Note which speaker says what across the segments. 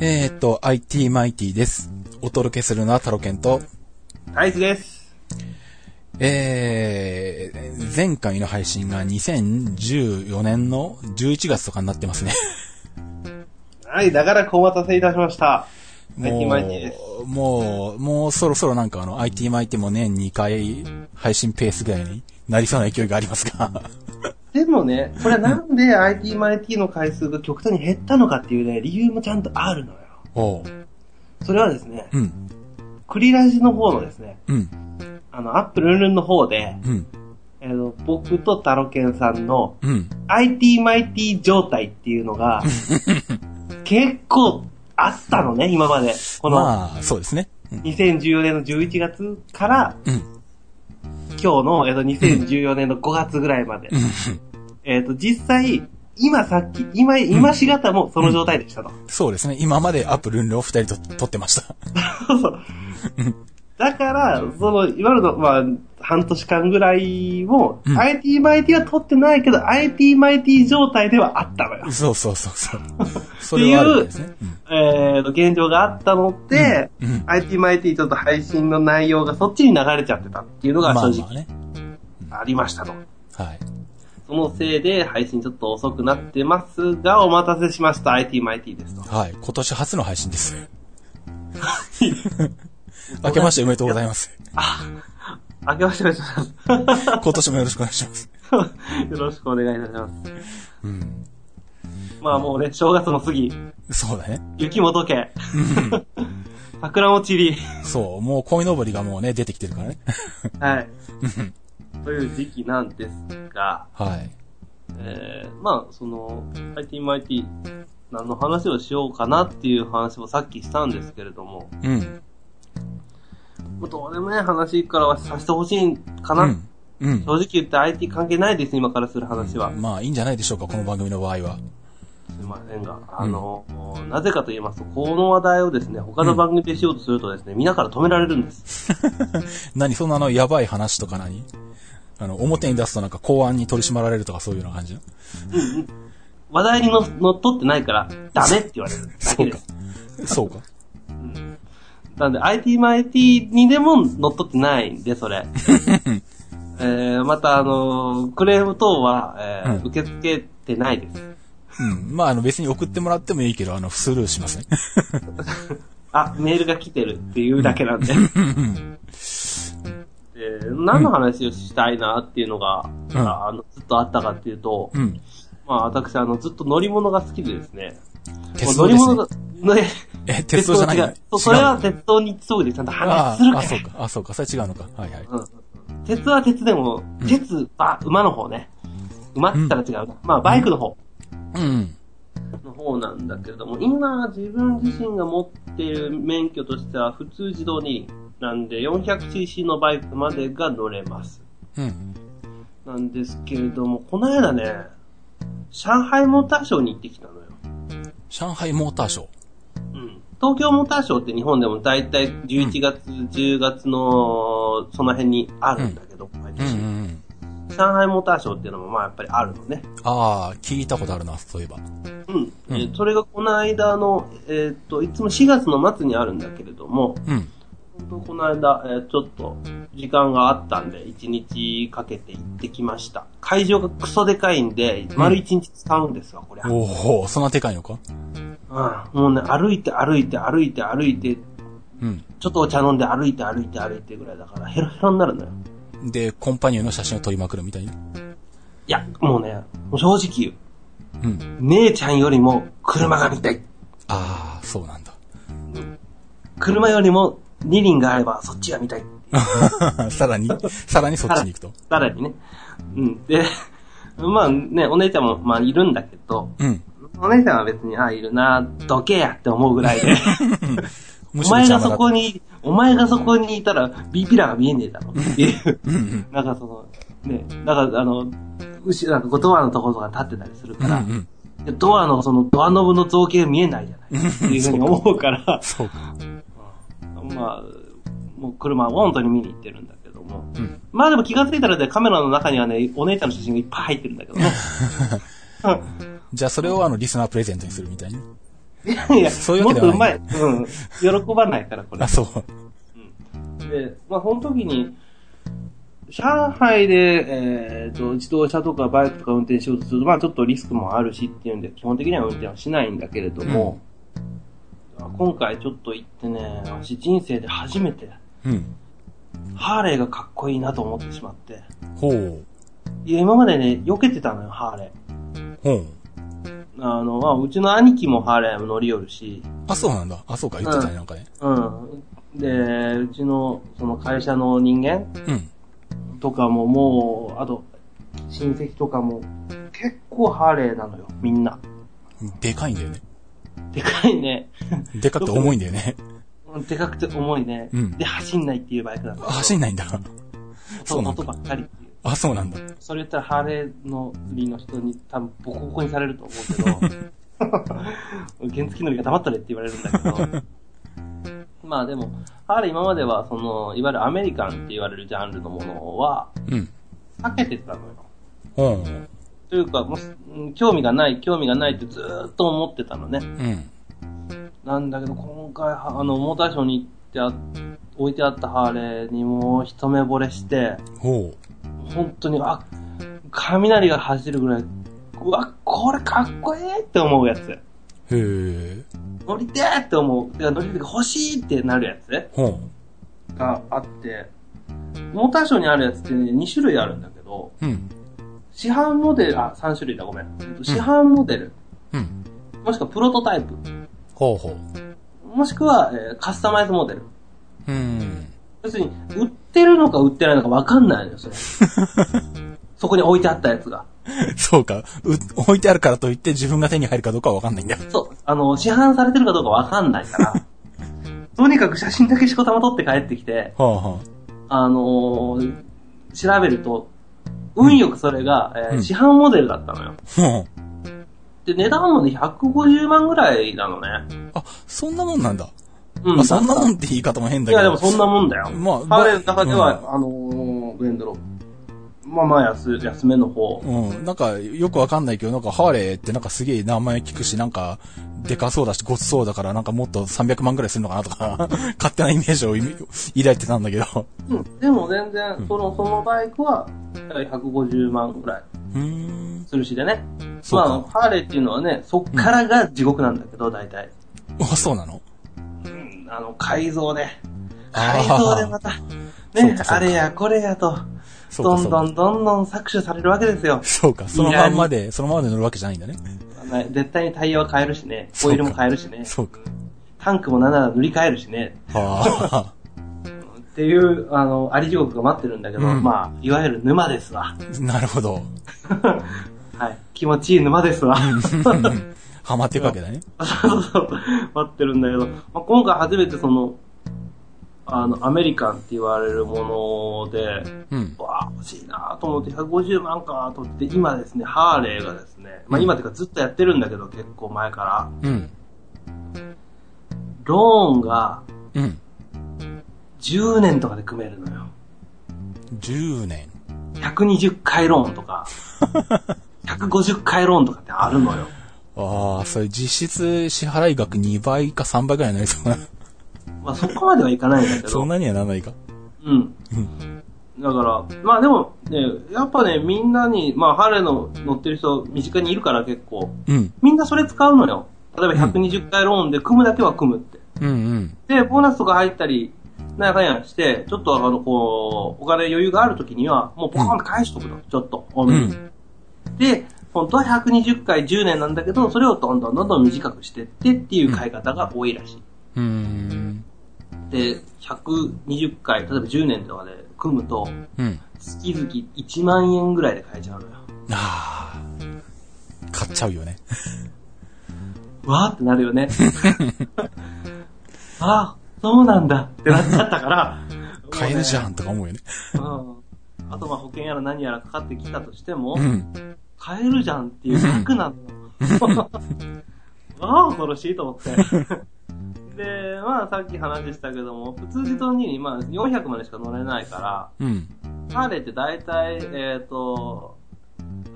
Speaker 1: えー、っと、IT マイティです。お届けするのはタロケンと、
Speaker 2: アイスです。
Speaker 1: えー、前回の配信が2014年の11月とかになって ますね。
Speaker 2: はい、だからお待たせいたしました。
Speaker 1: も
Speaker 2: IT マイティです。
Speaker 1: う、もう、もうそろそろなんかあの、IT マイティも年2回配信ペースぐらいになりそうな勢いがあります が。
Speaker 2: でもね、これなんで IT マイティの回数が極端に減ったのかっていうね、理由もちゃんとあるのよ。
Speaker 1: おう。
Speaker 2: それはですね、
Speaker 1: うん、
Speaker 2: クリラジの方のですね、
Speaker 1: うん、
Speaker 2: あの、アップルンルンの方で、
Speaker 1: うん、
Speaker 2: えの僕とタロケンさんの
Speaker 1: うん。
Speaker 2: IT マイティ状態っていう のが、結構あったのね、今まで。この
Speaker 1: まあ、そうですね。うん、
Speaker 2: 2014年の11月から、
Speaker 1: うん、
Speaker 2: 今日の、えっと、2014年の5月ぐらいまで。えっと、実際、今さっき、今、今しがたもその状態でしたと。
Speaker 1: そうですね。今までアップルンルを二人と撮ってました。
Speaker 2: そうそう。だから、その、今の、まあ、半年間ぐらいも、
Speaker 1: うん
Speaker 2: IT マイティは取ってないけど、IT マイティ状態ではあったのよ。
Speaker 1: そうそうそうそう。それはあるんですね。
Speaker 2: えっ、と、現状があったので、
Speaker 1: うんうん
Speaker 2: IT マイティちょっと配信の内容がそっちに流れちゃってたっていうの
Speaker 1: ま
Speaker 2: が
Speaker 1: あま
Speaker 2: 正
Speaker 1: あ
Speaker 2: 直
Speaker 1: ね。
Speaker 2: ありましたと。
Speaker 1: はい。
Speaker 2: そのせいで配信ちょっと遅くなってますが、お待たせしました。IT マイティですと。
Speaker 1: はい。今年初の配信です。明けましておめでとうございます。
Speaker 2: 明けましておめでとうございます。
Speaker 1: 今年もよろしくお願いします。
Speaker 2: よろしくお願いいたします。
Speaker 1: うん。
Speaker 2: まあもうね、正月も過ぎ、
Speaker 1: そうだね。
Speaker 2: 雪も溶け、桜も散 り、
Speaker 1: そう。もう鯉のぼりがもうね、出てきてる からね。
Speaker 2: はい。という時期なんですが、
Speaker 1: はい。
Speaker 2: えー、まあその、IT マイティ、何の話をしようかなっていう話もさっきしたんですけれども、
Speaker 1: うん。
Speaker 2: もうどうでもいい話からはさせてほしいか
Speaker 1: う
Speaker 2: な。
Speaker 1: ん。うん。
Speaker 2: 正直言って IT 関係ないです、今からする話は。
Speaker 1: まあ、いいんじゃないでしょうか、この番組の場合 は。
Speaker 2: すいませんが、あの、なぜかと言いますと、この話題をですね、他の番組でしようとするとですね、皆から止められるんです。
Speaker 1: 何そんなあの、やばい話とか何あの、表に出すとなんか公安に取り締まられるとかそういうような感じ
Speaker 2: 話題にの乗っ取ってないから、ダメって言われるだ
Speaker 1: そ
Speaker 2: け
Speaker 1: う
Speaker 2: で
Speaker 1: か
Speaker 2: す。。
Speaker 1: そうか。
Speaker 2: なんで、IT マ IT にでも乗っ取ってないんで、それ。えー、また、あの、クレーム等は、えー
Speaker 1: うん
Speaker 2: 受け付けてないです。
Speaker 1: うん。まあ、あの、別に送ってもらってもいいけど、あの、スルーしますね。
Speaker 2: あ、メールが来てるっていうだけなんで。で何の話をしたいなっていうのが、
Speaker 1: ん
Speaker 2: あのずっとあったかっていうと、
Speaker 1: うん。
Speaker 2: まあ私あのずっと乗り物が好きでですね。
Speaker 1: 鉄道で
Speaker 2: も
Speaker 1: す
Speaker 2: う
Speaker 1: ね
Speaker 2: 乗。り物が、ね、
Speaker 1: え、鉄道じゃない
Speaker 2: 違うそうそれは鉄道に急ぐでちゃんと話
Speaker 1: あ
Speaker 2: する
Speaker 1: あ、あ、
Speaker 2: から
Speaker 1: そうか。あ、そうか。それ違うのか。はいはい。
Speaker 2: うんうんうん鉄は鉄でも、鉄、あ、馬の方ね。馬って言ったら違うな。まあ、バイクの方
Speaker 1: うん。
Speaker 2: の方なんだけれども、今、自分自身が持っている免許としては、普通自動二輪なんで、400cc のバイクまでが乗れます。
Speaker 1: うん。
Speaker 2: なんですけれども、この間ね、上海モーターショーに行ってきたのよ。
Speaker 1: 上海モーターショー。
Speaker 2: うん。東京モーターショーって日本でも大体11月、10月のその辺にあるんだけど、毎
Speaker 1: うんう
Speaker 2: 年
Speaker 1: んうん。
Speaker 2: 上海モーターショーっていうのもまあやっぱりあるのね。
Speaker 1: ああ、聞いたことあるな、そういえば。
Speaker 2: うん。えーそれがこの間の、えーっと、いつも4月の末にあるんだけれども、
Speaker 1: うん。
Speaker 2: 本当この間、えーちょっと時間があったんで、1日かけて行ってきました。会場がクソでかいんで、丸1日使うんですわ、これ。うん。
Speaker 1: おお、そんなでかいのか
Speaker 2: もうね、歩いて歩いて歩いて歩いて、
Speaker 1: うん。
Speaker 2: ちょっとお茶飲んで歩いて歩いて歩いてぐらいだから、ヘロヘロになるのよ。
Speaker 1: で、コンパニオンの写真を撮りまくるみたいな。
Speaker 2: いや、もうね、もう正直言う。
Speaker 1: うん。
Speaker 2: 姉ちゃんよりも車が見たい。
Speaker 1: ああ、そうなんだ。
Speaker 2: 車よりも二輪があればそっちが見たい。
Speaker 1: さらに、さらにそっちに行くと。
Speaker 2: さらにね。うん。で、 まあね、お姉ちゃんも、まあいるんだけど、
Speaker 1: うん。
Speaker 2: お姉ちゃんは別に、あ、いるな、どけやって思うぐらい で、
Speaker 1: む
Speaker 2: お前がそこに、お前がそこにいたら、ビビラが見えねえだろっていう、
Speaker 1: うん
Speaker 2: なんかその、ね、なんかあの、後ろ、なんかこうドアのところとか立ってたりする
Speaker 1: う
Speaker 2: か
Speaker 1: んう
Speaker 2: ら、
Speaker 1: ん。
Speaker 2: でドアのそのドアノブの造形見えないじゃないっていうふうに思うから、
Speaker 1: そうか。
Speaker 2: まあ、もう車は本当に見に行ってるんだけども。
Speaker 1: うん
Speaker 2: まあでも気がついたらね、カメラの中にはね、お姉ちゃんの写真がいっ ぱい入ってるんだけどね。
Speaker 1: じゃあそれをあの、リスナープレゼントにするみたいな。
Speaker 2: いや、
Speaker 1: そういうわけで
Speaker 2: も
Speaker 1: は
Speaker 2: っと
Speaker 1: な
Speaker 2: 前、
Speaker 1: い
Speaker 2: うん。喜ばないから、これ
Speaker 1: あ、。そう。
Speaker 2: で、まあ、この時に、上海で、えー、と自動車とかバイクとか運転しようとすると、まあ、ちょっとリスクもあるしっていうんで、基本的には運転はしないんだけれども、今回ちょっと行ってね、私人生で初めて、
Speaker 1: うん。
Speaker 2: ハーレーがかっこいいなと思ってしまって。
Speaker 1: ほう。
Speaker 2: いや、今までね、避けてたのよ、ハーレー。
Speaker 1: ほう。
Speaker 2: あの、まあ、うちの兄貴もハーレー乗り寄るし、
Speaker 1: あ、そうなんだ。あ、そうか。言ってたね、
Speaker 2: うん
Speaker 1: なんかね。
Speaker 2: うん。で、うちの、その会社の人間
Speaker 1: うん。
Speaker 2: とかももう、あと、親戚とかも、結構ハーレーなのよ、みんな。
Speaker 1: でかいんだよね。
Speaker 2: でかいね。
Speaker 1: でかくて重いんだよね。
Speaker 2: うんでかくて重いね。
Speaker 1: うん
Speaker 2: で、走んないっていうバイクな
Speaker 1: あ
Speaker 2: の
Speaker 1: 走ん
Speaker 2: ない
Speaker 1: ないんだ。そうなん
Speaker 2: 音ば
Speaker 1: だ。
Speaker 2: っかりっていう。
Speaker 1: あ、そうなんだ。
Speaker 2: それ言ったらハーレーのりの人に多分ボコボコにされると思うけど、 原付乗りが黙っとれって言われるんだけど。まあでも、ハーレー今まではその、いわゆるアメリカンって言われるジャンルのものは
Speaker 1: うん。
Speaker 2: 避けてたのよ。
Speaker 1: ほう。
Speaker 2: というか、もううん興味がない、興味がないってずーっと思ってたのね。
Speaker 1: うん。
Speaker 2: なんだけど、今回、はあの、モーターショーに行ってあ、置いてあったハーレーにもう一目惚れして、
Speaker 1: ほ
Speaker 2: 本当に、あ、雷が走るぐらい、うわ、これかっこいいって思うやつ。
Speaker 1: う。へえ。
Speaker 2: 乗りてーって思う。てか乗りてー欲しいってなるやつ
Speaker 1: ほう。
Speaker 2: があって、モーターショーにあるやつってね、2種類あるんだけど、
Speaker 1: うん。
Speaker 2: 市販モデル、あ、3種類だ、ごめん。えっと市販モデル、
Speaker 1: うん。
Speaker 2: もしくはプロトタイプ、
Speaker 1: ほうほう。
Speaker 2: もしくは、えーカスタマイズモデル。
Speaker 1: うん。
Speaker 2: 要するに、売ってるのか売ってないのか分かんないの よ、それ。そこに置いてあったやつが。
Speaker 1: そうか。う、置いてあるからといって自分が手に入るかどうかはわかんないんだ。
Speaker 2: そう、あの、市販されてるかどうか分かんない から。とにかく写真だけしこたま撮って帰ってきて、
Speaker 1: はあは
Speaker 2: あのー調べると、運よくそれが、えー
Speaker 1: うん
Speaker 2: 市販モデルだったのよ。
Speaker 1: あ。ほう。
Speaker 2: で、値段もね、150万ぐらいなのね。
Speaker 1: あ、そんなもんなんだ。
Speaker 2: う
Speaker 1: まあ、そんなもんって言い方も変だ
Speaker 2: い
Speaker 1: けど。
Speaker 2: や、でもそんなもんだよ。
Speaker 1: まあ
Speaker 2: ハーレーの中では、
Speaker 1: う
Speaker 2: あのー、なんだろう。まあまあ安、安めの方。
Speaker 1: うん。なんか、よくわかんないけど、なんか、ハーレーってなんかすげえ名前聞くし、なんか、でかそうだし、ごつそうだから、なんかもっと300万くらいするのかなとか、 勝手なイメージをい抱いてたんだけど。
Speaker 2: うん、でも全然、その、そのバイクは、150万ぐらいう
Speaker 1: ーん。
Speaker 2: するしでね。
Speaker 1: そう
Speaker 2: ま
Speaker 1: か
Speaker 2: あ、ハーレーっていうのはね、そっからが地獄なんだけど、大体。
Speaker 1: あ、そうなの
Speaker 2: うん、あの、改造で。
Speaker 1: あ
Speaker 2: 改
Speaker 1: ー
Speaker 2: 造でまた、
Speaker 1: そう
Speaker 2: ね
Speaker 1: かそう、か
Speaker 2: あれやこれやと、
Speaker 1: そう
Speaker 2: ど
Speaker 1: か、そ
Speaker 2: ん
Speaker 1: う
Speaker 2: ど
Speaker 1: か。
Speaker 2: んどんどん搾取されるわけですよ。
Speaker 1: そうか、そのまんまで、そのままで乗るわけじゃないんだね。
Speaker 2: ね絶対にタイヤは変えるしね、
Speaker 1: そうか
Speaker 2: オイルも変えるしね、
Speaker 1: そうか。
Speaker 2: タンクもなんなら塗り替えるしね、
Speaker 1: あ
Speaker 2: っていう、あの、あり地獄が待ってるんだけど、
Speaker 1: うん
Speaker 2: まあ、いわゆる沼ですわ。
Speaker 1: あ、なるほ ど。
Speaker 2: はい。気持ちいい沼で すわ。
Speaker 1: ハマっていくわけだね。
Speaker 2: そうそう、待ってるんだけど、まあ、今回初めてその、あの、アメリカンって言われるもので、
Speaker 1: うん。
Speaker 2: わあ、欲しいなと思って150万かと思って、今ですね、ハーレーがですね、まあ今っていうかずっとやってるんだけど、結構前から、
Speaker 1: うん。
Speaker 2: ローンが
Speaker 1: うん。
Speaker 2: 10年とかで組めるのよ。
Speaker 1: 10年。
Speaker 2: 120回ローンとか、150回ローンとかってあるのよ。
Speaker 1: ああ、それ実質支払い額2倍か3倍ぐらいになりそうな。
Speaker 2: まあそこまではいかないんだけ
Speaker 1: そ
Speaker 2: ど
Speaker 1: ん、なにはならないか。
Speaker 2: うん。だから、まあでもね、やっぱね、みんなに、まあハーレーの乗ってる人、身近にいるから結構、
Speaker 1: うん。
Speaker 2: みんなそれ使うのよ。例えば120回ローンで組むだけは組むって。
Speaker 1: うんうん。
Speaker 2: で、ボーナスとか入ったり、なんやかんやして、ちょっとあの、こう、お金余裕がある時には、もうポカンと返しとくの、ちょっと。多めに
Speaker 1: うん
Speaker 2: で、本当は120回10年なんだけど、それをどんどんどんどん短くしてってっていう買い方が多いらしい。
Speaker 1: うーん。
Speaker 2: で、120回、例えば10年とかで組むと、
Speaker 1: うん。
Speaker 2: 月々1万円ぐらいで買えちゃうのよ。
Speaker 1: ああ。買っちゃうよね。
Speaker 2: わーってなる よね。あー、そうなんだってなっちゃったから。
Speaker 1: 買えるじ
Speaker 2: ん。
Speaker 1: ゃんとか思うよね。
Speaker 2: うん。あとまあ保険やら何やらかかってきたとしても、
Speaker 1: うん。
Speaker 2: 買えるじゃんっていう 楽なの。ああ、恐ろしいと思って。で、まあさっき話したけども、普通自動2にまあ400までしか乗れないか
Speaker 1: うん。
Speaker 2: ら、ハーレーって大体、えっ、と、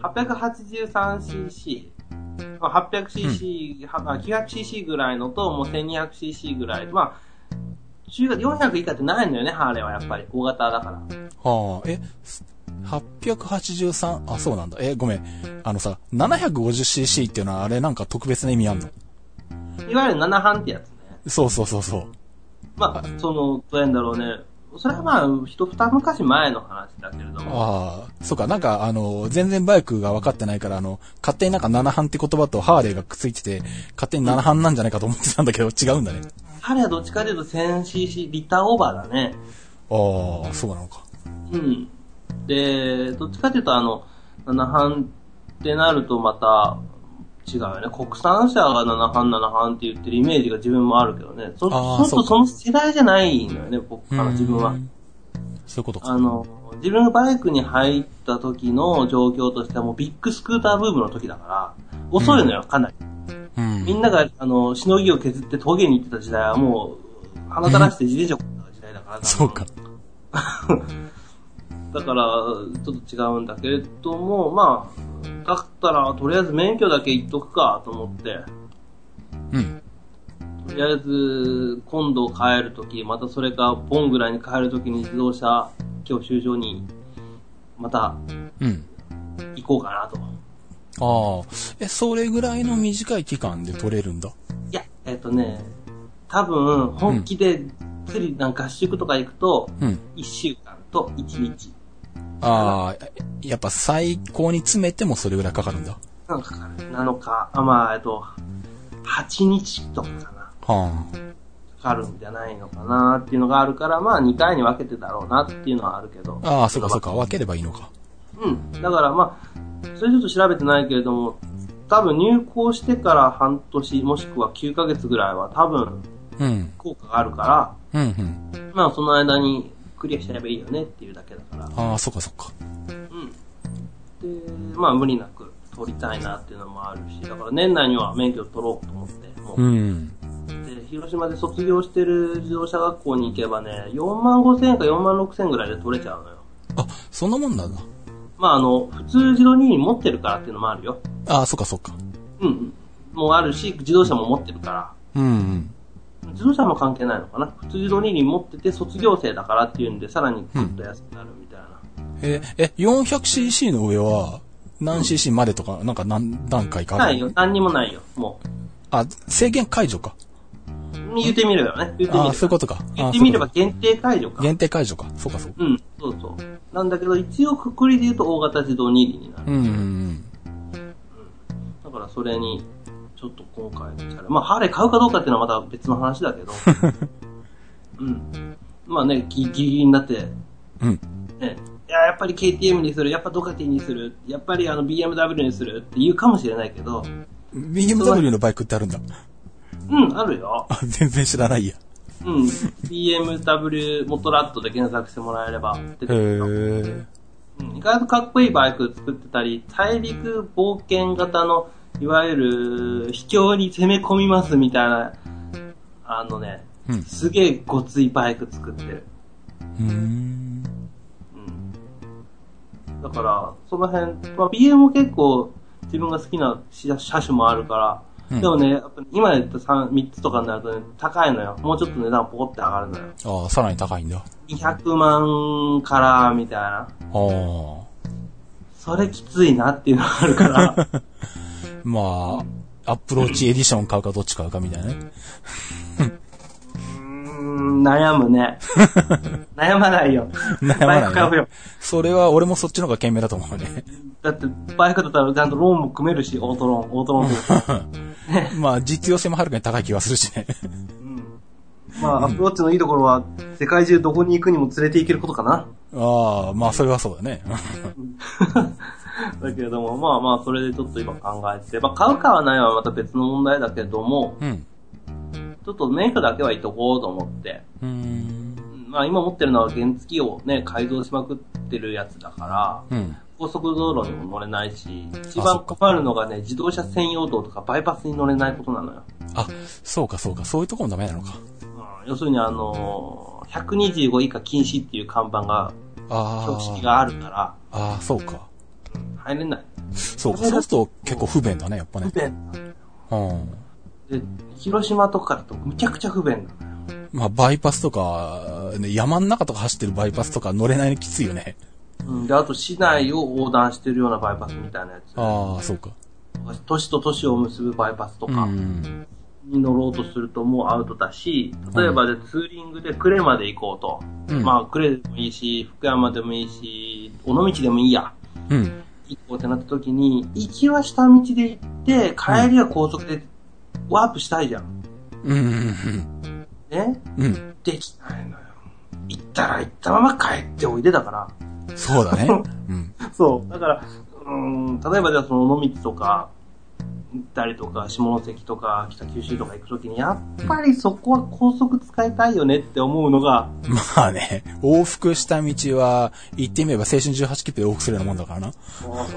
Speaker 2: 883cc、まあ、800cc、はあ 900cc ぐらいのと、もう 1200cc ぐらい。まあ、中型400以下ってないのよね、ハーレーはやっぱり。大型だから。
Speaker 1: はあ、え、す883、あ、そうなんだ。え、ごめん。あのさ、750cc っていうのはあれなんか特別な意味あんの
Speaker 2: いわゆる7半ってやつね。
Speaker 1: そうそうそうそう。
Speaker 2: まあ、その、どうやんだろうね。それはまあ、一二昔前の話だけれども。
Speaker 1: ああ、そうか、なんかあの、全然バイクが分かってないから、あの、勝手になんか7半って言葉とハーレーがくっついてて、勝手に7半なんじゃないかと思ってたんだけど、違うんだね。
Speaker 2: ハーレーはどっちかというと 1000cc リターオーバーだね。
Speaker 1: ああ、そうなのか。
Speaker 2: うん。で、どっちかというと、あの、7半ってなるとまた違うよね。国産車が7半、7半って言ってるイメージが自分もあるけどね。そ
Speaker 1: あー
Speaker 2: ちょっ
Speaker 1: そうか
Speaker 2: とその世代じゃないのよね、僕から自分
Speaker 1: う
Speaker 2: は
Speaker 1: ん。。そういうことか。
Speaker 2: あの、自分がバイクに入った時の状況としてはもうビッグスクーターブームの時だから、遅いのよ、かなり。
Speaker 1: うん。
Speaker 2: みんなが、あの、しのぎを削って峠に行ってた時代はもう、鼻垂らして自転車をこった時代だから。
Speaker 1: そうか。
Speaker 2: だから、ちょっと違うんだけれども、まあ、だったら、とりあえず免許だけ言っとくかと思って、
Speaker 1: うん。
Speaker 2: とりあえず、今度帰るとき、またそれか、ボンぐらいに帰るときに自動車教習所に、また
Speaker 1: うん。
Speaker 2: 行こうかなと。
Speaker 1: ああ、え、それぐらいの短い期間で取れるんだ。
Speaker 2: いや、えっ、とね、多分、本気で釣り、なんか合宿とか行くと、
Speaker 1: うん。
Speaker 2: 1週間と1日、
Speaker 1: ああ、やっぱ最高に詰めてもそれぐらいかかるんだ。は
Speaker 2: なんかかな、7日、あ、まあ、えっと、8日とかかな。
Speaker 1: あ。
Speaker 2: かかるんじゃないのかなっていうのがあるから、まあ2回に分けてだろうなっていうのはあるけど。
Speaker 1: ああ、そうかそうか。分ければいいのか。
Speaker 2: うん。だからまあ、それちょっと調べてないけれども、多分入校してから半年もしくは9ヶ月ぐらいは多分
Speaker 1: うん。
Speaker 2: 効果があるか
Speaker 1: うんうん。
Speaker 2: ら、まあその間にクリアしちゃえばいいよねっていうだけだから。
Speaker 1: ああ、そうかそうか。
Speaker 2: うん。で、まあ無理なく取りたいなっていうのもあるし、だから年内には免許を取ろうと思って、もう
Speaker 1: うん。
Speaker 2: で広島で卒業してる自動車学校に行けばね、4万5千円か4万6千円ぐらいで取れちゃうのよ。
Speaker 1: あ、そんなもんなんだ。
Speaker 2: まああの、普通自動二輪持ってるからっていうのもあるよ。
Speaker 1: ああ、そうかそうか。
Speaker 2: うんうん。もうあるし、自動車も持ってるから。
Speaker 1: うんうん。
Speaker 2: 自動車も関係ないのかな普通自動二輪持ってて卒業生だからっていうんで、さらにちょっと安くなるみたいな。
Speaker 1: え、え、400cc の上は、何 cc までとか、なんか何段階かあ
Speaker 2: な
Speaker 1: る
Speaker 2: いよ。何にもないよ。も
Speaker 1: あ、制限解除か。
Speaker 2: う。言ってみればね。言ってみれ
Speaker 1: あ
Speaker 2: ば。
Speaker 1: あ、そういうことか。
Speaker 2: 言ってみれば
Speaker 1: ああそういうこ
Speaker 2: 限定解除
Speaker 1: と
Speaker 2: か。
Speaker 1: 限定解除か。そうかそうか。
Speaker 2: うん、そうそう。なんだけど、一応くくりで言うと大型自動二輪になる。
Speaker 1: うんうんうん。
Speaker 2: だからそれに、ちょっと今回のチャレンジまあ、ハーレー買うかどうかっていうのはまた別の話だ けど。うん。まあね、ギリギリになって、
Speaker 1: うん。
Speaker 2: ね、いややっぱり KTM にする、やっぱドカティにする、やっぱりあの BMW にするって言うかもしれないけど、
Speaker 1: BMW のバイクってあるんだ。
Speaker 2: うん、あるよ。
Speaker 1: あ、全然知らないや。
Speaker 2: うん、BMW モトラットで検索してもらえれば
Speaker 1: へ
Speaker 2: 出てくるよ。
Speaker 1: え。
Speaker 2: うん、意外とかっこいいバイク作ってたり、大陸冒険型の、いわゆる、秘境に攻め込みますみたいな、あのね、
Speaker 1: うん
Speaker 2: すげえごついバイク作ってる。
Speaker 1: うん。
Speaker 2: だから、その辺、まあ、BM も結構自分が好きな車車種もあるから、
Speaker 1: うん
Speaker 2: でもね、やっぱ今言った 3, 3つとかになるとね、高いのよ。もうちょっと値段ポコって上がるのよ。
Speaker 1: ああ、さらに高いんだ。あ
Speaker 2: 200万から、みたいな。
Speaker 1: あ。
Speaker 2: それきついなっていうのがある から。
Speaker 1: まあ、アプローチエディション買うかどっち買うかみたいなね。
Speaker 2: うーん、悩 むね。悩まないよ。
Speaker 1: 悩まな
Speaker 2: バ
Speaker 1: い、
Speaker 2: イク買うよ。
Speaker 1: それは俺もそっちの方が賢明だと思う ね。
Speaker 2: だって、バイクだったらちゃんとローンも組めるし、オートローン、オー トローン組める
Speaker 1: まあ、実用性もはるかに高い気はするしね。
Speaker 2: まあ、アプローチのいいところは、世界中どこに行くにも連れて行けることかな。
Speaker 1: ああ、まあ、それはそうだね。
Speaker 2: だけれども、まあまあ、それでちょっと今考えて、まあ、買うかはないはまた別の問題だけども、
Speaker 1: うん。
Speaker 2: ちょっと免許だけは言っとこうと思って、
Speaker 1: うーん。
Speaker 2: うんまあ今持ってるのは原付をね、改造しまくってるやつだから、
Speaker 1: うん。
Speaker 2: 高速道路にも乗れないし、一
Speaker 1: あそ
Speaker 2: 番
Speaker 1: っか
Speaker 2: 困るのがね、自動車専用道とかバイパスに乗れないことなのよ。
Speaker 1: あ、そうかそうか、そういうとこもダメなのか。
Speaker 2: うん、要するにあのー、125以下禁止っていう看板が、
Speaker 1: あ
Speaker 2: 標識
Speaker 1: あ。
Speaker 2: があるから、
Speaker 1: ああ、そうか。
Speaker 2: 入れない。
Speaker 1: そうか、そうすると結構不便だね、やっぱね
Speaker 2: 不。便な
Speaker 1: うん。
Speaker 2: で、広島とかだとむちゃくちゃ不便なのよ。
Speaker 1: まあ、バイパスとか、ね山の中とか走ってるバイパスとか乗れないのきついよね。
Speaker 2: うん、で、あと市内を横断してるようなバイパスみたいなやつ。
Speaker 1: ああ、そうか。
Speaker 2: 都市と都市を結ぶバイパスと
Speaker 1: う
Speaker 2: か
Speaker 1: ん。
Speaker 2: に乗ろうとするともうアウトだし、例えばでツーリングで呉まで行こうと。
Speaker 1: うん
Speaker 2: まあ、呉でもいいし、福山でもいいし、尾道でもいいや。
Speaker 1: うん。
Speaker 2: 行こうってなった時に、行きは下道で行って、帰りは高速でワープしたいじゃん。
Speaker 1: うん。うん
Speaker 2: ね
Speaker 1: うん。
Speaker 2: できないのよ。行ったら行ったまま帰っておいでだか
Speaker 1: うん。そうだね。うん。
Speaker 2: ら。そう。だから、うーん、例えばじゃあその尾道とか、行ったりとか、下関とか、北九州とか行くときに、やっぱりそこは高速使いたいよねって思うのが、
Speaker 1: まあね、往復した道は、言ってみれば青春18切符で往復するようなもんだからな。
Speaker 2: も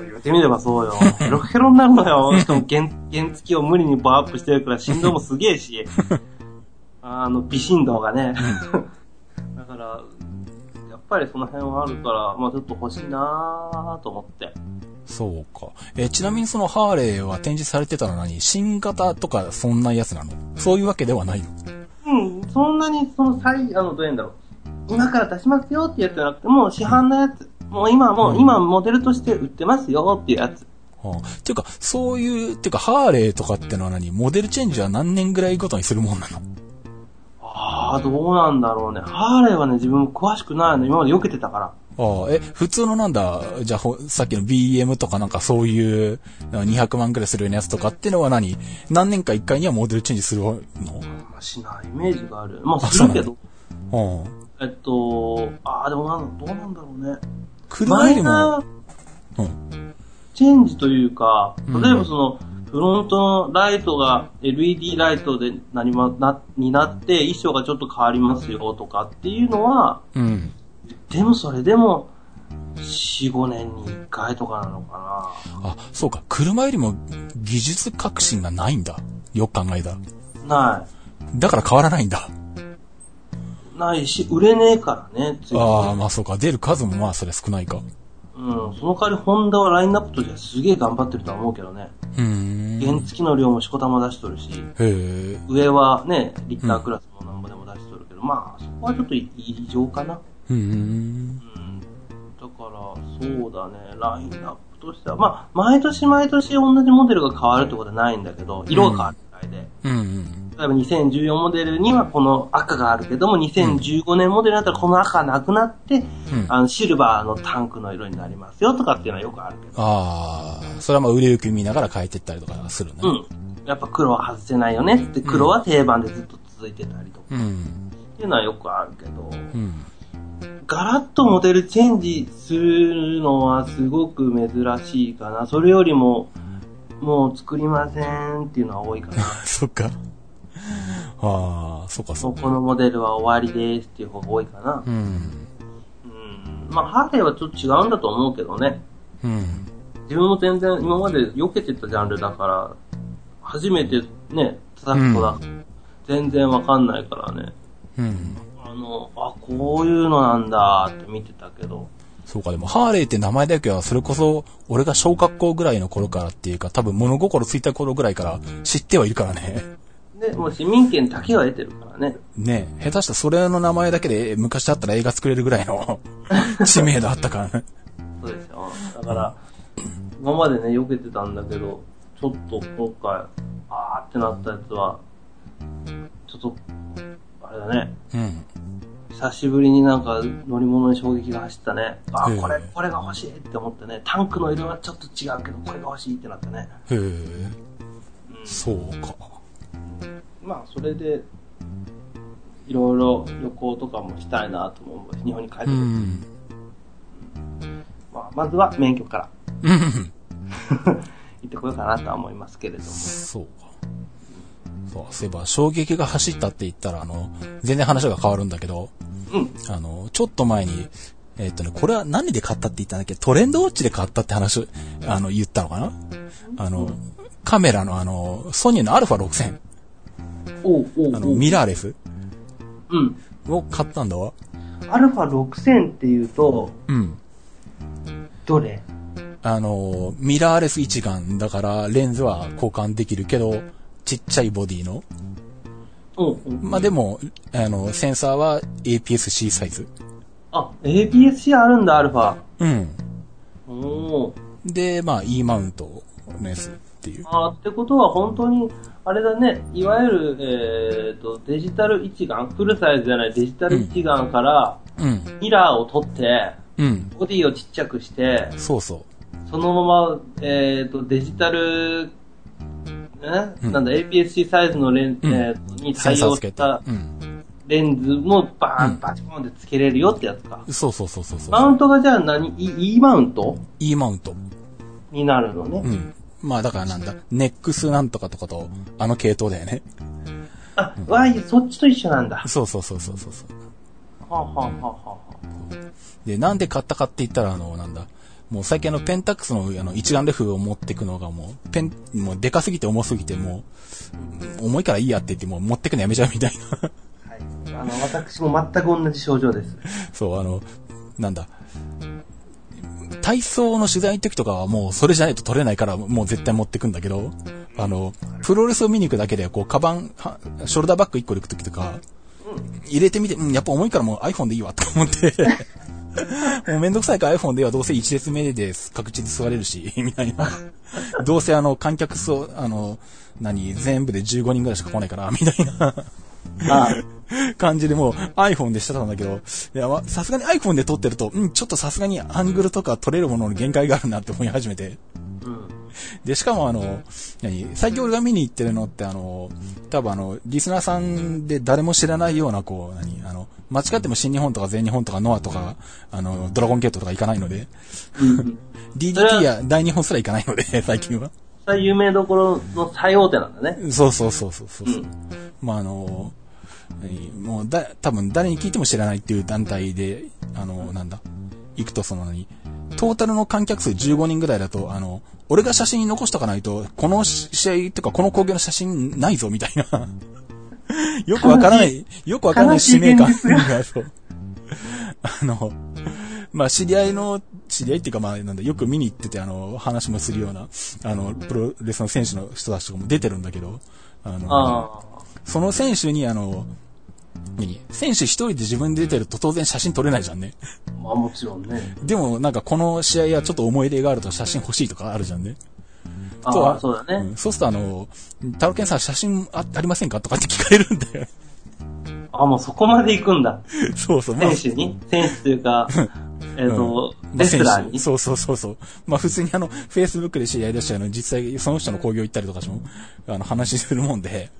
Speaker 2: う言ってみればそうよ。ヘロヘロになるのよ。しかも原、原付きを無理にバーアップしてるから振動もすげえし、あの、微振動がね。だから、やっぱりその辺はあるから、まあちょっと欲しいなぁと思って。
Speaker 1: そうか。えーちなみにそのハーレーは展示されてたのは何新型とかそんなやつなのそういうわけではないの
Speaker 2: うん、そんなに、その最、あの、どういうんだろう。今から出しますよってやつじゃなくて、もう市販のやつ。もう今、もう今モデルとして売ってますよっていうやつ。
Speaker 1: はあ、ていうか、そういう、ていうか、ハーレーとかってのは何モデルチェンジは何年ぐらいごとにするもんなの
Speaker 2: ああ、どうなんだろうね。ハーレーはね、自分も詳しくないの。今まで避けてたから。
Speaker 1: ああ、え、普通のなんだ、じゃあほ、さっきの BM とかなんかそういう、なんか200万くらいするようなやつとかってのは何何年か1回にはモデルチェンジするの
Speaker 2: まあしないイメージがある。まあ、
Speaker 1: あ
Speaker 2: するけど、
Speaker 1: うん。
Speaker 2: えっと、ああ、でもなんどうなんだろうね。
Speaker 1: 車
Speaker 2: マ
Speaker 1: よ
Speaker 2: イ
Speaker 1: りも、
Speaker 2: ナー
Speaker 1: うん。
Speaker 2: チェンジというか、
Speaker 1: うん
Speaker 2: 例えばその、フロントのライトが LED ライトでなりま、な、になって、衣装がちょっと変わりますよとかっていうのは、
Speaker 1: うん。
Speaker 2: でもそれでも、4、5年に1回とかなのか
Speaker 1: あ、そうか、車よりも技術革新がないんだ。よく考えたら。
Speaker 2: な。ない。
Speaker 1: だから変わらないんだ。
Speaker 2: ないし、売れねえからね、つい
Speaker 1: ああ、まあそうか、出る数もまあそれ少ないか。
Speaker 2: うん。その代わり、ホンダはラインナップとしてはすげえ頑張ってるとは思うけどね。
Speaker 1: うーん。へ
Speaker 2: 原付きの量もしこたま出しとるし。
Speaker 1: え。
Speaker 2: 上はね、リッタークラスもなんぼでも出しとるけど、まあ、そこはちょっと異常かな。
Speaker 1: うーん。
Speaker 2: うん。だから、そうだね、ラインナップとしては、まあ、毎年毎年同じモデルが変わるってことはないんだけど、色が変わるぐらいで。
Speaker 1: うんうん。
Speaker 2: 例えば2014モデルにはこの赤があるけども、2015年モデルだったらこの赤がなくなって、
Speaker 1: うん
Speaker 2: あのシルバーのタンクの色になりますよとかっていうのはよくあるけど。
Speaker 1: ああ、それはまあ売れ行き見ながら変えてったりとかするね。
Speaker 2: うん。やっぱ黒は外せないよねっつって、黒は定番でずっと続いてたりとか
Speaker 1: うん。
Speaker 2: っていうのはよくあるけど、
Speaker 1: うん。
Speaker 2: ガラッとモデルチェンジするのはすごく珍しいかな。それよりも、もう作りませんっていうのは多いかな。
Speaker 1: そっか。ああ、そっかそ
Speaker 2: も
Speaker 1: っ
Speaker 2: う
Speaker 1: か。
Speaker 2: このモデルは終わりですっていう方が多いかな
Speaker 1: う。ん。
Speaker 2: うん。まあ、ハーレーはちょっと違うんだと思うけどね。
Speaker 1: うん。
Speaker 2: 自分も全然今まで避けてたジャンルだから、初めてね、叩く子だ、全然わかんないからね。
Speaker 1: うん。
Speaker 2: あの、あ、こういうのなんだって見てたけど。
Speaker 1: そうか、でも、ハーレーって名前だけは、それこそ、俺が小学校ぐらいの頃からっていうか、多分物心ついた頃ぐらいから知ってはいるからね。
Speaker 2: で、もう市民権だけは得てるからね。
Speaker 1: ねえ、下手したらそれの名前だけで昔だったら映画作れるぐらいの知名度あったからね。
Speaker 2: そうですよ。だから、今までね、避けてたんだけど、ちょっと今回、あーってなったやつは、ちょっと、あれだね、
Speaker 1: うん。
Speaker 2: 久しぶりになんか乗り物に衝撃が走ったね。あ
Speaker 1: へえ
Speaker 2: ー、これ、これが欲しいって思ってね、タンクの色はちょっと違うけど、これが欲しいってなったね。
Speaker 1: へえ、そうか。
Speaker 2: まあ、それで、いろいろ旅行とかもしたいなとも思うし、日本に帰って
Speaker 1: う
Speaker 2: くる。
Speaker 1: ん。
Speaker 2: まあ、まずは免許から
Speaker 1: うん。
Speaker 2: 行ってこようかなとは思いますけれども。
Speaker 1: そうか。そう、そういえば、衝撃が走ったって言ったら、あの、全然話が変わるんだけど、
Speaker 2: うん。
Speaker 1: あの、ちょっと前に、えっとね、これは何で買ったって言ったんだっけトレンドウォッチで買ったって話を、あの、言ったのかなあの、カメラのあの、ソニーの α6000、
Speaker 2: おうおう
Speaker 1: あの、
Speaker 2: おう。
Speaker 1: ミラーレス
Speaker 2: うん。
Speaker 1: を買ったんだわ。
Speaker 2: アルファ6000っていうと、
Speaker 1: うん。
Speaker 2: どれ
Speaker 1: あの、ミラーレス一眼だからレンズは交換できるけど、ちっちゃいボディの。
Speaker 2: うんうん。
Speaker 1: まあ、でも、あの、センサーは APS-C サイズ。
Speaker 2: あ、APS-C あるんだ、アルファ。
Speaker 1: うん。
Speaker 2: おー。
Speaker 1: で、まあ E マウントのやつっていう。
Speaker 2: あーってことは本当に、あれだね、いわゆる、えー、とデジタル一眼、フルサイズじゃないデジタル一眼から
Speaker 1: うん。
Speaker 2: ミラーを取って、
Speaker 1: うん。
Speaker 2: ボディをちっちゃくして、
Speaker 1: そうそ
Speaker 2: そのまま、えー、とデジタル、えなんだ、APS-C サイズのレン、
Speaker 1: うん
Speaker 2: えーとに
Speaker 1: う。セン
Speaker 2: 対
Speaker 1: サー
Speaker 2: 応
Speaker 1: つけ。
Speaker 2: してた
Speaker 1: うん。
Speaker 2: レンズもバー
Speaker 1: うん
Speaker 2: ン、バチコンでつけれるよってやつか。
Speaker 1: そうそうそうそうそう。
Speaker 2: マウントがじゃあ何 ?E, e マウント
Speaker 1: E マウント。
Speaker 2: になるのね。
Speaker 1: うん。まあだからなんだ。ネックスなんとかとかと、あの系統だよね。
Speaker 2: あ、わい、そっちと一緒なんだ。
Speaker 1: そうそうそうそうそうそう。
Speaker 2: はあ、はあはあはあ、
Speaker 1: で、なんで買ったかって言ったら、あの、なんだ。もう最近あの、ペンタックスのあの一眼レフを持ってくのがもう、ペン、もうでかすぎて重すぎてもう、重いからいいやって言ってもう持ってくのやめちゃうみたいな。
Speaker 2: はい、あの私も全く同じ症状です。
Speaker 1: そう、あの、なんだ。体操の取材の時とかはもうそれじゃないと取れないからもう絶対持ってくんだけど、あの、プロレスを見に行くだけで、こう、カバン、はショルダーバッグ1個で行く時とか、入れてみて、うん、やっぱ重いからもう iPhone でいいわと思って、 もうめんどくさいから iPhone ではどうせ1列目で確実に座れるし、 みたいな。どうせあの、観客数、あの、何、全部で15人ぐらいしか来ないから、みたいな。
Speaker 2: あ
Speaker 1: 感じでもう iPhone でしてたんだけど、いや、まさすがに iPhone で撮ってると、うん、ちょっとさすがにアングルとか撮れるものの限界があるなって思い始めて。
Speaker 2: うん。
Speaker 1: で、しかもあの、何最近俺が見に行ってるのってあの、多分あの、リスナーさんで誰も知らないような、こう、何あの、間違っても新日本とか全日本とかノアとか、あの、ドラゴンゲートとか行かないので、
Speaker 2: うん。
Speaker 1: DDT や大日本すら行かないので、最近は。
Speaker 2: それは有名どころの最大手なんだね。
Speaker 1: そうそうそうそうそう。う
Speaker 2: うん
Speaker 1: まあ、あの、えーもうだ、多分誰に聞いても知らないっていう団体で、あの、なんだ、行くとその何、トータルの観客数15人ぐらいだと、あの、俺が写真に残しとかないと、この試合っていうかこの工芸の写真ないぞみたいな。 よくわからない、よくわからない使命感
Speaker 2: 悲しい現実
Speaker 1: が、そう。 あの、まあ、知り合いの、知り合いっていうか、まあ、なんだ、よく見に行ってて、あの、話もするような、あの、プロレスの選手の人たちとかも出てるんだけど、あの、
Speaker 2: あ
Speaker 1: その選手に、あの、何選手一人で自分で出てると当然写真撮れないじゃんね。
Speaker 2: あ。まあもちろんね。
Speaker 1: でも、なんかこの試合はちょっと思い出があると写真欲しいとかあるじゃんね。
Speaker 2: ああ、そうだ
Speaker 1: う
Speaker 2: ね。
Speaker 1: んそうするとあの、タロケンさん写真あありませんかとかって聞かれるんだよ。
Speaker 2: あもうそこまで行くんだ。
Speaker 1: そうそう、まあ
Speaker 2: 選手に選手というか、えっと、レスラーに。
Speaker 1: そうそうそうそう。まあ普通にあの、Facebook で知り合いだし、あの、実際その人の興行行ったりとかしも、あの、話するもんで、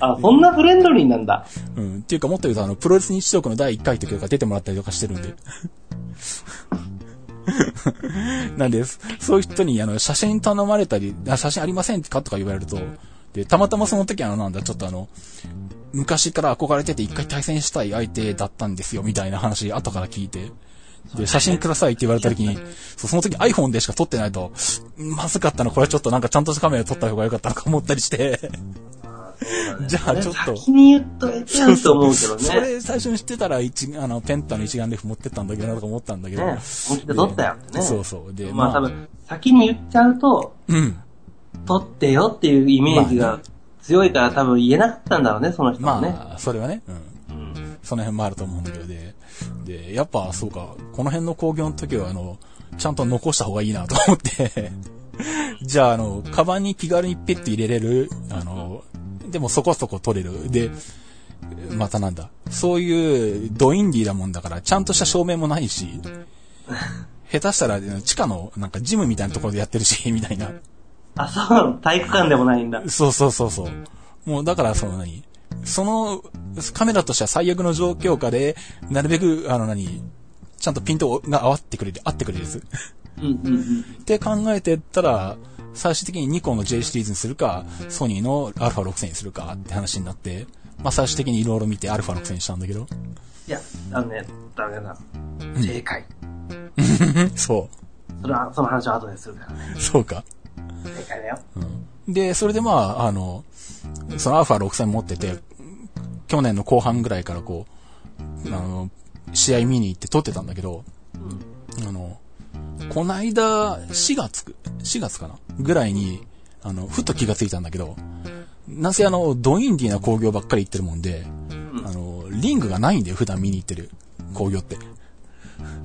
Speaker 2: あ、そんなフレンドリーなんだ。
Speaker 1: うん。っていうかもっと言うと、あの、プロレス日曜区の第1回とか出てもらったりとかしてるんで。 なんです。そういう人に、あの、写真頼まれたり、あ写真ありませんかとか言われると、で、たまたまその時、あの、なんだ、ちょっとあの、昔から憧れてて一回対戦したい相手だったんですよ、みたいな話、後から聞いて。で、写真くださいって言われた時に、そうその時 iPhone でしか撮ってないと、まずかったな、これはちょっとなんかちゃんとしたカメラで撮った方が良かったなとか思ったりして、じゃあちょっと。
Speaker 2: 先に言っといてやんと思うけど
Speaker 1: そ
Speaker 2: ね。
Speaker 1: れ最初に知ってたら、一、あの、ペンタの一眼レフ持ってったんだけどなとか思ったんだけど。
Speaker 2: ね、思って取ったよってね。
Speaker 1: そうそう。で、
Speaker 2: まあ多分、先に言っちゃうと、
Speaker 1: うん。
Speaker 2: 取ってよっていうイメージが強いから多分言えなかったんだろうね、その人
Speaker 1: ま
Speaker 2: も
Speaker 1: あ、
Speaker 2: ね。
Speaker 1: それはね。うん。
Speaker 2: うん
Speaker 1: その辺もあると思うんだけど、で、で、やっぱそうか、この辺の工業の時は、あの、ちゃんと残した方がいいなと思って、 じゃあ、あの、カバンに気軽にペッて入れれる、あの、でもそこそこ取れる。で、またなんだ。そういうドインディーだもんだから、ちゃんとした照明もないし、下手したら地下のなんかジムみたいなところでやってるし、みたいな。
Speaker 2: あ、そうなの体育館でもないんだ。
Speaker 1: そうそうそうそう。もうだからその何そのカメラとしては最悪の状況下で、なるべくあの何ちゃんとピントが合わってくれる、合ってくれるやつ。っ
Speaker 2: うんうんうん。
Speaker 1: て考えてったら、最終的にニコンの J シリーズにするか、ソニーの α6000 にするかって話になって、まあ最終的にいろいろ見て α6000 にしたんだけど。
Speaker 2: いや、あのね、ダメだ。正解。
Speaker 1: そ
Speaker 2: それは、その話は後でするからね。
Speaker 1: う。そうか。
Speaker 2: 正解だよ。
Speaker 1: で、それでまあ、あの、そのアルファ6000持ってて、去年の後半ぐらいからこう、あの、試合見に行って撮ってたんだけど、あの、こないだ、4月く、4月かなぐらいに、あの、ふと気がついたんだけど、なんせあの、ドインディな工業ばっかり行ってるもんで、あの、リングがないんだよ、普段見に行ってる工業って。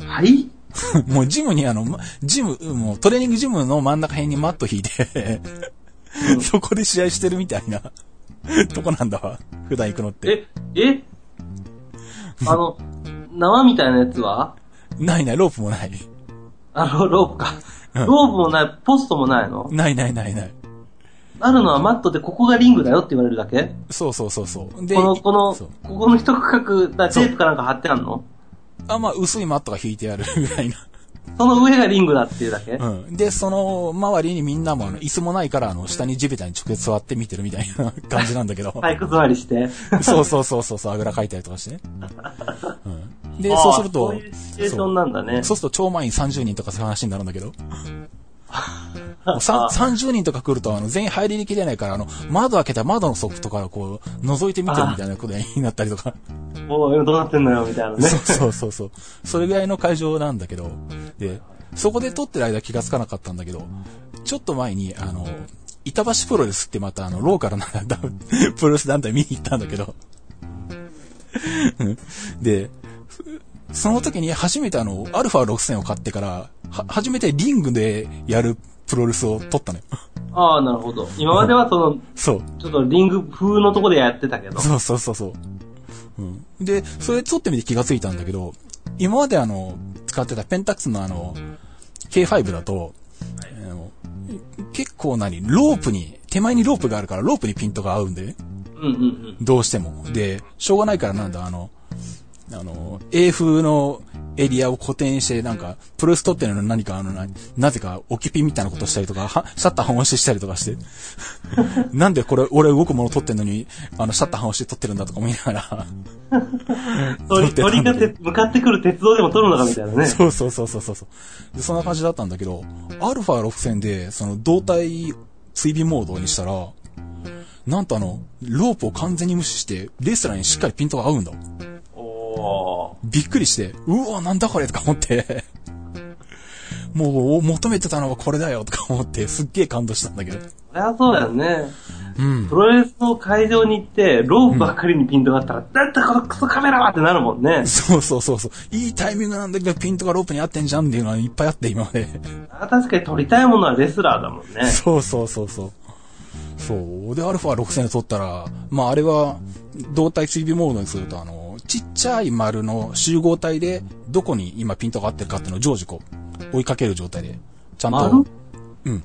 Speaker 2: はい
Speaker 1: もうジムにあの、まジム、もうトレーニングジムの真ん中辺にマット引いて、 そこで試合してるみたいな、とこなんだわ。普段行くのって。
Speaker 2: え、えあの、縄みたいなやつは
Speaker 1: ないない、ロープもない。
Speaker 2: あの、ロープか。
Speaker 1: う
Speaker 2: ロー
Speaker 1: ん
Speaker 2: プもない、ポストもないの
Speaker 1: ないないないない。
Speaker 2: あるのはマットでここがリングだよって言われるだけ
Speaker 1: そうそうそうそう。で、
Speaker 2: この、この、
Speaker 1: そ
Speaker 2: こ
Speaker 1: う
Speaker 2: この一区画、だテープかなんか貼ってあんの
Speaker 1: あ、まあ、薄いマットが引い てあるぐらいな。
Speaker 2: その上がリングだっていうだけ、
Speaker 1: うん。で、その周りにみんなもあの、椅子もないから、あの、下に地べたに直接座って見てるみたいな 感じなんだけ ど。
Speaker 2: 体育座りして。
Speaker 1: そうそうそうそうそう、あぐらかいたりとか してね。うん。で、
Speaker 2: あ ー
Speaker 1: そうすると、
Speaker 2: そういうシチュエーションなんだね。
Speaker 1: そうすると超満員30人とかそういう話になるんだけど。もうさ30人とか来ると、あの、全員入りきれないから、あの、窓開けた窓のソフトからこう、覗いてみてるみたいなことになったりとか。
Speaker 2: おいどうなってんのよ、みたいな ね。
Speaker 1: そうそうそうそう。それぐらいの会場なんだけど、で、そこで撮ってる間気がつかなかったんだけど、ちょっと前に、あの、板橋プロレスってまたあの、ローカルな 団プロレス団体見に行ったんだけど、 うんで、そその時に初めてあの、アルファ6000を買ってから、は、初めてリングでやるプロレスを撮ったのよ。
Speaker 2: ああ、なるほど。今まではその、
Speaker 1: そう。
Speaker 2: ちょっとリング風のとこでやってたけど。
Speaker 1: そうそうそうそう。うん。で、それ撮ってみて気がついたんだけど、今まであの、使ってたペンタックスのあの、K5 だと、あの結構なに、ロープに、手前にロープがあるから、ロープにピントが合うんでね、
Speaker 2: うんうんうん。
Speaker 1: どうしても。で、しょうがないからなんだ、あの、あの、英風のエリアを固定して、なんか、プロレス撮ってるのに何かあの、ななぜか置きピンみたいなことしたりとか、はシャッター半押ししたりとかして、 なんでこれ、俺動くもの撮ってんのに、あの、シャッター半押して撮ってるんだとか思いながら、
Speaker 2: 鳥鳥がて向かってくる鉄道でも撮るのかみたいなね。
Speaker 1: そう そうそうそうそうそう。で、そんな感じだったんだけど、アルファ6000で、その胴体追尾モードにしたら、なんとあの、ロープを完全に無視して、レスラーにしっかりピントが合うんだ。
Speaker 2: おー。
Speaker 1: びっくりして、うわ、なんだこれとか思って、 もう求めてたのはこれだよとか思って、すっげえ感動したんだけど。
Speaker 2: そりゃそうだよね。
Speaker 1: うん
Speaker 2: プ。ロレスの会場に行って、ロープばっかりにピントがあったら、だってこのクソカメラはってなるもんね。
Speaker 1: そうそうそうそう。いいタイミングなんだけど、ピントがロープに合ってんじゃんっていうのはいっぱいあって、今まで。
Speaker 2: あ確かに撮りたいものはレスラーだもんね。
Speaker 1: そうそうそうそう。そう。で、アルファ6000で撮ったら、まああれは、動体追尾モードにすると、あの、ちっちゃい丸の集合体で、どこに今ピントが合ってるかっていうのを常時こう、追いかける状態で、ちゃん
Speaker 2: 丸
Speaker 1: と、うん。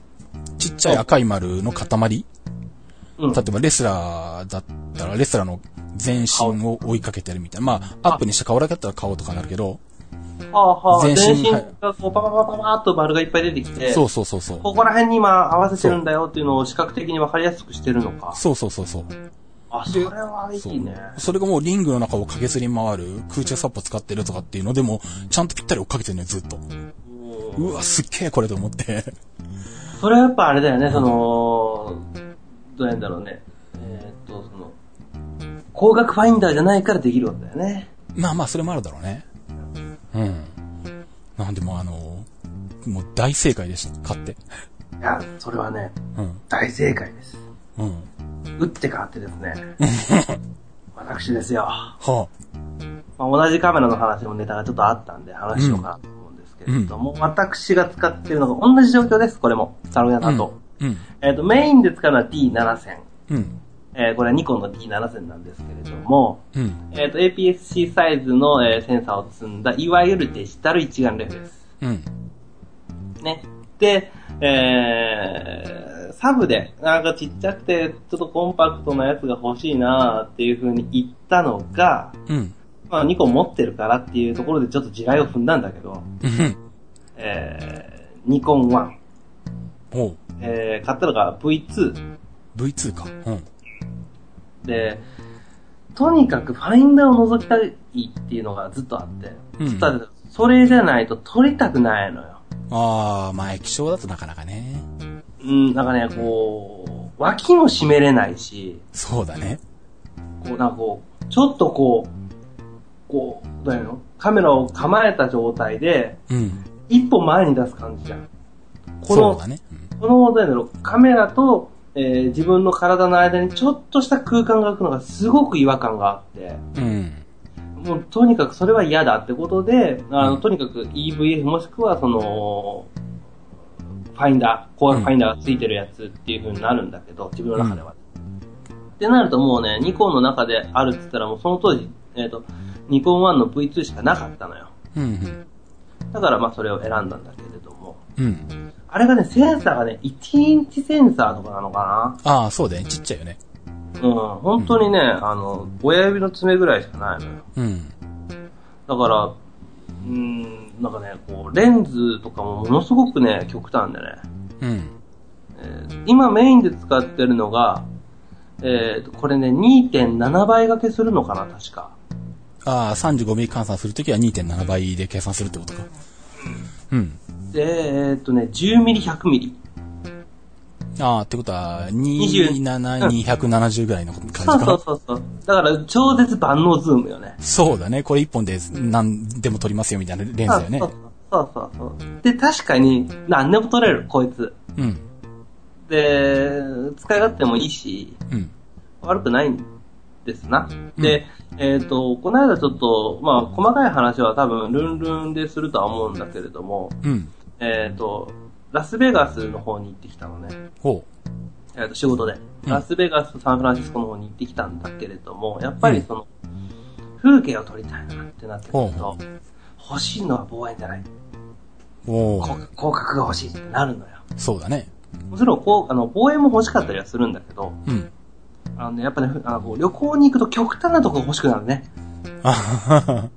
Speaker 1: ちっちゃい赤い丸の塊
Speaker 2: うん。
Speaker 1: 例えばレスラーだったら、レスラーの全身を追いかけてるみたいな。まあ、アップにした顔だけだったら顔とかになるけど、
Speaker 2: はあはあ、
Speaker 1: 全
Speaker 2: 全
Speaker 1: 身
Speaker 2: 身がこうパパパパパーっと丸がいっぱい出てきて、
Speaker 1: そうそうそうそう。
Speaker 2: ここら辺に今合わせてるんだよっていうのを視覚的に分かりやすくしてるのか。
Speaker 1: そうそうそうそう。
Speaker 2: あ、それはいいね。
Speaker 1: それがもうリングの中を駆けずり回る、空中サッパ使ってるとかっていうのでも、ちゃんとぴったり追っかけてるね、ずっと。
Speaker 2: うん
Speaker 1: うわ、すっげえこれと思って。
Speaker 2: それはやっぱあれだよね、その、どうやんだろうね。えーっと、その、光学ファインダーじゃないからできるんだよね。
Speaker 1: まあまあ、それもあるだろうね。うん。なんでもうあの、もう大正解でした、勝って。
Speaker 2: いや、それはね、
Speaker 1: うん。
Speaker 2: 大正解です。
Speaker 1: うん。
Speaker 2: 打って変わってですね。 私ですよ。ま
Speaker 1: は
Speaker 2: あ、同じカメラの話もネタがちょっとあったんで話しようかなと思うんですけれども、私が使ってるのが同じ状況です、これも。サロン屋
Speaker 1: あ。
Speaker 2: さんと。
Speaker 1: うん。
Speaker 2: えっ、と、メインで使うのは D7000。
Speaker 1: うん。
Speaker 2: えーこれはニコンの D7000 なんですけれども、
Speaker 1: うん。
Speaker 2: えっ、と、APS-C サイズの、えーセンサーを積んだ、いわゆるデジタル一眼レフです。
Speaker 1: うん。
Speaker 2: ね。で、えー、サブで、なんかちっちゃくて、ちょっとコンパクトなやつが欲しいなっていう風に言ったのが、
Speaker 1: うん。
Speaker 2: まあ2個持ってるからっていうところでちょっと地雷を踏んだんだけど、
Speaker 1: うん。
Speaker 2: えー、ニコン1、
Speaker 1: おう。
Speaker 2: えー、買ったのが V2
Speaker 1: V2 か。うん。
Speaker 2: で、とにかくファインダーを覗きたいっていうのがずっとあって、
Speaker 1: うん
Speaker 2: ずっとあって、それじゃないと撮りたくないのよ。
Speaker 1: あー、まあ液晶だとなかなかね。
Speaker 2: うん、なんかね、こう、脇も締めれないし、
Speaker 1: そうだね。
Speaker 2: こう、なんかこう、ちょっとこう、こう、どうやのカメラを構えた状態で、
Speaker 1: うん。
Speaker 2: 一歩前に出す感じじゃん。こ
Speaker 1: そう
Speaker 2: の
Speaker 1: だね。うん
Speaker 2: この、どうやろう、カメラと、えー自分の体の間にちょっとした空間が空くのがすごく違和感があって、
Speaker 1: うん。
Speaker 2: もうとにかくそれは嫌だってことで、あの、
Speaker 1: うん
Speaker 2: とにかく EVF もしくはその、ファインダー、コアファインダーがついてるやつっていう風になるんだけど、自分の中では。ってなるともうね、ニコンの中であるって言ったらもうその当時、えっ、と、ニコン1の V2 しかなかったのよ。
Speaker 1: うん。
Speaker 2: だからまあそれを選んだんだけれども。
Speaker 1: うんうん。
Speaker 2: あれがね、センサーがね、1インチセンサーとかなのか
Speaker 1: ああ、そうだね。ちっちゃいよね。
Speaker 2: なうん、本当にね、あの、親指の爪ぐらいしかないのよ。
Speaker 1: うん。
Speaker 2: だから、うーん、なんかね、こう、レンズとかもものすごくね、極端でね、
Speaker 1: うん。
Speaker 2: えー今メインで使ってるのが、えーと、これね、2.7倍掛けするのかな、確か。
Speaker 1: ああ、35ミリ換算するときは2.7倍で計算するってことか。うん。
Speaker 2: で、えっ、とね、10ミリ、100ミリ。
Speaker 1: ああ、ってことは、
Speaker 2: 20
Speaker 1: 27、270ぐらいの感じ
Speaker 2: そうそ
Speaker 1: か。
Speaker 2: うそうそう。だから、超絶万能ズームよね。
Speaker 1: そうだね。これ1本で何でも撮りますよみたいなレンズだよね
Speaker 2: そう。そうそうそうそう。で、確かに、何でも撮れる、こいつ。
Speaker 1: うん。
Speaker 2: で、使い勝手もいいし、
Speaker 1: うん。
Speaker 2: 悪くないんですな。で、えっ、と、この間ちょっと、まあ、細かい話は多分、ルンルンでするとは思うんだけれども、
Speaker 1: うん。
Speaker 2: えっ、と、ラスベガスの方に行ってきたのね。
Speaker 1: ほ
Speaker 2: えっ、と、仕事で。
Speaker 1: うん
Speaker 2: ラスベガスとサンフランシスコの方に行ってきたんだけれども、やっぱりその、風景を撮りたいなってなってくる
Speaker 1: ほ
Speaker 2: と、欲しいのは望遠じゃない。
Speaker 1: う。おお。
Speaker 2: 広広角が欲しいってなるのよ。
Speaker 1: そうだね。
Speaker 2: もちろん、こう、あの、望遠も欲しかったりはするんだけど、
Speaker 1: うん。
Speaker 2: あのね、やっぱね、ふあのこう旅行に行くと極端なとこが欲しくなるね。
Speaker 1: あはは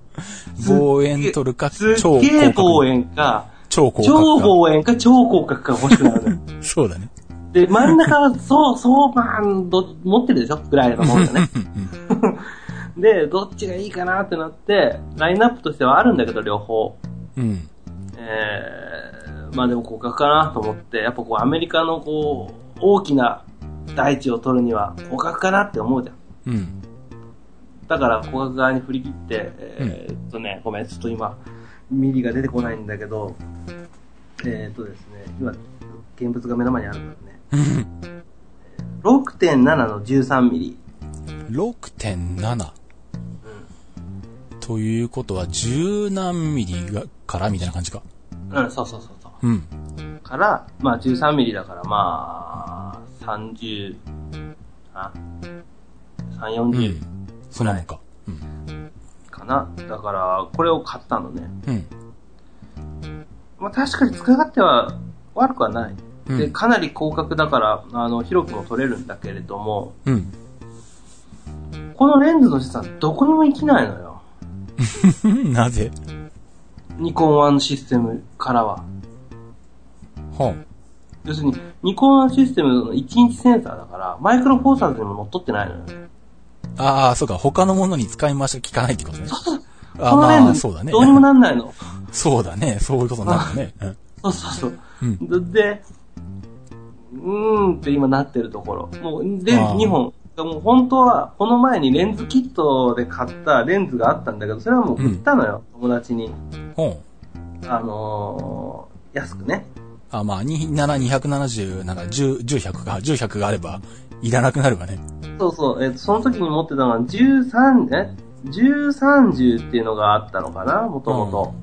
Speaker 1: 望遠撮るか、
Speaker 2: すっ
Speaker 1: 超
Speaker 2: げえ
Speaker 1: 広
Speaker 2: 望
Speaker 1: 角。
Speaker 2: 遠か、
Speaker 1: 超広
Speaker 2: 超
Speaker 1: 角
Speaker 2: 望遠か超広角かが欲しくなるのよ。
Speaker 1: か。そうだね。
Speaker 2: で、真ん中は、そう、そう、まあ、ど、持ってるでしょぐらいのもんだね。
Speaker 1: うんうん。
Speaker 2: で、どっちがいいかなってなって、ラインナップとしてはあるんだけど、両方。
Speaker 1: うん。
Speaker 2: えー、まあでも広角かなと思って、やっぱこう、アメリカのこう、大きな大地を取るには広角かなって思うじゃん。
Speaker 1: うん。
Speaker 2: だから、広角側に振り切って、えーっとね、ごめん、ちょっと今、ミリが出てこないんだけど、えーっとですね、今、現物が目の前にあるんだね。
Speaker 1: うん
Speaker 2: 6.7の13ミリ。
Speaker 1: 6.7。ということは、十何ミリがからみたいな感じか。
Speaker 2: うん、そうそうそうそう。
Speaker 1: うん。
Speaker 2: から、まあ13ミリだから、まあ、30、あ、3、
Speaker 1: う
Speaker 2: 40
Speaker 1: ん。そんなもんか。うん。
Speaker 2: かな。だから、これを買ったのね。
Speaker 1: うん。
Speaker 2: まあ確かに使い勝手は悪くはない。
Speaker 1: うん
Speaker 2: で、かなり広角だから、あの、広くも撮れるんだけれども、
Speaker 1: うん。
Speaker 2: このレンズの資産どこにも行きないのよ。
Speaker 1: なぜ
Speaker 2: ニコン1システムからは。
Speaker 1: ほう。
Speaker 2: 要するに、ニコン1システムの1インチセンサーだから、マイクロフォーサーズにも乗っ取ってないのよね。
Speaker 1: ああ、そうか。他のものに使い回しが効かないってことね。 あ
Speaker 2: このレ
Speaker 1: ま
Speaker 2: ン
Speaker 1: あ、
Speaker 2: ズ
Speaker 1: そうだね。
Speaker 2: どうにもな んないの。
Speaker 1: そうだね。そういうことになるよね。うん
Speaker 2: そうそうそう。
Speaker 1: うん。
Speaker 2: で、うーんって今なってるところ。もうレンズ
Speaker 1: あー
Speaker 2: 2本。もう本当は、この前にレンズキットで買ったレンズがあったんだけど、それはもう売ったのよ、友達に。
Speaker 1: ほう。
Speaker 2: あのー、安くね。
Speaker 1: あ、まあ、27270なら10、10、100か、10、100があれば、いらなくなるわね。
Speaker 2: そうそう、えっと、その時に持ってたのが13、え ?1030 っていうのがあったのかな、もともと。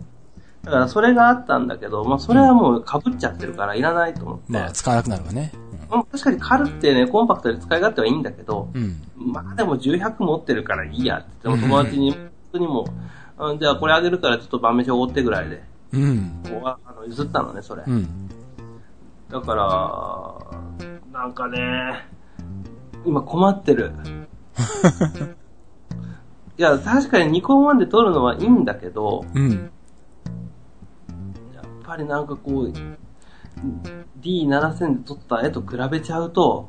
Speaker 2: だからそれがあったんだけど、まあそれはもう被っちゃってるからいらないと思って。
Speaker 1: まあ、使わなくなるわね。
Speaker 2: うん確かに軽くてね、コンパクトで使い勝手はいいんだけど、
Speaker 1: うん。うん。
Speaker 2: まあでも1100持ってるからいいやって言って、友達に、本当にもう、うんじゃあこれあげるからちょっと晩飯おごってぐらいで、
Speaker 1: うん。
Speaker 2: こうああの譲ったのね、それ。
Speaker 1: うん。
Speaker 2: だから、なんかね、今困って る。いや、確かにニコン1で撮るのはいいんだけど、
Speaker 1: うん。
Speaker 2: やっぱりなんかこう、D7000 で撮った絵と比べちゃうと、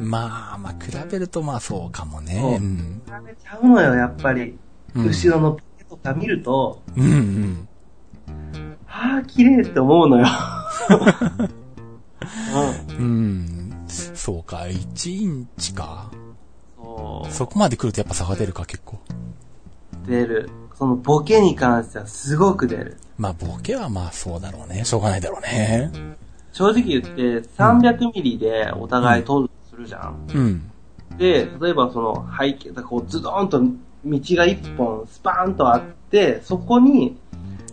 Speaker 1: まあ、まあ、比べるとまあ、そうかもね。
Speaker 2: そう
Speaker 1: うん。
Speaker 2: 比べちゃうのよ、やっぱり。
Speaker 1: うん
Speaker 2: 後ろのピケとか見ると、
Speaker 1: うんうん。
Speaker 2: ああ、綺麗って思う のよ。う
Speaker 1: う
Speaker 2: ん
Speaker 1: ん。そうか、1インチか。
Speaker 2: そう
Speaker 1: そこまで来るとやっぱ差が出るか、結構。
Speaker 2: 出る。そのボケに関してはすごく出る。
Speaker 1: まあ、ボケはまあそうだろうね。しょうがないだろうね。
Speaker 2: 正直言って、300ミリでお互い通るとするじゃん。
Speaker 1: うん。
Speaker 2: で、例えばその背景、だからこうズドーンと道が一本スパーンとあって、そこに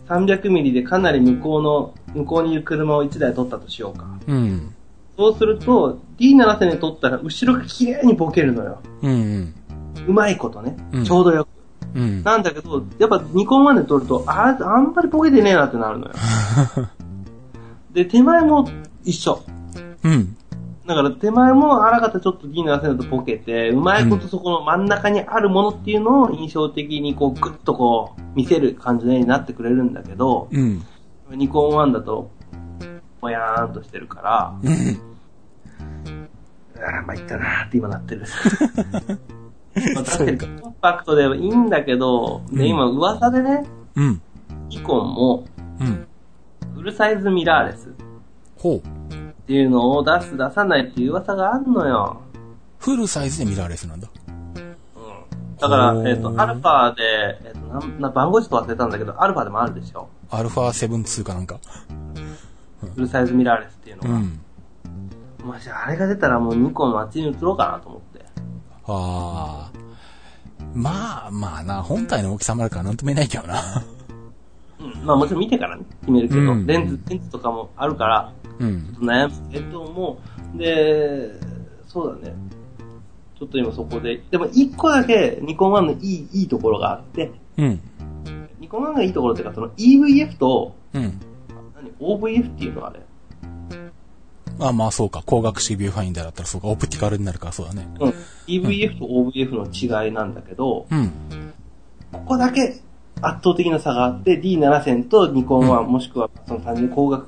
Speaker 2: 300ミリでかなり向こうの、向こうにいる車を1台取ったとしようか。
Speaker 1: うん。
Speaker 2: そうすると、D7000 で取ったら後ろが綺麗にボケるのよ。
Speaker 1: うんうん。
Speaker 2: うまいことね
Speaker 1: う。ん
Speaker 2: ちょうどよく。
Speaker 1: うん。
Speaker 2: なんだけど、やっぱ2個まで取ると、あ、あんまりボケてねえなってな るのよ。で、手前も一緒。
Speaker 1: うん。
Speaker 2: だから手前もあらかたちょっと D7000 だとボケて、うまいことそこの真ん中にあるものっていうのを印象的にこうグッとこう見せる感じの絵になってくれるんだけど、
Speaker 1: うん。
Speaker 2: ニコン1だと、ぼやーんとしてるから、
Speaker 1: うん。
Speaker 2: あー、まいったなーって今 なってる。まあ
Speaker 1: そうか
Speaker 2: 確かにコンパクトでいいんだけど、
Speaker 1: うん
Speaker 2: で、今噂でね、
Speaker 1: うん。
Speaker 2: ニコンも
Speaker 1: うん。
Speaker 2: フルサイズミラーレスっ
Speaker 1: ほう。
Speaker 2: ていうのを出す出さないっていう噂があるのよ。
Speaker 1: フルサイズでミラーレスなんだ。
Speaker 2: うん。だから
Speaker 1: ほう、
Speaker 2: えっ、と、アルファで、えっ、となんな、番号ちょっと忘れたんだけど、アルファでもあるでしょ。
Speaker 1: アルファ7-2かなんか。
Speaker 2: フルサイズミラーレスっていう
Speaker 1: う
Speaker 2: のが。
Speaker 1: ん。
Speaker 2: もしあれが出たらもうニコンのあっちに移ろうかなと思って。
Speaker 1: ああ。まあまあな、本体の大きさもあるからなんとも言えないけどな。
Speaker 2: うん。まあもちろん見てからね、決めるけど、
Speaker 1: うん
Speaker 2: レンズ、レンズとかもあるから、
Speaker 1: うん。
Speaker 2: 悩むけども、で、そうだね。ちょっと今そこで、でも一個だけニコン1のいい、いいところがあって、
Speaker 1: うん。
Speaker 2: ニコン1がいいところっていうか、その EVF と、
Speaker 1: うん。
Speaker 2: 何 ?OVF っていうのあれ
Speaker 1: あまあそうか。光学式ビューファインダーだったらそうか。オプティカルになるからそうだね。
Speaker 2: うん。EVF と OVF の違いなんだけど、
Speaker 1: うん。
Speaker 2: ここだけ圧倒的な差があって、D7000 とニコン1、もしくはその単純光学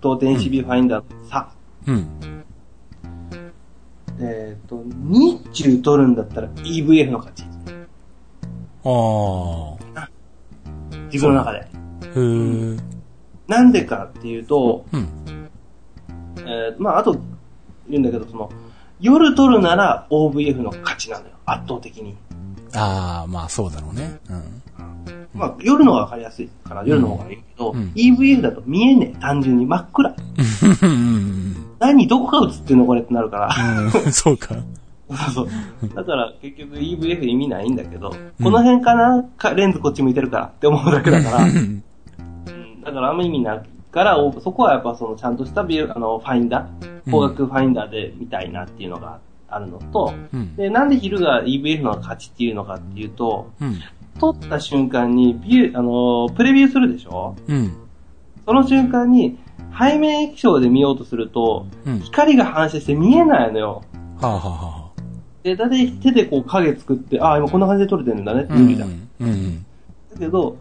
Speaker 2: と電子ビューファインダーの差。
Speaker 1: うん。
Speaker 2: えっ、と、20取るんだったら EVF の勝ち。
Speaker 1: ああ。
Speaker 2: 自分の中で。
Speaker 1: へえ。
Speaker 2: なんでかっていうと、
Speaker 1: うん。
Speaker 2: えーまああと言うんだけど、その、夜取るなら OVF の勝ちなのよ。圧倒的に。
Speaker 1: ああ、まあそうだろうね。うん。
Speaker 2: まあ夜の方がわかりやすいから、夜の方がいいけど、
Speaker 1: うん
Speaker 2: EVF だと見えねえ。単純に真っ暗。
Speaker 1: うんうん
Speaker 2: 何どこが映ってんのこれってなるから。
Speaker 1: うん。そうか。
Speaker 2: そうそう。だから結局 EVF 意味ないんだけど、この辺かなかレンズこっち向いてるからって思うだけだから、
Speaker 1: うん。
Speaker 2: うんだからあんま意味ないから、おそこはやっぱそのちゃんとしたビューあのファインダー、光学ファインダーで見たいなっていうのがあるのと、
Speaker 1: うん。
Speaker 2: で、なんで昼が EVF の勝ちっていうのかっていうと、
Speaker 1: うん。
Speaker 2: 撮った瞬間にビュー、あの、プレビューするでしょ
Speaker 1: うん。
Speaker 2: その瞬間に背面液晶で見ようとすると、
Speaker 1: うん。
Speaker 2: 光が反射して見えないのよ。
Speaker 1: はあはあはあはあ。
Speaker 2: で、だい手でこう影作って、ああ、今こんな感じで撮れてるんだねって
Speaker 1: う
Speaker 2: 見るじゃん。
Speaker 1: ん。うん。
Speaker 2: だけど、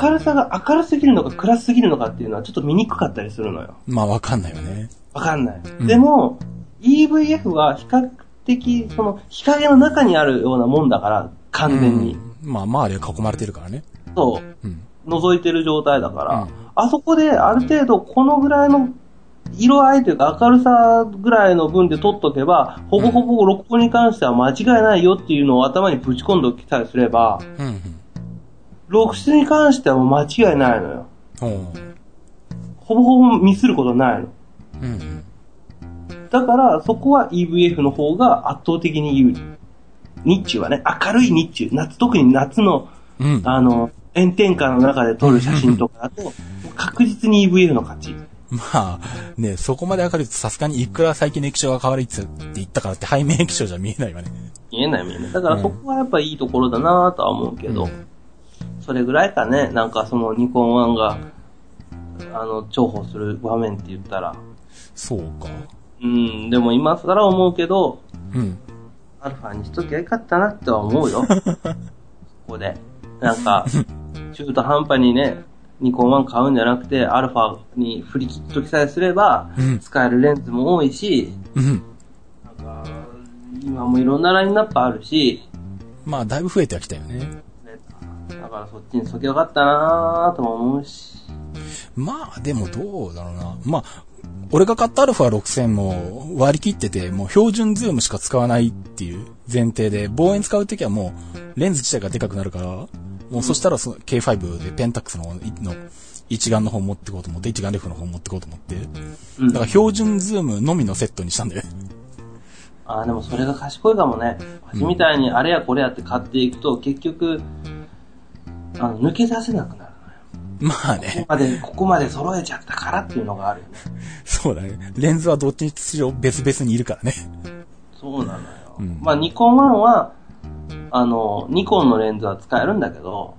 Speaker 2: 明るさが明るすぎるのか暗すぎるのかっていうのはちょっと見にくかったりするのよ。
Speaker 1: まあわかんないよね。
Speaker 2: わかんない。
Speaker 1: うん
Speaker 2: でも、EVF は比較的、その日陰の中にあるようなもんだから、完全に。
Speaker 1: うん。まあ周りは囲まれてるからね。
Speaker 2: そう。
Speaker 1: うん。
Speaker 2: 覗いてる状態だから、
Speaker 1: うん
Speaker 2: あそこである程度このぐらいの色合いというか明るさぐらいの分で取っとけば、ほぼほぼ6個に関しては間違いないよっていうのを頭にぶち込んでおきたりすれば、
Speaker 1: うんうん。
Speaker 2: 6室に関してはもう間違いないのよ。
Speaker 1: ほう。
Speaker 2: ほぼほぼミスることないの。
Speaker 1: うん。
Speaker 2: だから、そこは EVF の方が圧倒的に有利。日中はね、明るい日中、夏、特に夏の、
Speaker 1: うん。
Speaker 2: あの、炎天下の中で撮る写真とかだと、も う確実に EVF の勝ち。
Speaker 1: まあ、ね、そこまで明るいとさすがにいくら最近の液晶が変わりつって言ったからって背面液晶じゃ見えないわね。
Speaker 2: 見えない見えない。だからそこはやっぱいいところだなとは思うけど、
Speaker 1: う
Speaker 2: それぐらいかね、なんかそのニコン1が、あの、重宝する場面って言ったら。
Speaker 1: そうか。
Speaker 2: うん、でも今更思うけど、
Speaker 1: うん。
Speaker 2: アルファにしときゃよかったなっては思うよ。ここで。なんか、中途半端にね、ニコン1買うんじゃなくて、アルファに振り切っときさえすれば
Speaker 1: うん、
Speaker 2: 使えるレンズも多いし、
Speaker 1: うん。
Speaker 2: なんか、今もいろんなラインナップあるし、
Speaker 1: まあ、だいぶ増えてはきたよね。
Speaker 2: ねだからそっちにそきゃよかったなぁとも思うし。
Speaker 1: まあ、でもどうだろうな。まあ、俺が買った α は6000も割り切ってて、もう標準ズームしか使わないっていう前提で、望遠使うときはもうレンズ自体がでかくなるから、もうそしたらその K5 でペンタックスの方の一眼の方持ってこうと思って、一眼レフの方持ってこうと思って、
Speaker 2: うん
Speaker 1: だから標準ズームのみのセットにしたんだよ。
Speaker 2: ああ、でもそれが賢いかもね。私みたいにあれやこれやって買っていくと、結局、あの、抜け出せなくなる
Speaker 1: まあ
Speaker 2: のよ。ここ
Speaker 1: ね、
Speaker 2: まで、ここまで揃えちゃったからっていうのがあるよね。
Speaker 1: そうだね。レンズはどっちにしろ別々にいるからね。
Speaker 2: そうなのよ。
Speaker 1: うん
Speaker 2: まあ、ニコン1は、あの、ニコンのレンズは使えるんだけど、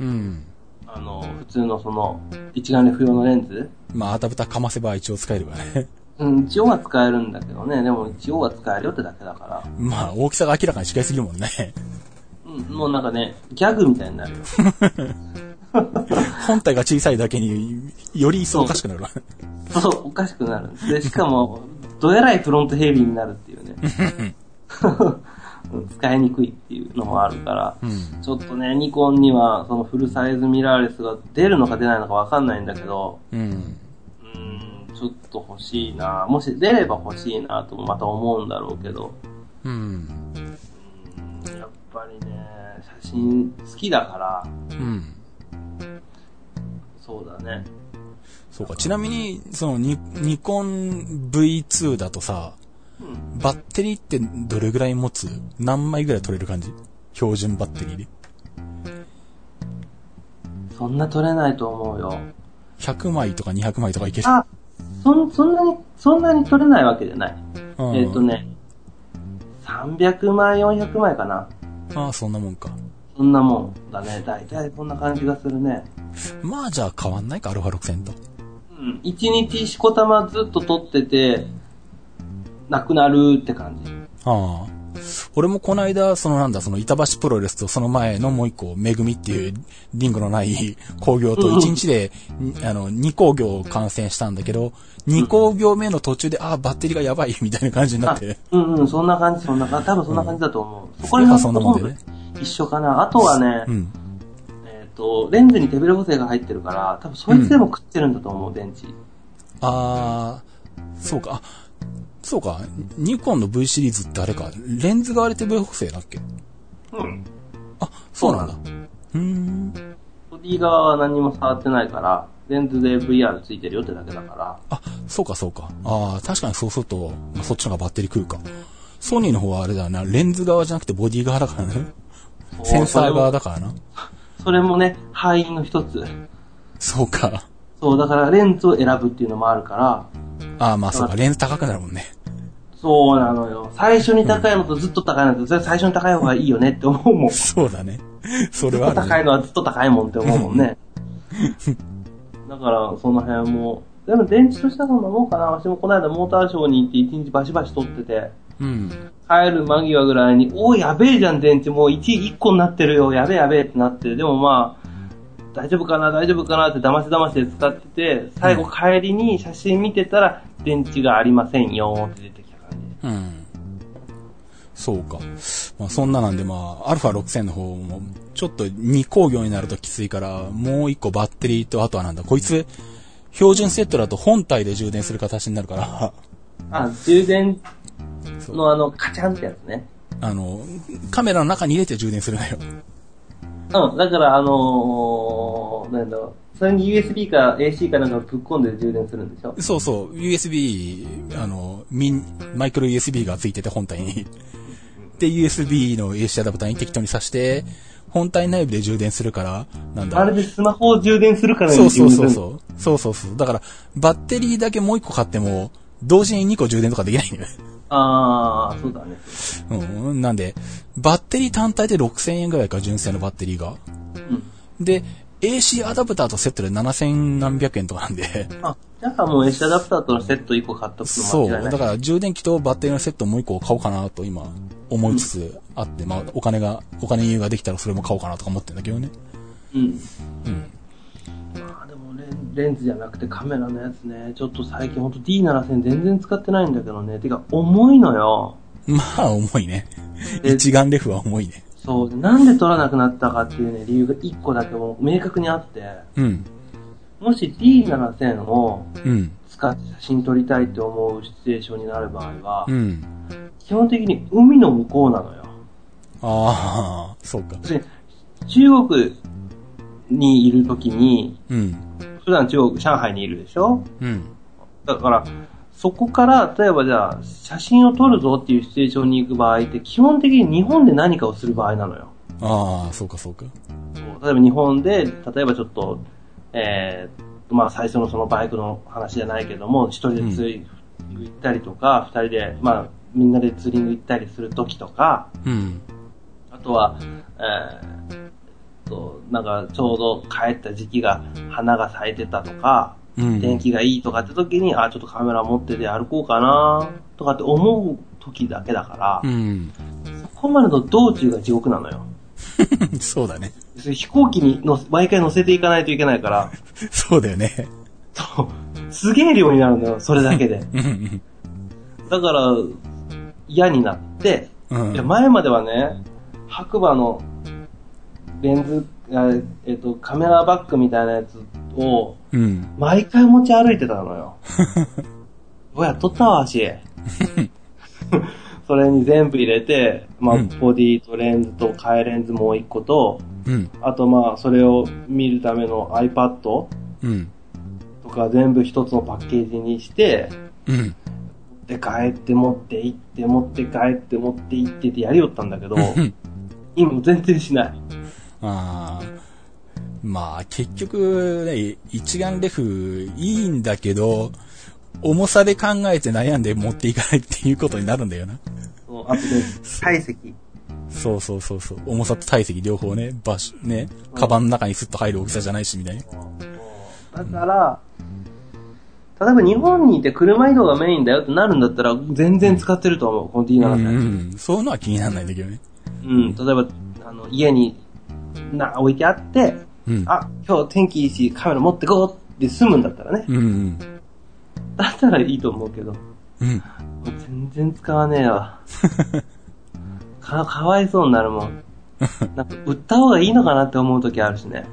Speaker 1: うん。
Speaker 2: あの、普通のその、一眼レフ用のレンズ
Speaker 1: まあ、あたぶたかませば一応使えるからね。
Speaker 2: うん、一応は使えるんだけどね。でも一応は使えるよってだけだから。
Speaker 1: まあ、大きさが明らかに違いすぎるもんね。
Speaker 2: うん、もうなんかね、ギャグみたいになるよ。
Speaker 1: 本体が小さいだけに、より一層おかしくなるわ。
Speaker 2: そう、おかしくなるんです。で、しかも、 どえらいフロントヘビーになるっていうね。 うん使いにくいっていうのもあるから、
Speaker 1: ん
Speaker 2: ちょっとね、ニコンにはそのフルサイズミラーレスが出るのか出ないのかわかんないんだけど、
Speaker 1: うん。
Speaker 2: うーん、ちょっと欲しいなもし出れば欲しいなともまた思うんだろうけど、
Speaker 1: うん。
Speaker 2: うんやっぱりね、写真好きだから、
Speaker 1: うん。
Speaker 2: そうだね。
Speaker 1: そうか。ちなみに、そのニ、ニコン V2 だとさ、
Speaker 2: うん、
Speaker 1: バッテリーってどれぐらい持つ何枚ぐらい取れる感じ標準バッテリーで。
Speaker 2: そんな撮れないと思うよ。
Speaker 1: 100枚とか200枚とかいける。
Speaker 2: あ、そん、そんなに、そんなに取れないわけじゃない。
Speaker 1: うん
Speaker 2: えっ、と。ね、300枚、400枚かな。
Speaker 1: ああ、そんなもんか。
Speaker 2: そんなもんだね。だいたいこんな感じがするね。
Speaker 1: まあ、じゃあ変わんないか、アルファ6000と。
Speaker 2: うん。一日しこたまずっと撮ってて、なくなるって感じ。
Speaker 1: ああ。俺もこの間、そのなんだ、その板橋プロレスとその前のもう一個、めぐみっていうリングのない 工業と
Speaker 2: うん
Speaker 1: 一日で、にあの、2工業を観戦したんだけど、2工業目の途中で、ああ、バッテリーがやばい、 みたいな感じになって。
Speaker 2: うんうん、そんな感じ、そんな感じ。多分そんな感じだと思う。そこら
Speaker 1: そん
Speaker 2: 辺
Speaker 1: な
Speaker 2: は
Speaker 1: も
Speaker 2: ほ
Speaker 1: ん
Speaker 2: と
Speaker 1: で
Speaker 2: ん
Speaker 1: ね
Speaker 2: ど一緒かな。あとはね、
Speaker 1: うん。
Speaker 2: えっ、と、レンズに手ブレ補正が入ってるから、多分そいつでも食ってるんだと思う、電池。
Speaker 1: ああ、そうか、あそうか、ニコンの V シリーズってあれか、レンズが割れて V 補正だっけ
Speaker 2: うん。
Speaker 1: あ、そうなんだ。うーん。
Speaker 2: ボディ側は何も触ってないから、レンズで VR ついてるよってだけだから。
Speaker 1: あ、そうかそうか。ああ、確かにそうすると、まあそっちの方がバッテリー食うか。ソニーの方はあれだよな、レンズ側じゃなくてボディ側だからね。
Speaker 2: そう
Speaker 1: センサー側だからな。
Speaker 2: それもね、敗因の一つ。
Speaker 1: そうか。
Speaker 2: そう、だからレンズを選ぶっていうのもあるから、
Speaker 1: ああ、まあそうか、レンズ高くなるもんね。
Speaker 2: そうなのよ。最初に高いのとずっと高いのと、それ最初に高い方がいいよねって思うもん。ず
Speaker 1: そうだね。それ
Speaker 2: っ
Speaker 1: は
Speaker 2: と
Speaker 1: ある
Speaker 2: 高
Speaker 1: ね。
Speaker 2: いのはずっと高いもんって思うもんね。だから、その辺も。でも電池としたものもかな。私もこの間モーターショーに行って一日バシバシ撮ってて、
Speaker 1: うん。
Speaker 2: 帰る間際ぐらいに、おーやべえじゃん電池もう1、1個になってるよ。やべえやべえってなって。でもまあ、大丈夫かな大丈夫かなって騙し騙しで使ってて、最後帰りに写真見てたら、電池がありませんよって出てきた感じ。
Speaker 1: うん。そうか。まあそんななんでまあ、アルファ6000の方も、ちょっと2工業になるときついから、もう1個バッテリーと、あとはなんだ、こいつ、標準セットだと本体で充電する形になるから、
Speaker 2: あ、充電のあの、カチャンってやつね。
Speaker 1: あの、カメラの中に入れて充電するのよ。
Speaker 2: うん、だからあのー、なんだろう。それに USB か AC かなんかぶっ込んで充電するんでしょ
Speaker 1: そうそう、USB、あの、ミン、マイクロ USB がついてて本体に。 で、USB の AC アダプターに適当に挿して、本体内部で充電するから、なん
Speaker 2: ま
Speaker 1: だ
Speaker 2: る。でスマホを充電するから
Speaker 1: そうそうそう
Speaker 2: う。
Speaker 1: そう。そうそうそう。だから、バッテリーだけもう一個買っても、同時に2個充電とかできないんだよね。
Speaker 2: あー、そうだね。
Speaker 1: うん。なんで、バッテリー単体で6000円ぐらいか、純正のバッテリーが。
Speaker 2: うん。
Speaker 1: で、AC アダプターとセットで7000何百円とかなんで。
Speaker 2: あ、じゃあもう AC アダプターとのセット1個買っとくの
Speaker 1: そう。
Speaker 2: 間違いない。
Speaker 1: だから充電器とバッテリーのセットもう一個買おうかなと今思いつつあって、まあお金が、お金余裕ができたらそれも買おうかなとか思ってんだけどね。
Speaker 2: うん。
Speaker 1: うん。
Speaker 2: まあでもレンレンズじゃなくてカメラのやつね。ちょっと最近ほんと D7000 全然使ってないんだけどね。てか重いのよ。
Speaker 1: まあ重いね。
Speaker 2: え
Speaker 1: 一眼レフは重いね。
Speaker 2: そう。なんで撮らなくなったかっていうね、理由が1個だけもう明確にあって。
Speaker 1: うん。
Speaker 2: もし D7000 を
Speaker 1: うん。
Speaker 2: 使って写真撮りたいって思うシチュエーションになる場合は、
Speaker 1: うん。
Speaker 2: 基本的に海の向こうなのよ。
Speaker 1: ああ、そうか。
Speaker 2: 別に中国にいるときに、
Speaker 1: うん。
Speaker 2: 普段中国、上海にいるでしょ
Speaker 1: うん。
Speaker 2: だから、そこから、例えばじゃあ、写真を撮るぞっていうシチュエーションに行く場合って、基本的に日本で何かをする場合なのよ。
Speaker 1: ああ、そうかそうか。
Speaker 2: そう例えば日本で、例えばちょっと、えーまあ最初のそのバイクの話じゃないけども、一人で釣り行ったりとか、二、人で、まあみんなで釣りに行ったりする時とか、
Speaker 1: うん。
Speaker 2: あとは、えーと、なんかちょうど帰った時期が花が咲いてたとか、
Speaker 1: うん。
Speaker 2: 天気がいいとかって時に、あ、ちょっとカメラ持ってて歩こうかなとかって思う時だけだか
Speaker 1: う
Speaker 2: ら、
Speaker 1: ん。
Speaker 2: そこまでの道中が地獄なのよ。
Speaker 1: そうだね。
Speaker 2: それ飛行機にの毎回乗せていかないといけないから、
Speaker 1: そうだよね。
Speaker 2: そうすげえ量になるのよ、それだ けで。
Speaker 1: うん。
Speaker 2: だから、嫌になって、
Speaker 1: うん。
Speaker 2: いや前まではね、白馬のレンズ、あえっと、カメラバッグみたいなやつを、
Speaker 1: うん。
Speaker 2: 毎回持ち歩いてた のよ。どうやっとったわ、足。それに全部入れて、まあ、
Speaker 1: うん
Speaker 2: ボディとレンズと替えレンズもう一個と、
Speaker 1: うん。
Speaker 2: あとまあ、それを見るための iPad と
Speaker 1: うん。
Speaker 2: か全部一つのパッケージにして、
Speaker 1: うん。
Speaker 2: 持って帰って持って行って持って帰って持って行ってってやりよった んだけど、
Speaker 1: うん。
Speaker 2: 今も全然しない。
Speaker 1: ああ。まあ、結局、ね、一眼レフいいんだけど、重さで考えて悩んで持っていかないっていうことになるんだよな。
Speaker 2: そうあとね、 体積。
Speaker 1: そうそうそうそう。重さと体積両方ね、場所、ね、カバンの中にスッと入る大きさじゃないし、みたいな。
Speaker 2: だから、例えば日本にいて車移動がメインだよってなるんだったら、全然使ってると思う、この
Speaker 1: うん
Speaker 2: D7
Speaker 1: うん。そういうのは気にならないんだけどね。
Speaker 2: うん、例えば、あの、家に、な、置いてあって、
Speaker 1: うん。
Speaker 2: あ、今日天気いいし、カメラ持ってこうって済むんだったらね。
Speaker 1: うんうん。
Speaker 2: だったらいいと思うけど、
Speaker 1: うん。
Speaker 2: 全然使わねえ わ。か、かわいそうになるもん。なんか、売った方がいいのかなって思う時あるしね。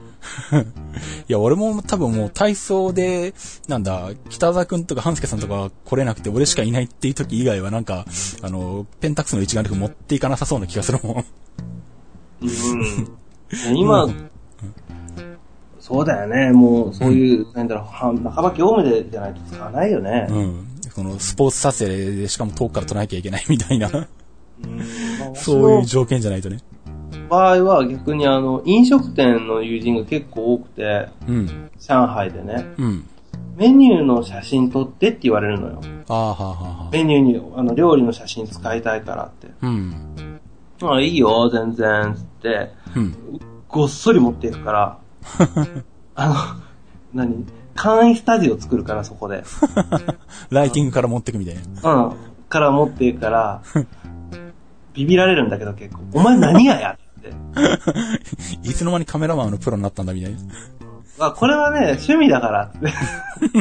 Speaker 1: いや、俺も多分もう体操で、なんだ、北沢くんとか半助さんとか来れなくて俺しかいないっていう時以外はなんか、あの、ペンタックスの一眼レフ持っていかなさそうな気がするもん。
Speaker 2: うん。今、そうだよね。もう、そういう、なんだろう、は半ば業務でじゃないと使わないよね。
Speaker 1: うん。このスポーツ撮影でしかも遠くから撮らなきゃいけないみたいな、
Speaker 2: うんま あ
Speaker 1: そういう条件じゃないとね。
Speaker 2: 私の場合は逆にあの、飲食店の友人が結構多くて、
Speaker 1: うん。
Speaker 2: 上海でね、
Speaker 1: うん。
Speaker 2: メニューの写真撮ってって言われるのよ。
Speaker 1: ああ、はあ、はあ、はあ。
Speaker 2: メニューに、あの、料理の写真使いたいからって。
Speaker 1: うん。
Speaker 2: あ、いいよ、全然、つって、
Speaker 1: うん。
Speaker 2: ごっそり持っていくから、あの、何簡易スタジオ作るから、そこで。
Speaker 1: ライティングから持ってくみたいな。
Speaker 2: うん、から持ってるから、ビビられるんだけど結構、お前何がやって。
Speaker 1: いつの間にカメラマンのプロになったんだみたいな。
Speaker 2: あ、これはね、趣味 だからって。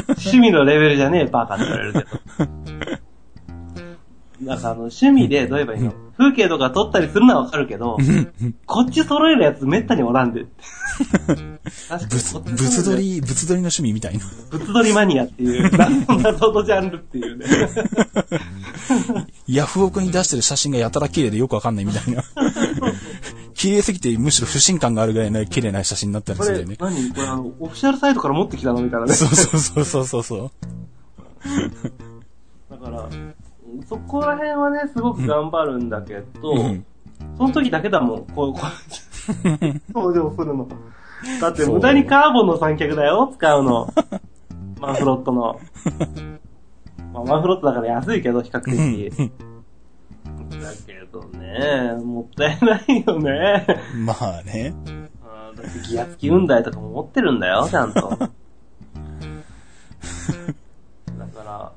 Speaker 2: 趣味のレベルじゃねえ、バカって言われるけど。なんかあの、趣味で、どう言えばいいの風景とか撮ったりするのはわかるけど、こっち揃えるやつめったにおらんで。確かに
Speaker 1: 物、物撮。り、物撮りの趣味みたいな。
Speaker 2: 物撮りマニアっていう、謎謎のジャンルっていうね。
Speaker 1: ヤフオクに出してる写真がやたら綺麗でよくわかんないみたいな。 綺麗すぎてむしろ不信感があるぐらいの綺麗な写真になったり
Speaker 2: こ
Speaker 1: するんだ
Speaker 2: れ
Speaker 1: よね、。
Speaker 2: 何これあの、オフィシャルサイトから持ってきたのみたいなね。
Speaker 1: そうそうそうそうそう。
Speaker 2: だから、そこら辺はね、すごく頑張るんだけど、
Speaker 1: うん
Speaker 2: その時だけだもん、こう、こう、登場するの。だって
Speaker 1: そう
Speaker 2: 無駄にカーボンの三脚だよ、使う の。マンフロットの。まあ、マンフロットだから安いけど、比較的。だけどね、もったいないよね。
Speaker 1: まあね。
Speaker 2: あーだってギア付き雲台とかも持ってるんだよ、ちゃんと。だから、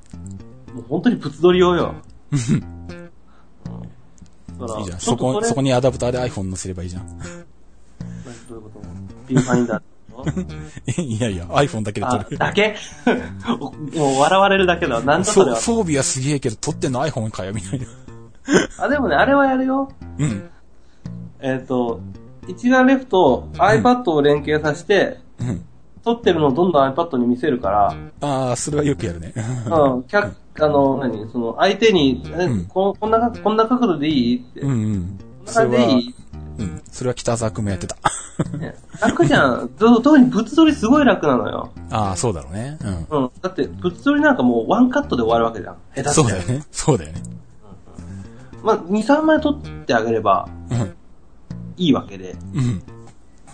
Speaker 2: もう本当に物撮り 用よ。うんだから
Speaker 1: いいじゃん。
Speaker 2: ちょ
Speaker 1: そ
Speaker 2: っと
Speaker 1: こ、そ
Speaker 2: れ
Speaker 1: こにアダプターで iPhone 乗せればいいじゃん。
Speaker 2: どういうことビューファインダ ーってこ
Speaker 1: いやいや、iPhone だけ
Speaker 2: と
Speaker 1: で
Speaker 2: あ
Speaker 1: 撮、る。
Speaker 2: だけ もう笑われるだけだ。なんだそれ
Speaker 1: そ
Speaker 2: は。
Speaker 1: 装備はすげえけど、撮ってんの iPhone かよ、みたいな。
Speaker 2: あ、でもね、あれはやるよ。
Speaker 1: うん。
Speaker 2: えっ、と、一眼レフと iPad を連携させて、
Speaker 1: うん。
Speaker 2: 撮ってるのをどんどん iPad に見せるから、
Speaker 1: ああ、それはよくやるね。
Speaker 2: うん、客、あの、何、その、相手に、え
Speaker 1: うん
Speaker 2: ここんな、こんな角度でいいって、
Speaker 1: う
Speaker 2: こ
Speaker 1: んうん。
Speaker 2: んな
Speaker 1: それ
Speaker 2: 感じで、
Speaker 1: はいうん。それは北沢くんもやってた。
Speaker 2: い、ね、楽じゃん。 と特に物撮りすごい楽なのよ。
Speaker 1: ああ、そうだろうね。うん。
Speaker 2: うん。だって、物撮りなんかもうワンカットで終わるわけじゃん。下手
Speaker 1: そう
Speaker 2: し
Speaker 1: だよ
Speaker 2: て。
Speaker 1: ね。そうだよね。
Speaker 2: まあ、2、3枚撮ってあげれば
Speaker 1: うん。
Speaker 2: いいわけで。
Speaker 1: うん。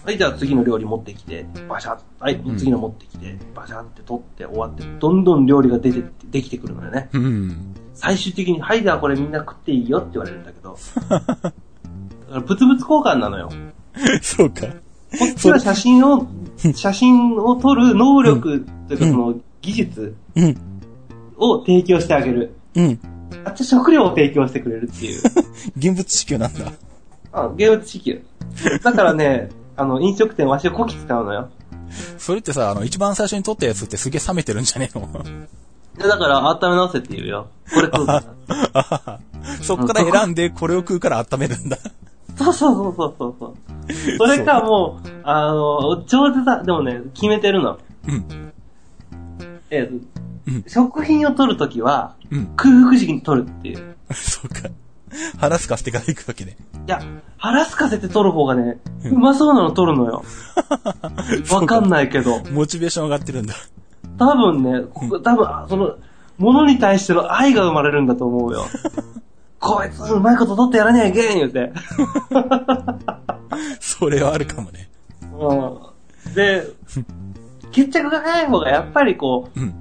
Speaker 2: はい、じゃあ次の料理持ってきて、バシャッ、はい、
Speaker 1: ん
Speaker 2: 次の持ってきて、バシャって取って終わって、どんどん料理が出て、できてくるのよね。
Speaker 1: うん。
Speaker 2: 最終的に、はい、じゃあこれみんな食っていいよって言われるんだ けど。だから物々交換なのよ。
Speaker 1: そうか。
Speaker 2: こっちは写真を、写真を撮る能力というかその技術
Speaker 1: うん。
Speaker 2: を提供してあげる。
Speaker 1: うん。
Speaker 2: あっちは食料を提供してくれるっ ていう。
Speaker 1: 現物支給なんだ。
Speaker 2: あ、芸術支給。だからね、あの、飲食店わしはこき使うのよ。
Speaker 1: それってさ、あの、一番最初に撮ったやつってすげえ冷めてるんじゃねえの
Speaker 2: いやだから温め直せって言うよ。これ食うから。
Speaker 1: あははそっから選んで、これを食うから温めるんだ。
Speaker 2: そうそうそうそうそう。それかもう、あの、上手だ。でもね、決めてるの。
Speaker 1: うん。
Speaker 2: ええ
Speaker 1: うん
Speaker 2: 食品を取るときは、
Speaker 1: うん。
Speaker 2: 空腹時期に取るっていう。
Speaker 1: そうか。腹すかしてから行くわけね。
Speaker 2: いや、腹すかせて取る方がね、うまそうなの取るの よ。わかんないけど。
Speaker 1: モチベーション上がってるんだ。
Speaker 2: 多分ね、ここ多分、あその、物に対しての愛が生まれるんだと思 うよ。こいつ、うまいこと取ってやらねえけん言うて。
Speaker 1: それはあるかもね。
Speaker 2: う ん。で、決着が早い方がやっぱりこう、
Speaker 1: うん。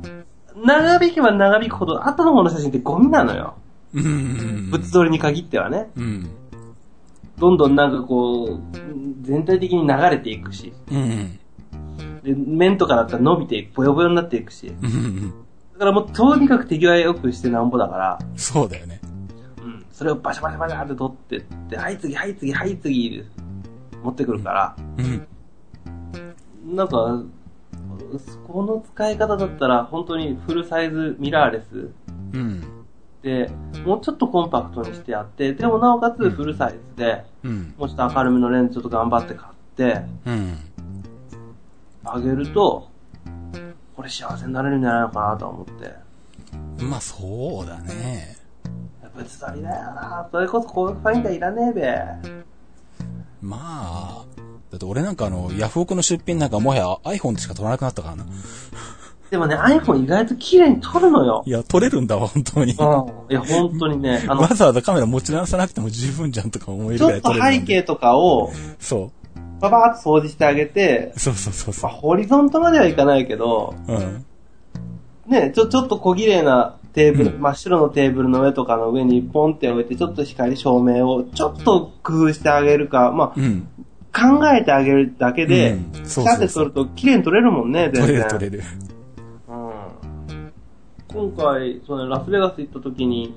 Speaker 2: 長引けば長引くほど後の方の写真ってゴミなのよ。
Speaker 1: うんうん
Speaker 2: 物撮りに限ってはね。
Speaker 1: うん。うん。
Speaker 2: どんどんなんかこう、全体的に流れていくし。
Speaker 1: うんうん。
Speaker 2: で、面とかだったら伸びていく、ぼよぼよになっていくし。
Speaker 1: うんうん。
Speaker 2: だからもうとにかく手際よくしてなんぼだから、
Speaker 1: そうだよね。
Speaker 2: うん。それをバシャバシャバシャって撮ってって、はい次、はい次、はい次、持ってくるから、
Speaker 1: うん。
Speaker 2: なんか、この使い方だったら本当にフルサイズミラーレス
Speaker 1: うん。
Speaker 2: で、もうちょっとコンパクトにしてやって、でもなおかつフルサイズで、
Speaker 1: うん。
Speaker 2: もうちょっと明るめのレンズちょっと頑張って買って、
Speaker 1: うん。
Speaker 2: あげると、これ幸せになれるんじゃないのかなと思って。や
Speaker 1: まあ、そうだね。
Speaker 2: っぱ物撮りだよなそれこそこういうファインダーいらねえべ。
Speaker 1: まあ、だって俺なんかあの、ヤフオクの出品なんかもはや iPhone でしか撮らなくなったからな。
Speaker 2: でもね、iPhone 意外と綺麗に撮るのよ
Speaker 1: い。や、撮れるんだわ、本当に。
Speaker 2: うん。いや、本当にね、あの
Speaker 1: わ、ざわざカメラ持ち直さなくても十分じゃんとか思える
Speaker 2: ち
Speaker 1: ぐら
Speaker 2: ょっ
Speaker 1: い撮
Speaker 2: と
Speaker 1: れる
Speaker 2: 背
Speaker 1: んで。
Speaker 2: 景とかを、
Speaker 1: そ
Speaker 2: ばばーっと掃除してあげて
Speaker 1: う。、そうそうそうそ
Speaker 2: まあ、ホリゾントまではいかないけど、
Speaker 1: う。うん。
Speaker 2: ね、ちょ、ちょっと小綺麗なテーブル、
Speaker 1: うん
Speaker 2: 真っ白のテーブルの上とかの上にポンって置いて、ちょっと光照明をちょっと工夫してあげるか、まあ、
Speaker 1: うん。
Speaker 2: 考えてあげるだけで、
Speaker 1: うん
Speaker 2: シ
Speaker 1: そうそうそう
Speaker 2: ャーって撮ると綺麗に撮れるもんね、
Speaker 1: 撮
Speaker 2: 全
Speaker 1: れる
Speaker 2: 然。
Speaker 1: 撮れる。
Speaker 2: うん。今回、そのラスベガス行った時に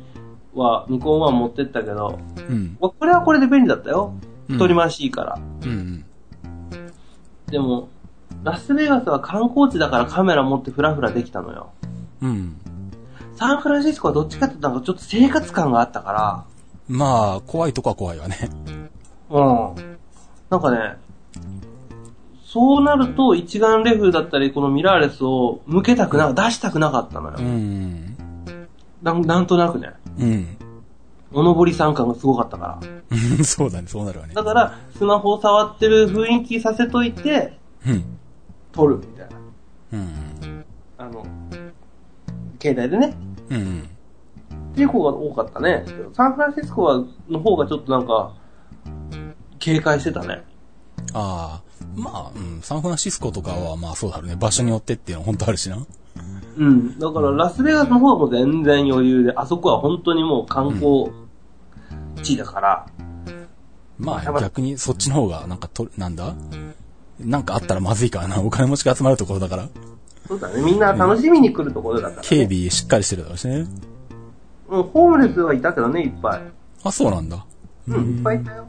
Speaker 2: は、ニコン1持ってったけど、
Speaker 1: うん。
Speaker 2: まあこれはこれで便利だったよ。
Speaker 1: うん
Speaker 2: 撮り回しいいから。
Speaker 1: うん。
Speaker 2: でも、ラスベガスは観光地だからカメラ持ってフラフラできたのよ。
Speaker 1: うん。
Speaker 2: サンフランシスコはどっちかっていうとなんかちょっと生活感があったから、
Speaker 1: まあ、怖いとこは怖いわね。
Speaker 2: うん。なんかね、そうなると一眼レフだったり、このミラーレスを向けたくな、出したくなかったの
Speaker 1: う
Speaker 2: よ。
Speaker 1: ん。
Speaker 2: なんなんとなくね。
Speaker 1: うん。
Speaker 2: おのぼり参観がすごかったから。
Speaker 1: うん そうだね、そうなるわね。
Speaker 2: だから、スマホを触ってる雰囲気させといて、
Speaker 1: うん。
Speaker 2: 撮るみたいな。
Speaker 1: うん。
Speaker 2: あの、携帯でね。
Speaker 1: うん。
Speaker 2: っていう方が多かったね。サンフランシスコは、の方がちょっとなんか、警戒してたね。
Speaker 1: ああ、まあ、うん、サンフランシスコとかは、まあそうだろうね。場所によってっていうのは本当あるしな。
Speaker 2: うん。だから、ラスベガスの方はもう全然余裕で、あそこは本当にもう観光地だから、
Speaker 1: ま
Speaker 2: や
Speaker 1: あ
Speaker 2: ばい
Speaker 1: 逆にそっちの方が、なんかと、なんだなんかあったらまずいからな。お金持ちが集まるところだから。
Speaker 2: そうだね、みんな楽しみに来るところだから、ね。
Speaker 1: 警備しっかりしてるだろうしね。
Speaker 2: うん、ホームレスはいたけどね、いっぱい。
Speaker 1: あ、そうなんだ。
Speaker 2: うん、いっぱいいたよ。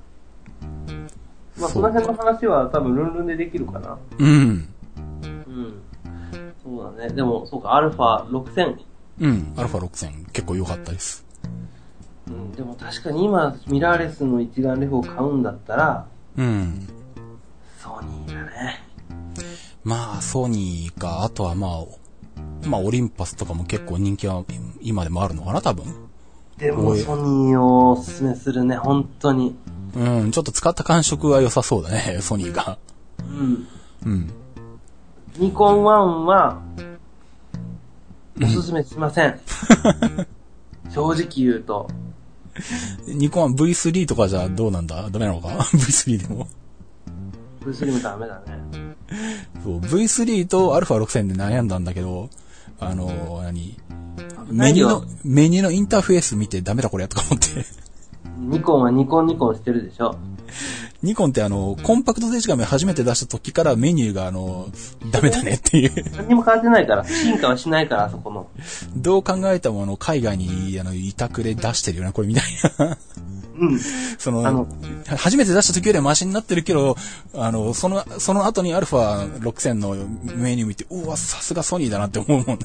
Speaker 2: ま
Speaker 1: そ
Speaker 2: あ、そうの辺の話は多分、ルンルンでできるかな。
Speaker 1: うん。
Speaker 2: うん。そうだね。でも、そうか、アルファ6000。
Speaker 1: うん。アルファ6000結構良かったです。
Speaker 2: うん、でも確かに今、ミラーレスの一眼レフを買うんだったら、
Speaker 1: うん。
Speaker 2: ソニーだね。
Speaker 1: まあ、ソニーか、あとはまあ、まあ、オリンパスとかも結構人気は今でもあるのかな、多分。
Speaker 2: でも、ソニーをおすすめするね、本当に。
Speaker 1: うん、ちょっと使った感触は良さそうだね、 ソニーが。
Speaker 2: うん。
Speaker 1: うん。
Speaker 2: ニコン1は、おすすめしません。正直言うと。
Speaker 1: ニコンは V3 とかじゃどうなんだダメなのか ?V3 でも。
Speaker 2: V3 もダメだね。
Speaker 1: そう、V3 と α6000 で悩んだんだけど、あの、何メ
Speaker 2: 何
Speaker 1: ニュー
Speaker 2: よ
Speaker 1: の、メニューのインターフェース見てダメだこれやとか思って。
Speaker 2: ニコンはニコンニコンしてるでしょ。
Speaker 1: ニコンってあの、コンパクトデジカメ初めて出した時からメニューがあの、ダメだねっていう。
Speaker 2: 何にも変わってないから、進化はしないから、あそこの。
Speaker 1: どう考えたもの海外にあの、委託で出してるよな、これみたいな。
Speaker 2: うん。
Speaker 1: その
Speaker 2: あの
Speaker 1: 初めて出した時よりはマシになってるけど、あの、その、その後に α6000 のメニュー見て、うわ、さすがソニーだなって思うも ん。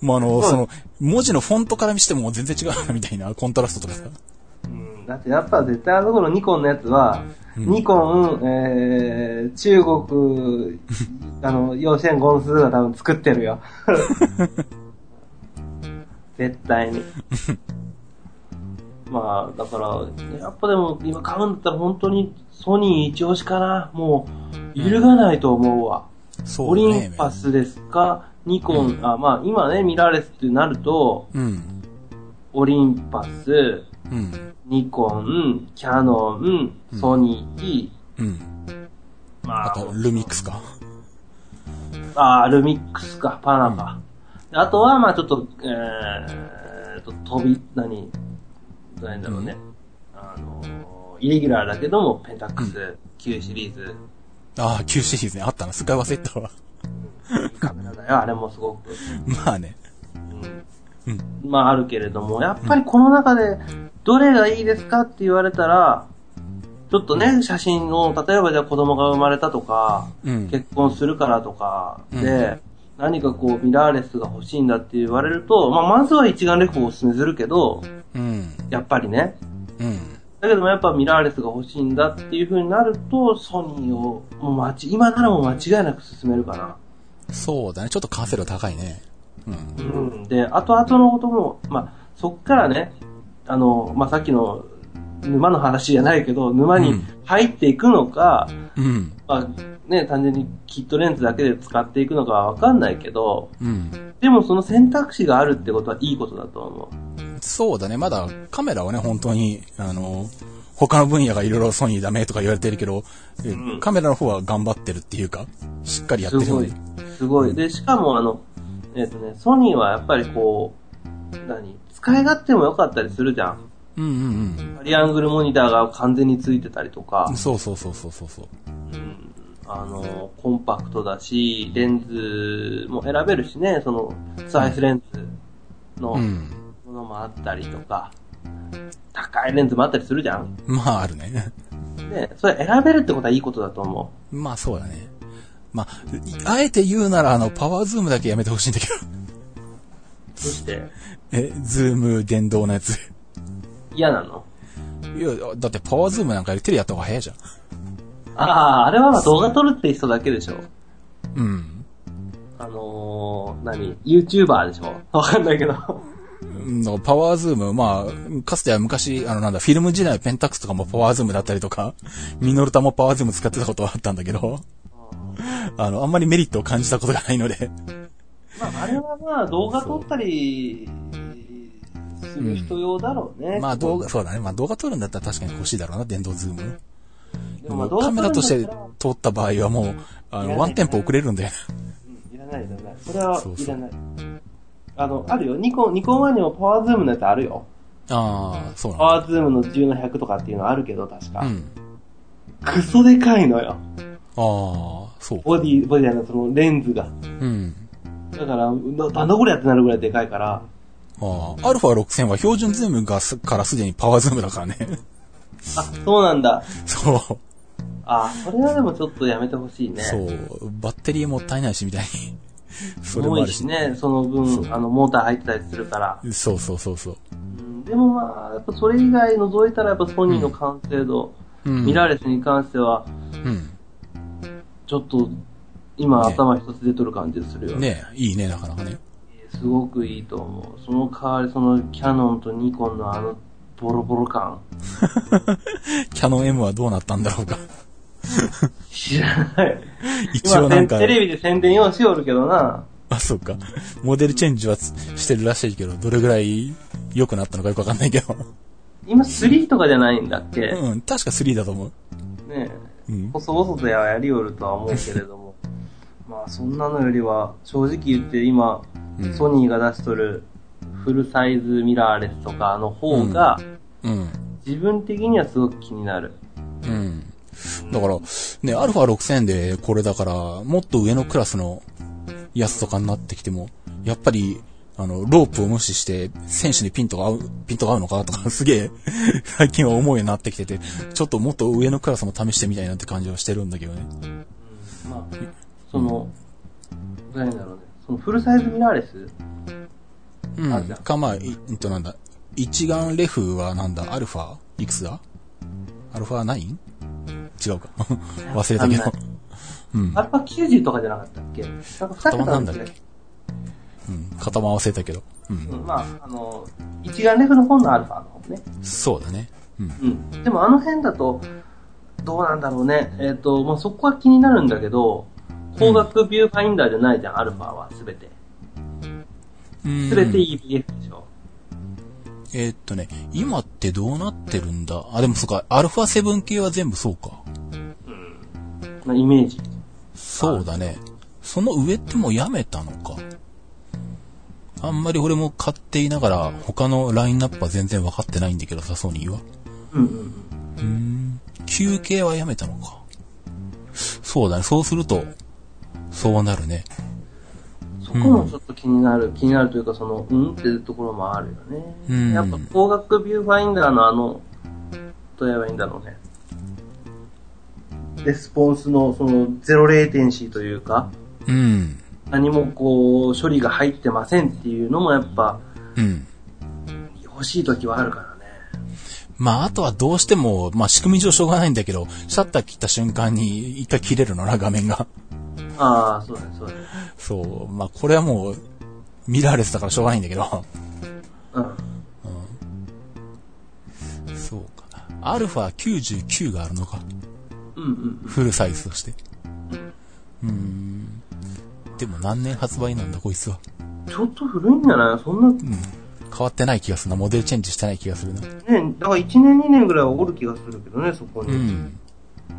Speaker 1: もうあの、
Speaker 2: そう
Speaker 1: その、文字のフォントから見しても全然違うなみたいな、コントラストとかさ。
Speaker 2: うんだってやっぱ絶対あの頃ニコンのやつは、ニコン、えー、中 国、あの、陽線ゴンスが多分作ってるよ。絶 対に。まあ、だから、やっぱでも今買うんだったら本当にソニー一押しかな。もう、揺るがないと思うわ。
Speaker 1: そ
Speaker 2: オ
Speaker 1: う
Speaker 2: リン
Speaker 1: ね。
Speaker 2: パスですか、ニコン、あ、まあ今ね、ミラーレスってなると、
Speaker 1: うん。
Speaker 2: オリンパス、
Speaker 1: うん。
Speaker 2: ニコン、キャノン、ソニー、
Speaker 1: うん。
Speaker 2: ま
Speaker 1: あ
Speaker 2: あ、
Speaker 1: と、ルミックスか。
Speaker 2: あールミックスか、パナか。あとは、まあちょっと、えーと、飛び、何、何だろうね。あのー、イレギュラーだけども、ペンタックス、Q シリーズ、
Speaker 1: ああ、旧シリーズね。あったな。すっかり忘れてたわ。
Speaker 2: いいカメラだよ、あれもすごく。
Speaker 1: まあね。
Speaker 2: うん、まああるけれども、やっぱりこの中で、どれがいいですかって言われたら、ちょっとね、写真を、例えばじゃあ子供が生まれたとか、
Speaker 1: うん。
Speaker 2: 結婚するからとかで、
Speaker 1: うん
Speaker 2: 何かこうミラーレスが欲しいんだって言われると、まあ、まずは一眼レフをおすすめするけど、
Speaker 1: うん。
Speaker 2: やっぱりね。
Speaker 1: うん。
Speaker 2: だけどもやっぱミラーレスが欲しいんだっていう風になると、ソニーをもう間ち今ならもう間違いなく進めるかな。
Speaker 1: そうだね。ちょっと完成度高いね。うん。
Speaker 2: うん。で、後々のことも、まあ、そっからね、あの、まあ、さっきの沼の話じゃないけど、沼
Speaker 1: う
Speaker 2: に
Speaker 1: ん
Speaker 2: 入っていくのか、
Speaker 1: うん。
Speaker 2: まあ、ね、単純にキットレンズだけで使っていくのかはわかんないけど、
Speaker 1: うん。
Speaker 2: でもその選択肢があるってことはいいことだと思
Speaker 1: そうだね、まだカメラはね、本当に、あの、他の分野がいろいろソニーダメとか言われてるけど、え
Speaker 2: うん
Speaker 1: カメラの方は頑張ってるっていうか、しっかりやって
Speaker 2: う。
Speaker 1: る
Speaker 2: す
Speaker 1: よ
Speaker 2: ご
Speaker 1: ね
Speaker 2: い。。すごい。で、しかもあの、えっ、とね、ソニーはやっぱりこう、何使い勝手も良かったりするじゃん。
Speaker 1: うんうん
Speaker 2: トリアングルモニターが完全についてたりとか
Speaker 1: うん。、そうそうそうそうそうそう。
Speaker 2: うん、あの、コンパクトだし、レンズも選べるしね、その、サイズレンズの
Speaker 1: うん。
Speaker 2: ものもあったりとか、高いレンズもあったりするじゃん。
Speaker 1: まああるね。
Speaker 2: で、それ選べるってことはいいことだと思う。
Speaker 1: まあそうだね。まあ、あえて言うなら、あの、パワーズームだけやめてほしいんだけど。
Speaker 2: そして、
Speaker 1: え、ズーム電動のやつ。
Speaker 2: 嫌なの
Speaker 1: いや、だってパワーズームなんかよりテレやった方が早いじゃん。
Speaker 2: ああ、あれはまあ動画撮るって人だけでしょ。
Speaker 1: うん。
Speaker 2: あのー、何 ?YouTuber でしょわかんないけど。
Speaker 1: うんだからパワーズーム、まあ、かつては昔、あのなんだ、フィルム時代のペンタックスとかもパワーズームだったりとか、ミノルタもパワーズーム使ってたことはあったんだけど、 あの、あんまりメリットを感じたことがないので、
Speaker 2: まあ、あれはまあ動画撮ったりする人用だろうね。
Speaker 1: まあ動画、そうだね、まあ動画撮るんだったら確かに欲しいだろうな、電動ズーム。
Speaker 2: で
Speaker 1: で
Speaker 2: もま
Speaker 1: も
Speaker 2: あ動画
Speaker 1: カ
Speaker 2: 撮る
Speaker 1: メ
Speaker 2: んだ
Speaker 1: ラとして
Speaker 2: ったら
Speaker 1: 撮った場合はもう、あ
Speaker 2: いらない
Speaker 1: の、ワンテンポ遅れるんで、
Speaker 2: うんいらないいらない。それは
Speaker 1: そうそ
Speaker 2: いうらない。あの、あるよ。ニコン、ニコンワンにもパワーズームのやつあるよ。
Speaker 1: ああ、そうなん
Speaker 2: パ
Speaker 1: だ。
Speaker 2: ワーズームの10の100とかっていうのあるけど、確か。
Speaker 1: うん。
Speaker 2: クソでかいのよ。
Speaker 1: ああ、そう。
Speaker 2: ボディ、ボディじゃない、そのレンズが。
Speaker 1: うん。
Speaker 2: だから、ななんだこれやってなるぐらいでかいから。
Speaker 1: ああ、アルファ6000は標準ズームがすからすでにパワーズームだからね。
Speaker 2: あ、そうなんだ。
Speaker 1: そう。
Speaker 2: あ、それはでもちょっとやめてほしいね。
Speaker 1: そう、バッテリーもったいないし、みたいに。それも
Speaker 2: 重
Speaker 1: あ
Speaker 2: い
Speaker 1: るし。
Speaker 2: しね、その分、あの、モーター入ってたりするから。
Speaker 1: そうそうそうそう。
Speaker 2: うんでもまあ、やっぱそれ以外除いたらやっぱソニーの完成度、
Speaker 1: うん
Speaker 2: ミラーレスに関しては、
Speaker 1: うん。
Speaker 2: ちょっと、今、
Speaker 1: ね
Speaker 2: 頭一つ出とる感じするよ。
Speaker 1: ねえ、いいね、なかなかね。
Speaker 2: すごくいいと思う。その代わり、そのキャノンとニコンのあの、ボロボロ感。
Speaker 1: キャノン M はどうなったんだろうか。
Speaker 2: 知らない。
Speaker 1: 一応
Speaker 2: 今、
Speaker 1: なん
Speaker 2: テ
Speaker 1: か、
Speaker 2: テレビで宣伝用しよるけどな。
Speaker 1: あ、そうか。モデルチェンジはつしてるらしいけど、どれぐらい良くなったのかよくわかんないけど。
Speaker 2: 今、3とかじゃないんだっけ、
Speaker 1: うん、確か3だと思う。
Speaker 2: ね
Speaker 1: うん。
Speaker 2: 細々とやりよるとは思うけれど も。まあ、そんなのよりは、正直言って今、
Speaker 1: うん
Speaker 2: ソニーが出しとるフルサイズミラーレスとかの方が、
Speaker 1: うん。
Speaker 2: 自分的にはすごく気になる。
Speaker 1: うん。だから、ね、アルファ6000でこれだから、もっと上のクラスのやつとかになってきても、やっぱり、あの、ロープを無視して、選手にピントが合う、ピントが合うのかとか、 すげえ、最近は思うようになってきてて、ちょっともっと上のクラスも試してみたいなって感じはしてるんだけどね。
Speaker 2: まあ、その、どうやるんだろうね。そのフルサイズミラーレス
Speaker 1: う
Speaker 2: あ
Speaker 1: ん。
Speaker 2: じゃあ
Speaker 1: か、まあ、いえっと、なんだ、一眼レフはなんだ、アルファいくつだアルファ 9? 違うか。 忘れたけ
Speaker 2: わ
Speaker 1: ど
Speaker 2: か。
Speaker 1: うん。
Speaker 2: アルファ90とかじゃなかったっけなんか2
Speaker 1: 頭な
Speaker 2: 桁
Speaker 1: んだっけうん。型も合わせたけど。うん。
Speaker 2: うん、まあ、あの、一眼レフの本のアルファの方ね。
Speaker 1: そうだね。うん。
Speaker 2: うん。でもあの辺だと、どうなんだろうね。えっ、と、まあそこは気になるんだけど、光学ビューファインダーじゃないじゃん、アルファはすべて。
Speaker 1: うん
Speaker 2: すべて EBF でしょ。
Speaker 1: えーっとね、今ってどうなってるんだあ、でもそうか、アルファ7系は全部そうか。
Speaker 2: まあイメージ。
Speaker 1: そうだね。その上ってもうやめたのか。あんまり俺も買っていながら、他のラインナップは全然分かってないんだけどさ、ソニーは。
Speaker 2: うんうんうん。
Speaker 1: 休憩はやめたのか。そうだね、そうすると、そうなるね。
Speaker 2: そこもちょっと気になる、気になるというか、その、うんっていうところもあるよね。
Speaker 1: うん
Speaker 2: やっぱ、光学ビューファインダーのあの、どうやればいいんだろうね。レスポンスの、その、ゼロレーテンシーというか、
Speaker 1: うん。
Speaker 2: 何もこう、処理が入ってませんっていうのもやっぱ、
Speaker 1: うん。
Speaker 2: 欲しい時はあるからね。
Speaker 1: まあ、あとはどうしても、まあ、仕組み上しょうがないんだけど、シャッター切った瞬間に一回切れるのな、画面が。
Speaker 2: ああ、そうだね、そうだね。
Speaker 1: そう、まあ、これはもう、ミラーレスだからしょうがないんだけど。
Speaker 2: うん。
Speaker 1: そうか。アルファ99があるのか。
Speaker 2: うんうん。
Speaker 1: フルサイズとして。うーん。でも何年発売なんだ、こいつは。
Speaker 2: ちょっと古いんじゃないそんな、ね、
Speaker 1: 変わってない気がするな。モデルチェンジしてない気がするな。
Speaker 2: だから1年2年ぐらいはおる気がするけどね、そこに。
Speaker 1: うん。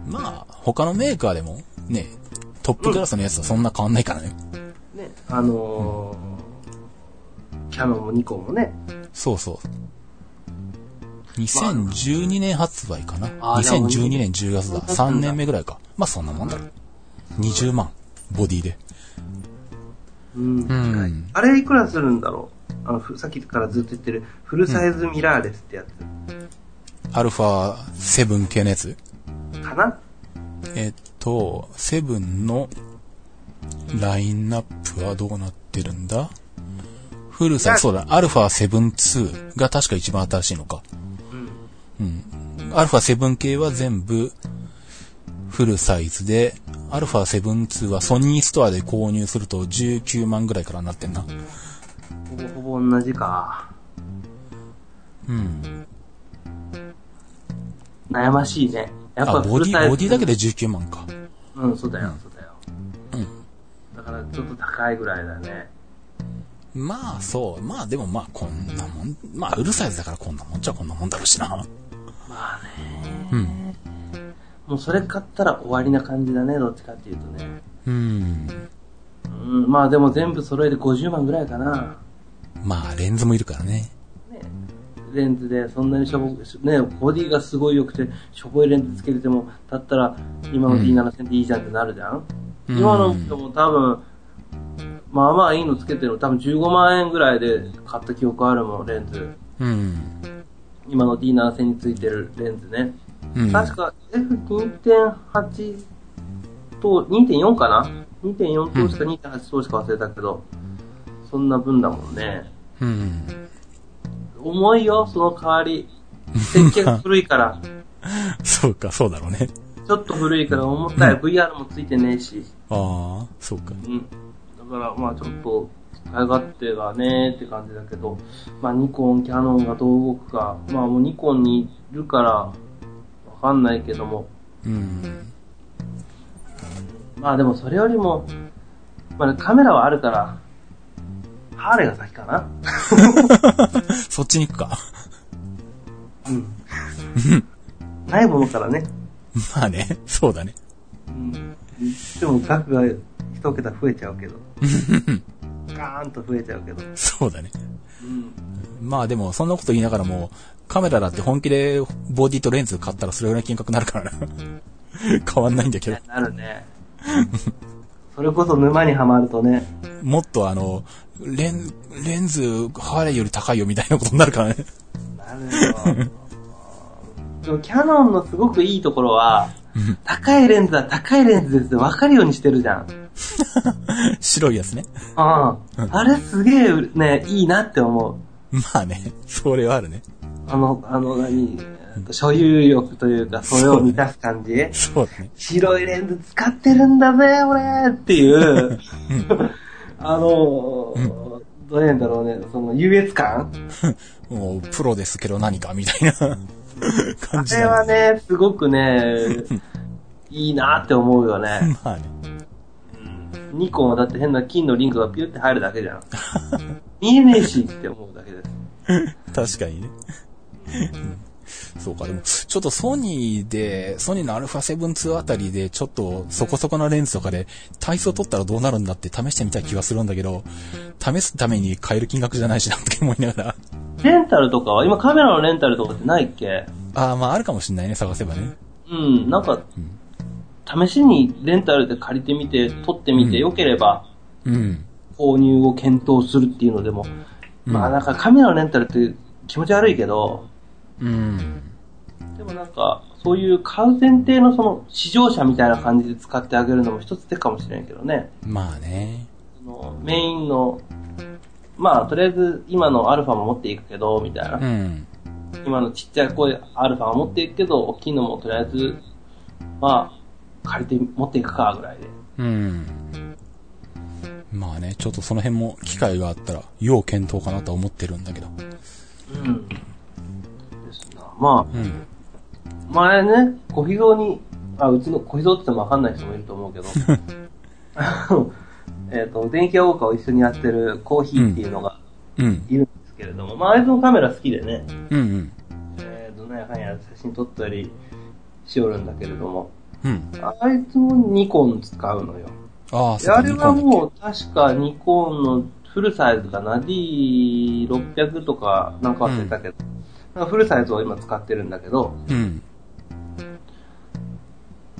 Speaker 1: まあ、他のメーカーでも、ね、トップクラスのやつはそんな変わんないからね。
Speaker 2: ね、あのー、キャノンもニコンもね、
Speaker 1: そうそう。2012年発売かな。
Speaker 2: あーじゃあ
Speaker 1: 2012年10月だ。3年目ぐらいか。まあそんなもんだろ。20万。ボディで。
Speaker 2: うん
Speaker 1: ん。
Speaker 2: あれいくらするんだろうあのふさっきからずっと言ってるフルサイズミラーレスってやつ
Speaker 1: アルファ7系のやつ。
Speaker 2: かな、
Speaker 1: えっと、7のラインナップはどうなってるんだフルサイズ、そうだ、アルファ7-2が確か一番新しいのか。うん。アルファ7系は全部フルサイズで、アルファ7-2はソニーストアで購入すると19万ぐらいからなってんな。
Speaker 2: ほぼほぼ同じか
Speaker 1: うん。
Speaker 2: 悩ましいねやっ
Speaker 1: あ、
Speaker 2: ぱ
Speaker 1: ボ
Speaker 2: フ
Speaker 1: デ
Speaker 2: ルサイ
Speaker 1: ィ、
Speaker 2: ズ
Speaker 1: ボディだけで19万か。
Speaker 2: うんそうだよそうだよ、だからちょっと高いぐらいだね
Speaker 1: まあそう、まあでもまあこんなもん、まあフルサイズだからこんなもんじゃこんなもんだろうしな。
Speaker 2: まあねもうそれ買ったら終わりな感じだねどっちかっていうとね
Speaker 1: うん。
Speaker 2: うんまあでも全部揃えて50万ぐらいかな
Speaker 1: まあ、レンズもいるからね。
Speaker 2: ねレンズでそんなにしょぼしねボディがすごい良くてしょぼいレンズつけててもだったら今の D7000 でいいじゃんってなるじゃん、
Speaker 1: うん
Speaker 2: 今の人も多分まあまあいいのつけてるの多分15万円ぐらいで買った記憶あるもんレンズ
Speaker 1: うん。
Speaker 2: 今の D7000 についてるレンズね、
Speaker 1: うん。
Speaker 2: 確か F2.8 と2.4かな2.4投資か2.8投資か忘れたけど、そんな分だもんね
Speaker 1: うん。
Speaker 2: 重いよ、その代わり。設計が古いから。
Speaker 1: そうか、そうだろうね。
Speaker 2: ちょっと古いから重たい。VR もついてねえし。
Speaker 1: ああ、そうか。
Speaker 2: うん。だから、まあちょっと、使い勝手がねーって感じだけど、まあニコン、キャノンがどう動くか、まあもうニコンにいるから、わかんないけども、
Speaker 1: うん。
Speaker 2: まあでもそれよりも、まあカメラはあるから、ハーレーが先かな
Speaker 1: そっちに行くか。
Speaker 2: うん。ないものからね。
Speaker 1: まあね、そうだね。
Speaker 2: うん。でも額が一桁増えちゃうけど。ガーンと増えちゃうけど。
Speaker 1: そうだね。
Speaker 2: うん。
Speaker 1: まあでも、そんなこと言いながらも、カメラだって本気でボディとレンズ買ったらそれぐらいの金額になるからな。変わんないんだけど。
Speaker 2: なるね。それこそ沼にはまるとね。
Speaker 1: もっとあの、レン、レンズ、ハーレーより高いよみたいなことになる からね。
Speaker 2: なるよ。でもキャノンのすごくいいところは、高いレンズは高いレンズですって分かるようにしてるじゃん。うん。
Speaker 1: 白いやつね。
Speaker 2: あれすげえね、いいなって思う。
Speaker 1: まあね、それはあるね。
Speaker 2: あの、あの何、えっと所有欲というか、それを満たす感じ。
Speaker 1: そうだね。
Speaker 2: 白いレンズ使ってるんだぜ、俺っていう、あのー、どうやんだろうね、その優越感
Speaker 1: もう、プロですけど何かみたいな
Speaker 2: あ
Speaker 1: 感じ
Speaker 2: れ
Speaker 1: な
Speaker 2: は
Speaker 1: んで
Speaker 2: ね、すごくね、いいなって思うよね。
Speaker 1: まあね。
Speaker 2: ニコンはだって変な金のリンクがピュって入るだけじゃ ん。見えねえしって思うだけです。
Speaker 1: 確かにね。そうか、でも、ちょっとソニーで、ソニーの α7-2 あたりで、ちょっとそこそこなレンズとかで、体操取ったらどうなるんだって試してみたい気はするんだけど、試すために買える金額じゃないしなって思いながら。
Speaker 2: レンタルとかは、今カメラのレンタルとかってないっけ
Speaker 1: ああ、まああるかもしんないね、探せばね。
Speaker 2: うん、なんか、試しにレンタルで借りてみて、撮ってみて、良ければ、
Speaker 1: うん。
Speaker 2: 購入を検討するっていうのでも、まあなんかカメラのレンタルって気持ち悪いけど、
Speaker 1: うん。
Speaker 2: でもなんか、そういう買う前提のその試乗車みたいな感じで使ってあげるのも一つ手かもしれんけどね。
Speaker 1: まあね。
Speaker 2: そのメインの、まあとりあえず今のアルファも持っていくけど、みたいな。
Speaker 1: うん。
Speaker 2: 今のちっちゃい声アルファは持っていくけど、大きいのもとりあえず、まあ、借りて持っていくか、ぐらいで。
Speaker 1: うん。まあね、ちょっとその辺も機会があったら、要検討かなとは思ってるんだけど。
Speaker 2: うん。ですな。まあ、
Speaker 1: うん。
Speaker 2: 前ね、小秘蔵に、あ、うちの小秘蔵って言ってもわかんない人もいると思 うけど、 あのえっと、電気屋ウォーカーを一緒にやってるコーヒーっていうのが
Speaker 1: うん。
Speaker 2: いるんですけれども、まあ、あいつのカメラ好きでね、
Speaker 1: うんうん。
Speaker 2: えー、と、なんやかんや写真撮ったりしおるんだけれども、
Speaker 1: うん。
Speaker 2: あいつもニコン使うのよ。
Speaker 1: ああ、
Speaker 2: であれは
Speaker 1: ニコンだっ
Speaker 2: もう、確かニコンのフルサイズかな、D600 とかなんか忘れたけど、なんかフルサイズを今使ってるんだけど、
Speaker 1: けうん。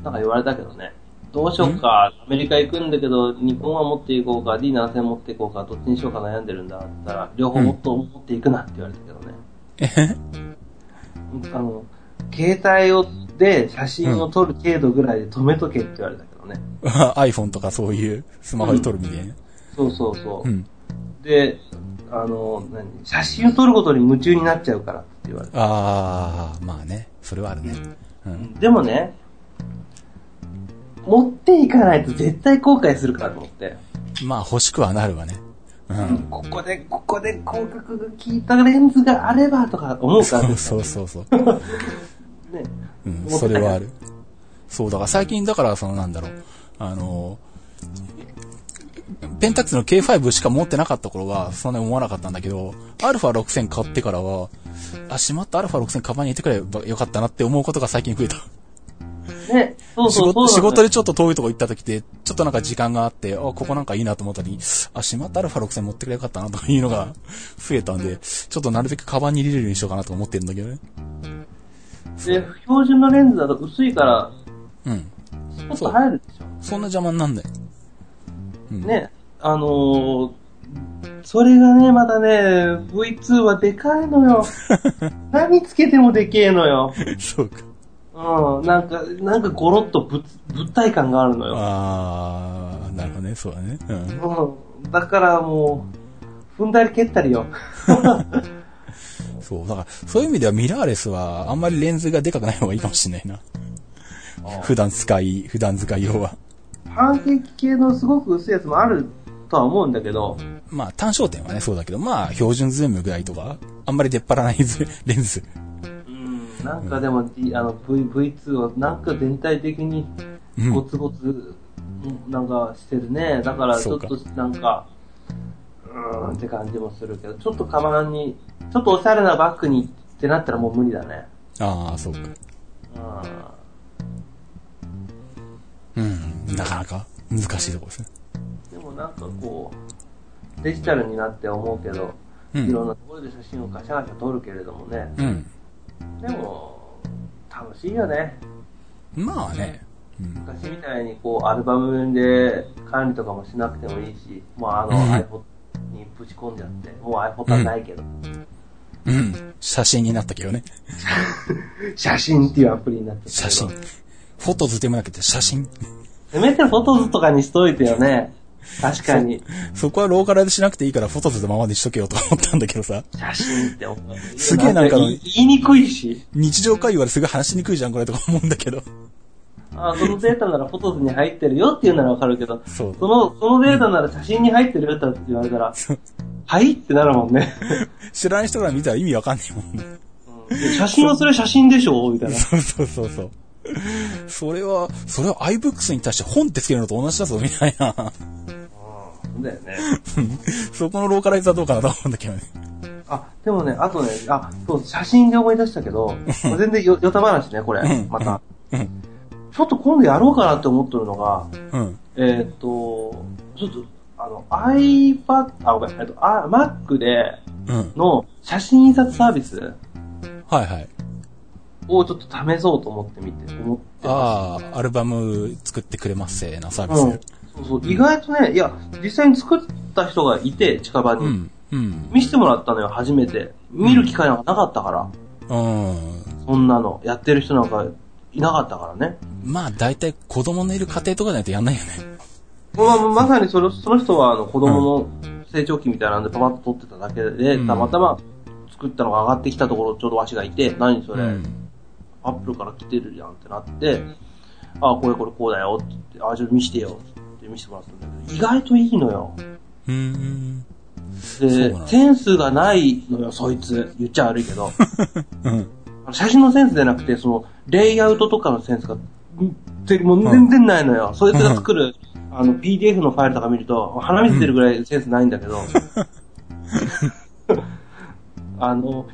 Speaker 2: なんか言われたけどね。どうしようか、アメリカ行くんだけど、日本は持っていこうか、D7000 持っていこうか、どっちにしようか悩んでるんだって言ったら、両方もっと持っていくなって言われたけどね。
Speaker 1: え
Speaker 2: あの、携帯をで写真を撮る程度ぐらいで止めとけって言われたけどね。
Speaker 1: iPhone とかそういうスマホで撮るみたいな。
Speaker 2: そうそうそう。
Speaker 1: うん。
Speaker 2: で、あの、何写真を撮ることに夢中になっちゃうからって言われた。
Speaker 1: ああ、まあね。それはあるね。うん。
Speaker 2: でもね、持っていかないと絶対後悔するからと思って。
Speaker 1: まあ欲しくはなるわね。うん。
Speaker 2: ここで、ここで広角が効いたレンズがあればとか思うから
Speaker 1: そう
Speaker 2: です
Speaker 1: そうそうそう。
Speaker 2: ね。
Speaker 1: うん、それはある。そう、だから最近だからそのなんだろう。あの、ペンタックスの K5 しか持ってなかった頃は、そんなに思わなかったんだけど、α6000 買ってからは、あ、しまった α6000 カバンに入れてくればよかったなって思うことが最近増えた。
Speaker 2: ね、そう
Speaker 1: 仕
Speaker 2: そうそう
Speaker 1: 事、仕事
Speaker 2: で。
Speaker 1: でちょっと遠いとこ行った時って、ちょっとなんか時間があって、あ、ここなんかいいなと思ったり、あ、しまった α6000 持ってくればよかったなとかいうのが増えたんで、ちょっとなるべくカバンに入れるようにしようかなと思ってるんだけどね。
Speaker 2: で、標準のレンズだと薄いから、
Speaker 1: うん。
Speaker 2: スポット入るでしょ。
Speaker 1: そんな邪魔になんない。うん
Speaker 2: ね、あのー、それがね、またね、V2 はでかいのよ。何つけてもでけえのよ。
Speaker 1: そうか。
Speaker 2: うん、なんか、なんかゴロッとぶ物体感があるのよ。
Speaker 1: あー、なるほどね、そうだね。うん。
Speaker 2: うん、だからもう、踏んだり蹴ったりよ。
Speaker 1: そう、だから、そういう意味ではミラーレスは、あんまりレンズがでかくない方がいいかもしれないな。普段使い、普段使い用は。
Speaker 2: 半径系のすごく薄いやつもあるとは思うんだけど、
Speaker 1: まあ、単焦点はね、そうだけど、まあ、標準ズームぐらいとか、あんまり出っ張らないズ レンズ。
Speaker 2: うん、なんかでも、D- あの v V2 はなんか全体的に
Speaker 1: うん
Speaker 2: ゴツゴツ、うんなんかしてるね。だからち
Speaker 1: そ
Speaker 2: ょ
Speaker 1: う
Speaker 2: っ
Speaker 1: か
Speaker 2: となんか、うーんって感じもするけど、ちょっとカバンに、ちょっとおしゃれなバッグにってなったらもう無理だね。
Speaker 1: ああ、そうか。
Speaker 2: う
Speaker 1: うん、なかなか難しいところですね。
Speaker 2: ん。でもなんかこう、デジタルになって思うけど、
Speaker 1: うん
Speaker 2: いろんなところで写真をガシャガシャ撮るけれどもね。
Speaker 1: うん。
Speaker 2: でも、楽しいよね。
Speaker 1: まあね。うん。
Speaker 2: 昔みたいにこうアルバムで管理とかもしなくてもいいし、もうあの
Speaker 1: うん
Speaker 2: iPhone にぶち込んじゃって、もう iPhone はないけど、
Speaker 1: うん。写真になったけどね。
Speaker 2: 写真っていうアプリになって
Speaker 1: 写真。フォトズでもなくて写真。
Speaker 2: せめてフォトズとかにしといてよね。確 かに。
Speaker 1: そこはローカルでしなくていいからフォトズのままでしとけよとか思ったんだけどさ。
Speaker 2: 写真って思う。
Speaker 1: すげえなんか
Speaker 2: 言い言いにくいし。
Speaker 1: 日常会話ですごい話しにくいじゃん、これとか思うんだけど。
Speaker 2: あそのデータならフォトズに入ってるよっていうならわかるけど、
Speaker 1: そう
Speaker 2: その、そのデータなら写真に入ってるよって言われたら、はいってなるも んね。
Speaker 1: 知らない人から見たら意味わかんないもんね。
Speaker 2: うん写真はそれ写真でしょみたいな。
Speaker 1: そうそうそうそう。それは、それは iBooks に対して本ってつけるのと同じだぞ、みたいな。
Speaker 2: そうだよね。
Speaker 1: そこのローカライズはどうかなと思うんだけどね。
Speaker 2: あ、でもね、あとね、あ、そう、写真で思い出したけど、全然よ、よた話ね、これ、また。ちょっと今度やろうかなって思ってるのが、
Speaker 1: うん。
Speaker 2: えーっと、ちょっと、あの、iPad、あ、ごめん、えっと、あ Mac で
Speaker 1: うん。
Speaker 2: の写真印刷サービス
Speaker 1: はいはい。
Speaker 2: をちょっと試そうと思ってみて、思ってま
Speaker 1: ああ、アルバム作ってくれますせーなサー
Speaker 2: す。う
Speaker 1: ビ
Speaker 2: ん。そうそう、意外とね、いや、実際に作った人がいて、近場に。
Speaker 1: ス。うん。うん。
Speaker 2: 見せてもらったのよ、初めて。見る機会なんかなかったから。
Speaker 1: うん。
Speaker 2: そんなの、やってる人なんかいなかったからね。
Speaker 1: まあ、大体子供のいる家庭とかじゃないとやんないよね。
Speaker 2: まあ、まさにそれその人はあの子供の成長期みたいなんでパパッと撮ってただけで、
Speaker 1: うん
Speaker 2: たまたま作ったのが上がってきたところちょうどわしがいて、何そうれ、
Speaker 1: ん。
Speaker 2: アップルから来てるじゃんってなって、あこれこれこうだよって言って、あちょっと見してよって見せてもらったんだけど、意外といいのよ。
Speaker 1: うん。う
Speaker 2: で
Speaker 1: なの、
Speaker 2: センスがないのよ、そいつ。言っちゃ悪いけど。
Speaker 1: うん。
Speaker 2: あの写真のセンスじゃなくて、その、レイアウトとかのセンスが、うんてもう全然ないのよ。そいつが作る、あの、PDF のファイルとか見ると、鼻水出るぐらいセンスないんだけ ど、あの、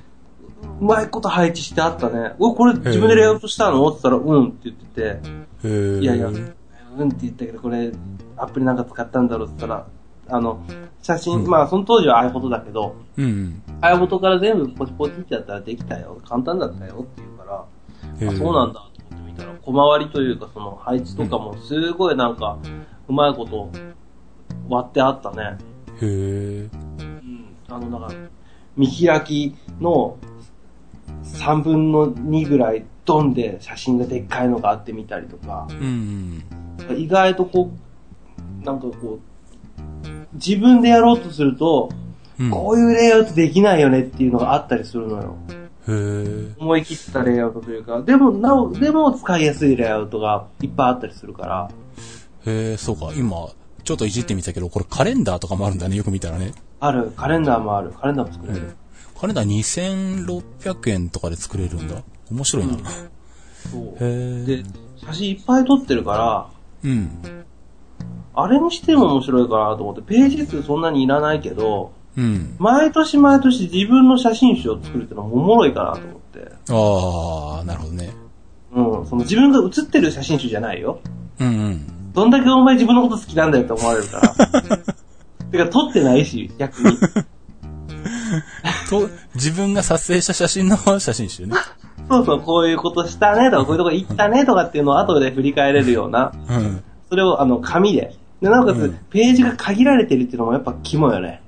Speaker 2: うまいこと配置してあったね。おこれ自分でレイアウトしたのって言ったら、うんって言って
Speaker 1: へー
Speaker 2: て、いやいや、うんって言ったけど、これ、アプリなんか使ったんだろうって言ったら、あの、写真、まあ、その当時は iPhone だけど、
Speaker 1: うん。
Speaker 2: iPhone から全部ポチポチってやったらできたよ。簡単だったよって言うから、
Speaker 1: へ
Speaker 2: あ
Speaker 1: ー
Speaker 2: そうなんだと思ってみたら、小回りというか、その配置とかも、すごいなんか、うまいこと割ってあったね。
Speaker 1: へー
Speaker 2: うん。あの、なんか、見開きの3分の2ぐらい、ドンで写真がでっかいのがあってみたりとか、
Speaker 1: うん。
Speaker 2: 意外とこう、なんかこう、自分でやろうとすると、
Speaker 1: うん。
Speaker 2: こういうレイアウトできないよねっていうのがあったりするのよ。
Speaker 1: へー
Speaker 2: 思い切ったレイアウトというか、でも、なお、でも使いやすいレイアウトがいっぱいあったりするから、
Speaker 1: へーそうか。今、ちょっといじってみたけど、これカレンダーとかもあるんだね。よく見たらね。
Speaker 2: ある、カレンダーもある、カレンダーも作れる。
Speaker 1: カレンダー2600円とかで作れるんだ。面白いな。
Speaker 2: そう。
Speaker 1: へ
Speaker 2: で
Speaker 1: え。、
Speaker 2: 写真いっぱい撮ってるから、
Speaker 1: うん。
Speaker 2: あれにしても面白いかなと思って、ページ数そんなにいらないけど、
Speaker 1: うん。
Speaker 2: 毎年毎年自分の写真集を作るってのはおもろいかなと思って。
Speaker 1: ああ、なるほどね。
Speaker 2: うん、その自分が写ってる写真集じゃないよ。
Speaker 1: うんうん。
Speaker 2: どんだけお前自分のこと好きなんだよって思われるから。 てか撮ってないし、逆に。
Speaker 1: と、自分が撮影した写真の写真集ね。
Speaker 2: そうそう、こういうことしたねとか、こういうとこ行ったねとかっていうのを後で振り返れるような、
Speaker 1: うん。
Speaker 2: それをあの紙で。で、なおか
Speaker 1: う
Speaker 2: つ
Speaker 1: ん、
Speaker 2: ページが限られてるっていうのもやっぱ肝よね。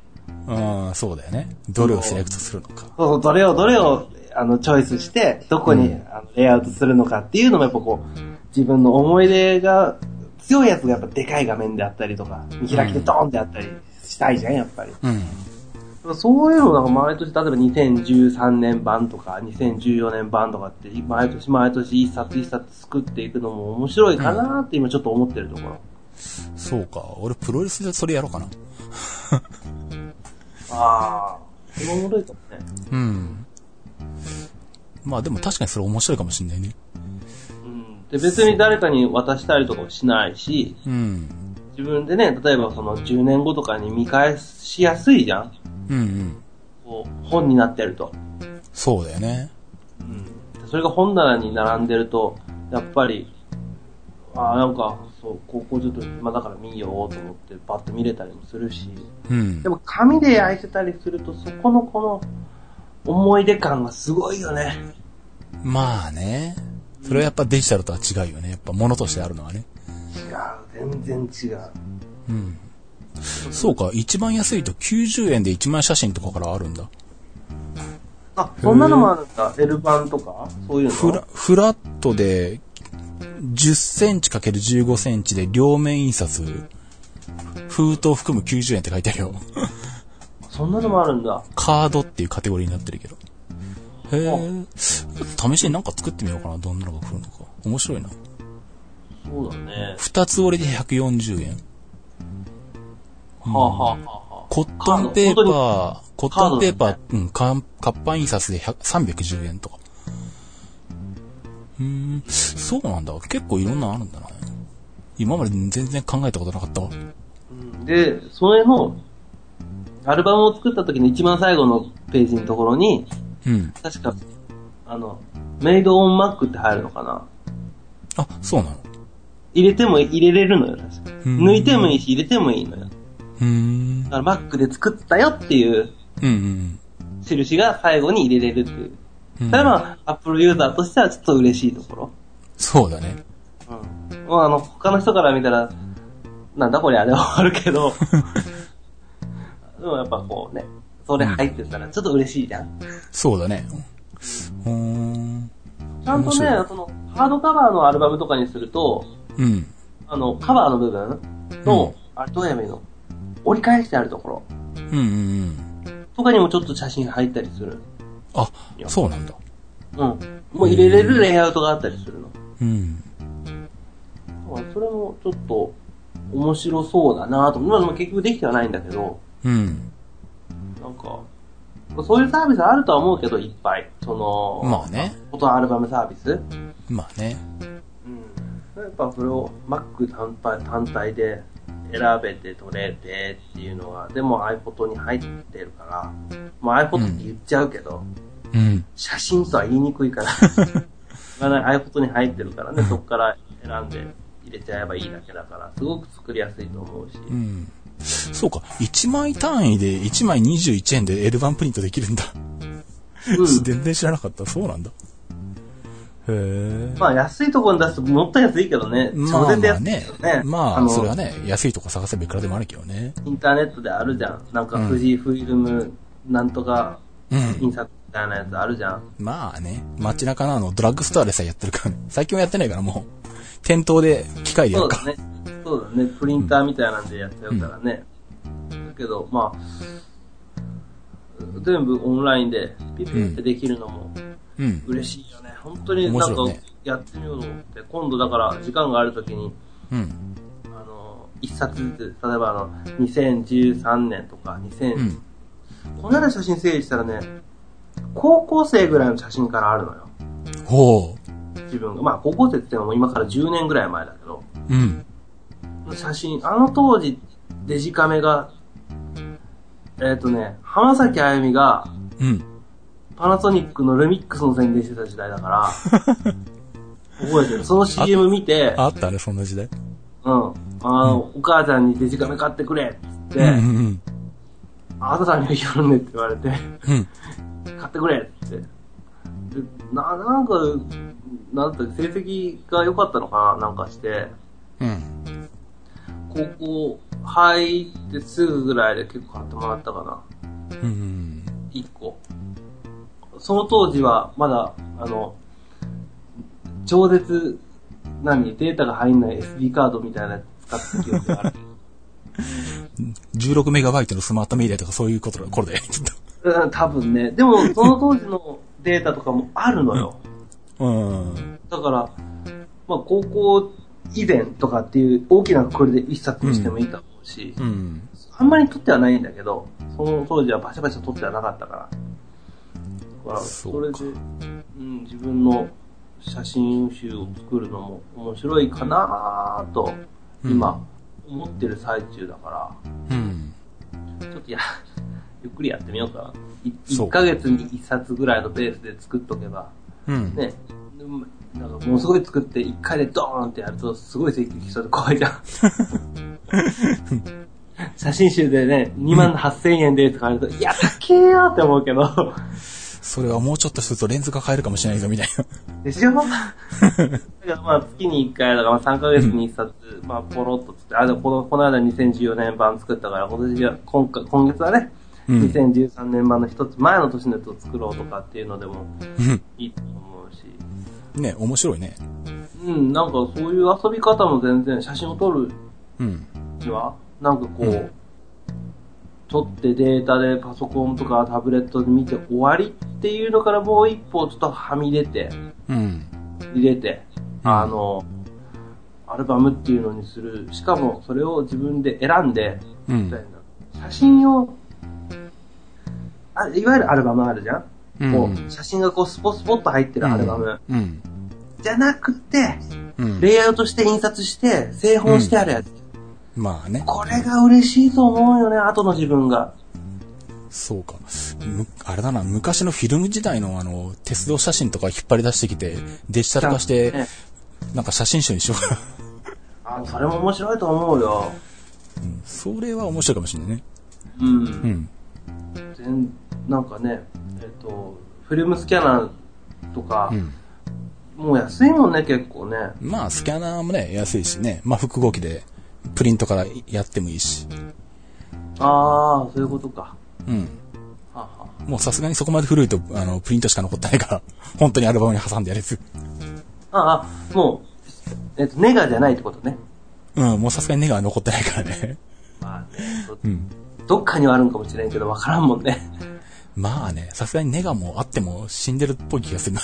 Speaker 1: ああ、そうだよね。どれをセレクトするのか。
Speaker 2: そうそう、どれをどれを、あの、チョイスして、どこに、あのレイアウトするのかっていうのもやっぱこう、自分の思い出が強いやつがやっぱでかい画面であったりとか、見開きでドーンってあったりしたいじゃん、やっぱり。
Speaker 1: うん。
Speaker 2: そういうのなんか毎年、例えば2013年版とか、2014年版とかって、毎年毎年一冊一冊作っていくのも面白いかなって今ちょっと思ってるところ。
Speaker 1: そうか。俺、プロレスでそれやろうかな。
Speaker 2: ああ、それも面白いかもね。
Speaker 1: うん。まあでも確かにそれ面白いかもしんないね。
Speaker 2: うん。で、別に誰かに渡したりとかもしないし、
Speaker 1: うん。
Speaker 2: 自分でね、例えばその10年後とかに見返しやすいじゃん。
Speaker 1: うんうん。
Speaker 2: こう、本になってると。
Speaker 1: そうだよね。
Speaker 2: うん。それが本棚に並んでると、やっぱり、ああ、なんか、そう、高校ちょっと暇だから見ようと思って、パッと見れたりもするし、
Speaker 1: うん
Speaker 2: で。も紙で焼いてたりすると、そこのこの、思い出感がすごいよね。
Speaker 1: まあね。それはやっぱデジタルとは違うよね。やっぱ物としてあるのはね。
Speaker 2: 違う、全然違う。
Speaker 1: うん。そうか、一番安いと90円で1枚写真とかからあるんだ。
Speaker 2: あ、そんなのもあるんだ。L 版とかそういうの
Speaker 1: フラ、フラットで、10センチ ×15 センチで両面印刷、封筒含む90円って書いてあるよ。
Speaker 2: そんなのもあるんだ。
Speaker 1: カードっていうカテゴリーになってるけど。へえ。試しになんか作ってみようかな。どんなのが来るのか。面白いな。
Speaker 2: そうだね。
Speaker 1: 二つ折りで140円。
Speaker 2: はあ、はあはあはあ、
Speaker 1: コットンペーパー、コッ
Speaker 2: カー
Speaker 1: ト
Speaker 2: ド
Speaker 1: ン
Speaker 2: だ
Speaker 1: ペ
Speaker 2: よ
Speaker 1: ーパー、うん、かん活版印刷で100 310円とか。うーん、そうなんだ。結構いろんなのあるんだな。今まで全然考えたことなかったわ。
Speaker 2: うんで、それの、アルバムを作った時の一番最後のページのところに、
Speaker 1: うん。
Speaker 2: 確か、あの、メイドオンマックって入るのかな
Speaker 1: あ、そうなの。
Speaker 2: 入れても入れれるのよ、確か。
Speaker 1: うん
Speaker 2: 抜いてもいいし、入れてもいいのよ。
Speaker 1: うーん。
Speaker 2: だからマックで作ったよっていう
Speaker 1: うんうん
Speaker 2: 印が最後に入れれるっていう。
Speaker 1: うん。
Speaker 2: それはまあ、アップルユーザーとしてはちょっと嬉しいところ。
Speaker 1: そうだね。
Speaker 2: うん。まあ、あの、他の人から見たら、なんだこりゃ、ではあるけど、 でもやっぱこうね、それ入ってたらちょっと嬉しいじゃん。
Speaker 1: そうだね。うーん。
Speaker 2: ちゃんと
Speaker 1: 面
Speaker 2: ね
Speaker 1: 白い、
Speaker 2: その、ハードカバーのアルバムとかにすると、
Speaker 1: うん。
Speaker 2: あの、カバーの部分の、あれどうやればいいの折り返してあるところ
Speaker 1: うんうんうん。
Speaker 2: とかにもちょっと写真入ったりする。
Speaker 1: あ、そうなんだ。
Speaker 2: うん。もう入れれるレイアウトがあったりするの。
Speaker 1: うん。
Speaker 2: だからそれもちょっと、面白そうだなと。まあでも結局できてはないんだけど、
Speaker 1: うん。
Speaker 2: なんか、まあそういうサービスあるとは思うけど、いっぱい。その、
Speaker 1: まあね。
Speaker 2: フォトアルバムサービス。うん。
Speaker 1: まあね。
Speaker 2: やっぱそれを Mac 単体単体で選べて取れてっていうのは、でも iPod に入ってるから、もう iPod って言っちゃうけど、
Speaker 1: うん。
Speaker 2: 写真とは言いにくいから、ま あ iPod に入ってるからね、そこから選んで入れちゃえばいいだけだから、すごく作りやすいと思うし。
Speaker 1: うん。そうか。1枚単位で1枚21円で L 版プリントできるんだ。
Speaker 2: うん。
Speaker 1: 全然知らなかった。そうなんだ。へえ。
Speaker 2: まあ安いところに出すともったい安いけどね、
Speaker 1: まあ
Speaker 2: 超絶
Speaker 1: まあ
Speaker 2: 安い
Speaker 1: ね
Speaker 2: けど。
Speaker 1: ま
Speaker 2: あ
Speaker 1: あ、
Speaker 2: の
Speaker 1: それはね、安いとこ探せばいくらでもあるけどね。
Speaker 2: インターネットであるじゃん。なんか富士フィルムなんとか
Speaker 1: うん。
Speaker 2: 印刷みたいなやつあるじゃん。
Speaker 1: まあね、街中のあの、ドラッグストアでさえやってるからね。最近はやってないからもう、店頭で、機械でや
Speaker 2: そ
Speaker 1: る
Speaker 2: う
Speaker 1: か
Speaker 2: だ。ね。そうだね。プリンターみたいなんでやっちゃうからね。だけど、まあ、全部オンラインでピピってできるのも
Speaker 1: うん。
Speaker 2: 嬉しいよね。本当に
Speaker 1: 面
Speaker 2: なんか
Speaker 1: 白いね
Speaker 2: やってみようと思って、今度だから時間があるときに、
Speaker 1: うん。
Speaker 2: あの、一冊ずつ、例えばあの、2013年とか、2000、
Speaker 1: うん。
Speaker 2: この間写真整理したらね、高校生ぐらいの写真からあるのよ。
Speaker 1: ほ
Speaker 2: 自分が。まあ、高校生って言ってももう今から10年ぐらい前だけど、
Speaker 1: う。うん。
Speaker 2: 写真、あの当時、デジカメが、えっ、とね、浜崎あゆみが
Speaker 1: うん。
Speaker 2: パナソニックのルミックスの宣伝してた時代 だから、覚えてる。その CM 見て、うん。
Speaker 1: あったね、そんな時代。
Speaker 2: あの、お母ちゃんにデジカメ買ってくれっつって、
Speaker 1: うんうん
Speaker 2: あなたにはやるねって言われて、
Speaker 1: うん。うん。
Speaker 2: 買ってくれって。でな、なんか、なんだったっけ成績が良かったのかななんかして、
Speaker 1: うん。
Speaker 2: 高校入ってすぐぐらいで結構買ってもらったかな。
Speaker 1: うん。
Speaker 2: 1個。その当時はまだ、あの、超絶、何、データが入んない SD カードみたいなやつ使ってた記憶がある。
Speaker 1: 16メガバイトのスマートメディアとかそういうことだ、これで、きっ
Speaker 2: うん、 多分ね。でも、その当時のデータとかもあるのよ。
Speaker 1: と。うん。
Speaker 2: だから、まあ、高校以前とかっていう大きなくくりで一冊にしてもいいと思うし、
Speaker 1: うん。
Speaker 2: あんまり取ってはないんだけど、その当時はバシャバシャ取ってはなかったから。だから
Speaker 1: そ
Speaker 2: そうれ
Speaker 1: か
Speaker 2: で、うん、自分の写真集を作るのも面白いかなと、今、思ってる最中だから。
Speaker 1: うん。
Speaker 2: ちょっとや、 ゆっくりやってみようかな。
Speaker 1: そう
Speaker 2: 1ヶ月に1冊ぐらいのペースで作っとけば、
Speaker 1: うん。
Speaker 2: ね、うんなんかものすごい作って1回でドーンってやるとすごい積極しそうで怖い じゃん。写真集でね、2万8000円でとかあると、いや、高えよって思うけど、
Speaker 1: それはもうちょっとするとレンズが変えるかもしれないぞ、みたいな。
Speaker 2: でし ょだからまあ月に1回だからまあ3ヶ月に1冊、まあポロっとつって、あ、でもこの、この間2014年版作ったから、今年は、今回今月はね、
Speaker 1: うん
Speaker 2: 2013年版の一つ前の年のやつを作ろうとかっていうのでも
Speaker 1: う
Speaker 2: いいと思うし、
Speaker 1: ん。ね、面白いね。
Speaker 2: うん、なんかそういう遊び方も全然写真を撮る
Speaker 1: うん。
Speaker 2: には、なんかこう、
Speaker 1: うん
Speaker 2: 撮ってデータでパソコンとかタブレットで見て終わりっていうのからもう一歩ちょっとはみ出て、
Speaker 1: うん。
Speaker 2: 入れて、
Speaker 1: うん
Speaker 2: あの、アルバムっていうのにする。しかもそれを自分で選んで、
Speaker 1: う
Speaker 2: みたい
Speaker 1: ん。
Speaker 2: な写真を、あいわゆるアルバムあるじゃん、
Speaker 1: うん
Speaker 2: こう写真がこうスポスポッと入ってるアルバム、
Speaker 1: うん。
Speaker 2: じゃなくて、
Speaker 1: うん。
Speaker 2: レイアウトして印刷して、製本してあるやつ。
Speaker 1: まあね。
Speaker 2: これが嬉しいと思うよね、後の自分が。
Speaker 1: そうか。むあれだな、昔のフィルム時代のあの、鉄道写真とか引っ張り出してきて、デジタル化して、
Speaker 2: ね
Speaker 1: なんか写真集にしようかな。
Speaker 2: あそれも面白いと思うよ。
Speaker 1: うんそれは面白いかもしれないね。
Speaker 2: うん。
Speaker 1: うん。
Speaker 2: 全なんかね、えっと、フィルムスキャナーとか、
Speaker 1: うん。
Speaker 2: もう安いもんね、結構ね。
Speaker 1: まあ、スキャナーもね、安いしね。まあ、複合機で、プリントからやってもいいし。
Speaker 2: ああ、そういうことか。
Speaker 1: うん。
Speaker 2: はあは
Speaker 1: もうさすがにそこまで古いと、あの、プリントしか残ってないから、本当にアルバムに挟んでやるやつ。
Speaker 2: あ、ああもう、えっと、ネガじゃないってことね。
Speaker 1: うん、もうさすがにネガは残ってないからね。
Speaker 2: まあね、ど
Speaker 1: うん。
Speaker 2: どっかにはあるんかもしれんけど、わからんもんね。
Speaker 1: まあね、さすがにネガもあっても死んでるっぽい気がする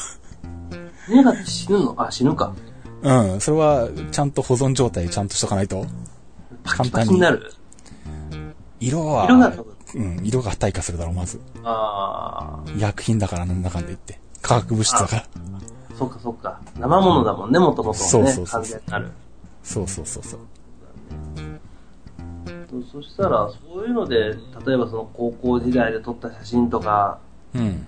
Speaker 2: ネガって死ぬのあ、死ぬか。
Speaker 1: な。うん、それは、ちゃんと保存状態ちゃんとしとかないと。
Speaker 2: パキパキになる。
Speaker 1: 色は、
Speaker 2: 色が多分
Speaker 1: うん、色が退化するだろう、まず。
Speaker 2: ああ、
Speaker 1: 医薬品だから、なんだかんだ言って。化学物質だから。
Speaker 2: そっかそっか。生物だもんね、もともとね。
Speaker 1: そうそうそう
Speaker 2: 完全なる。
Speaker 1: そうそうそうそう。
Speaker 2: そうそしたら、そういうので、例えばその高校時代で撮った写真とか、
Speaker 1: うん。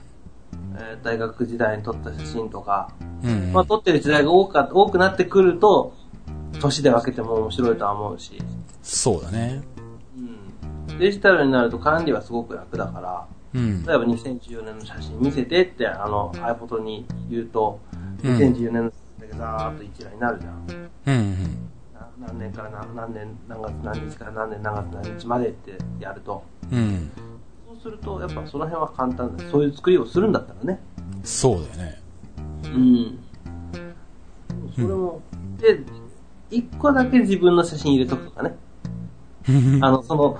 Speaker 2: えー大学時代に撮った写真とか、
Speaker 1: うん。
Speaker 2: まあ撮ってる時代が多か多くなってくると、年で分けても面白いとは思うし。
Speaker 1: そうだね。
Speaker 2: うんデジタルになると管理はすごく楽だから、
Speaker 1: うん。
Speaker 2: 例えば2014年の写真見せてって、あの、iPhone に言うと、
Speaker 1: うん
Speaker 2: 2014年の写真だけざーっと一覧になるじゃん。
Speaker 1: うんうん。
Speaker 2: な何年から何何年、何月何日から何年何月何日までってやると。
Speaker 1: うん。
Speaker 2: そうすると、やっぱその辺は簡単だ。そういう作りをするんだったらね。
Speaker 1: そうだよね。
Speaker 2: うん。それも、で、一個だけ自分の写真入れとくとか ね。あの、その、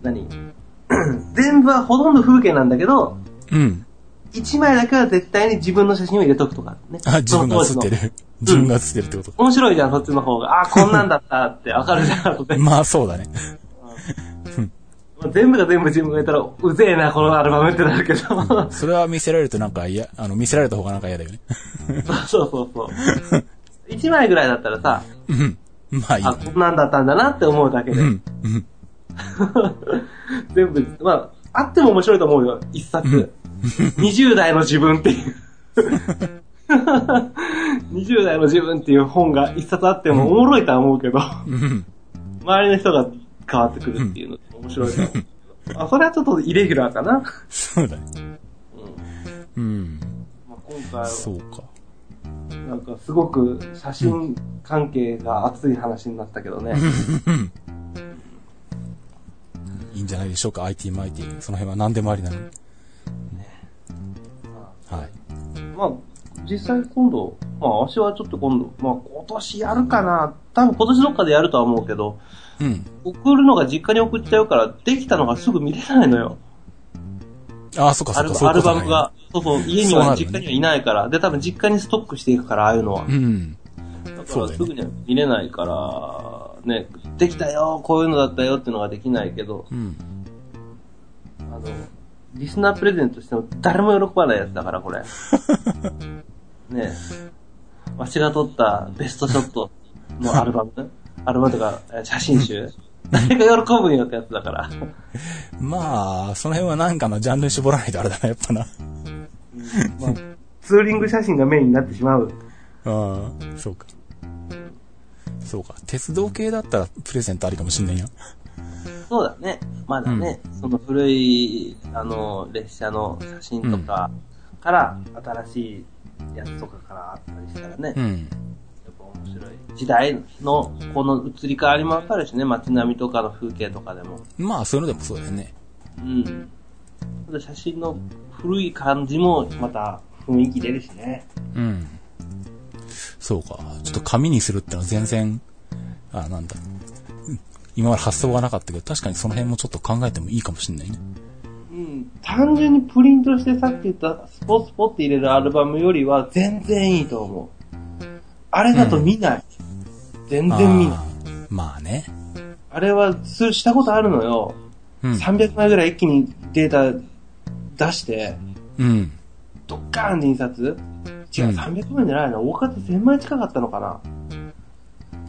Speaker 2: 何 全部はほとんど風景なんだけど、
Speaker 1: うん。
Speaker 2: 一枚だけは絶対に自分の写真を入れとくとかね。
Speaker 1: あ、自分が映って
Speaker 2: その当時の
Speaker 1: る。自分が映ってるってこと。
Speaker 2: 面白いじゃん、そっちの方が。あー、こんなんだったってわかるじゃん、 後で
Speaker 1: まあ、そうだね。
Speaker 2: 全部が全部自分がやったら、うぜえな、このアルバムってなるけど。そう
Speaker 1: それは見せられるとなんか嫌、あの、見せられた方がなんか嫌だよね。
Speaker 2: そうそうそう。一枚ぐらいだったらさ、
Speaker 1: うん。まあいい
Speaker 2: あ、。こんなんだったんだなって思うだけで
Speaker 1: う。ん。うん。
Speaker 2: 全部、まあ、あっても面白いと思うよ、一冊。20代の自分って いう。20代の自分っていう本が一冊あってもおもろいとは思うけど、
Speaker 1: うん。
Speaker 2: 周りの人が変わってくるっていうの面白いと思うけど。あ、それはちょっとイレギュラーかな。
Speaker 1: そうだね。
Speaker 2: うん
Speaker 1: うん。
Speaker 2: まあ、今回
Speaker 1: そ
Speaker 2: は、
Speaker 1: うか。
Speaker 2: なんかすごく写真関係が熱い話になったけどね。
Speaker 1: いいんじゃないでしょうか、IT マイティ。その辺は何でもありなのに。
Speaker 2: ま
Speaker 1: はい。
Speaker 2: あ、まあ、実際今度、まあ、私はちょっと今度、まあ、今年やるかな。多分今年どっかでやるとは思うけど、
Speaker 1: うん。
Speaker 2: 送るのが実家に送っちゃうから、できたのがすぐ見れないのよ。
Speaker 1: ああ、そっかそ
Speaker 2: ア
Speaker 1: っか。
Speaker 2: ルバ
Speaker 1: そう
Speaker 2: ア
Speaker 1: いうこ
Speaker 2: ル
Speaker 1: と
Speaker 2: バ
Speaker 1: ね
Speaker 2: ム。が。そうそう、家に
Speaker 1: そうな
Speaker 2: は、
Speaker 1: るよ
Speaker 2: 実
Speaker 1: ね
Speaker 2: 家にはいないから。で、多分実家にストックしていくから、ああいうのは。
Speaker 1: うん。
Speaker 2: だか
Speaker 1: そう
Speaker 2: ら
Speaker 1: だ
Speaker 2: す
Speaker 1: よね
Speaker 2: ぐには見れないから、ね、できたよ、こういうのだったよっていうのができないけど、
Speaker 1: うん。
Speaker 2: あの、リスナープレゼントしても誰も喜ばないやつだから、 これ。ねえわしが撮ったベストショットのアルバ ム、アルバムとかえ写真集、誰が喜ぶよってやつ だから。
Speaker 1: まあ、その辺はなんかのジャンルに絞らないとあれだな、やっぱな。
Speaker 2: まあツーリング写真がメインになってしまう。
Speaker 1: ああ、そうか。そうか。鉄道系だったらプレゼントありかもしんないや。
Speaker 2: そうだね。まだね、その古い、あの、列車の写真とかから、新しいやつとかからあったりしたらね、
Speaker 1: う
Speaker 2: やっ
Speaker 1: ん。
Speaker 2: ぱ面白い。時代の、この移り変わりもわかるしね、街並みとかの風景とかでも。
Speaker 1: まあ、そういうのでもそうだよね。
Speaker 2: うん。あと写真の古い感じも、また雰囲気出るしね。
Speaker 1: うん。そうか。ちょっと紙にするってのは全然、あなんだ。うん今まで発想がなかったけど、確かにその辺もちょっと考えてもいいかもしんないね。
Speaker 2: うん。単純にプリントしてさっき言ったスポスポって入れるアルバムよりは全然いいと思う。あれだと見ない。全然見ない。
Speaker 1: あーまあね。
Speaker 2: あれは、すしたことあるのよ。
Speaker 1: うん。
Speaker 2: 300枚ぐらい一気にデータ出して、
Speaker 1: うん。
Speaker 2: ドッカーンって印刷違
Speaker 1: う
Speaker 2: う、
Speaker 1: ん
Speaker 2: 300枚じゃないな。大方1000枚近かったのかな。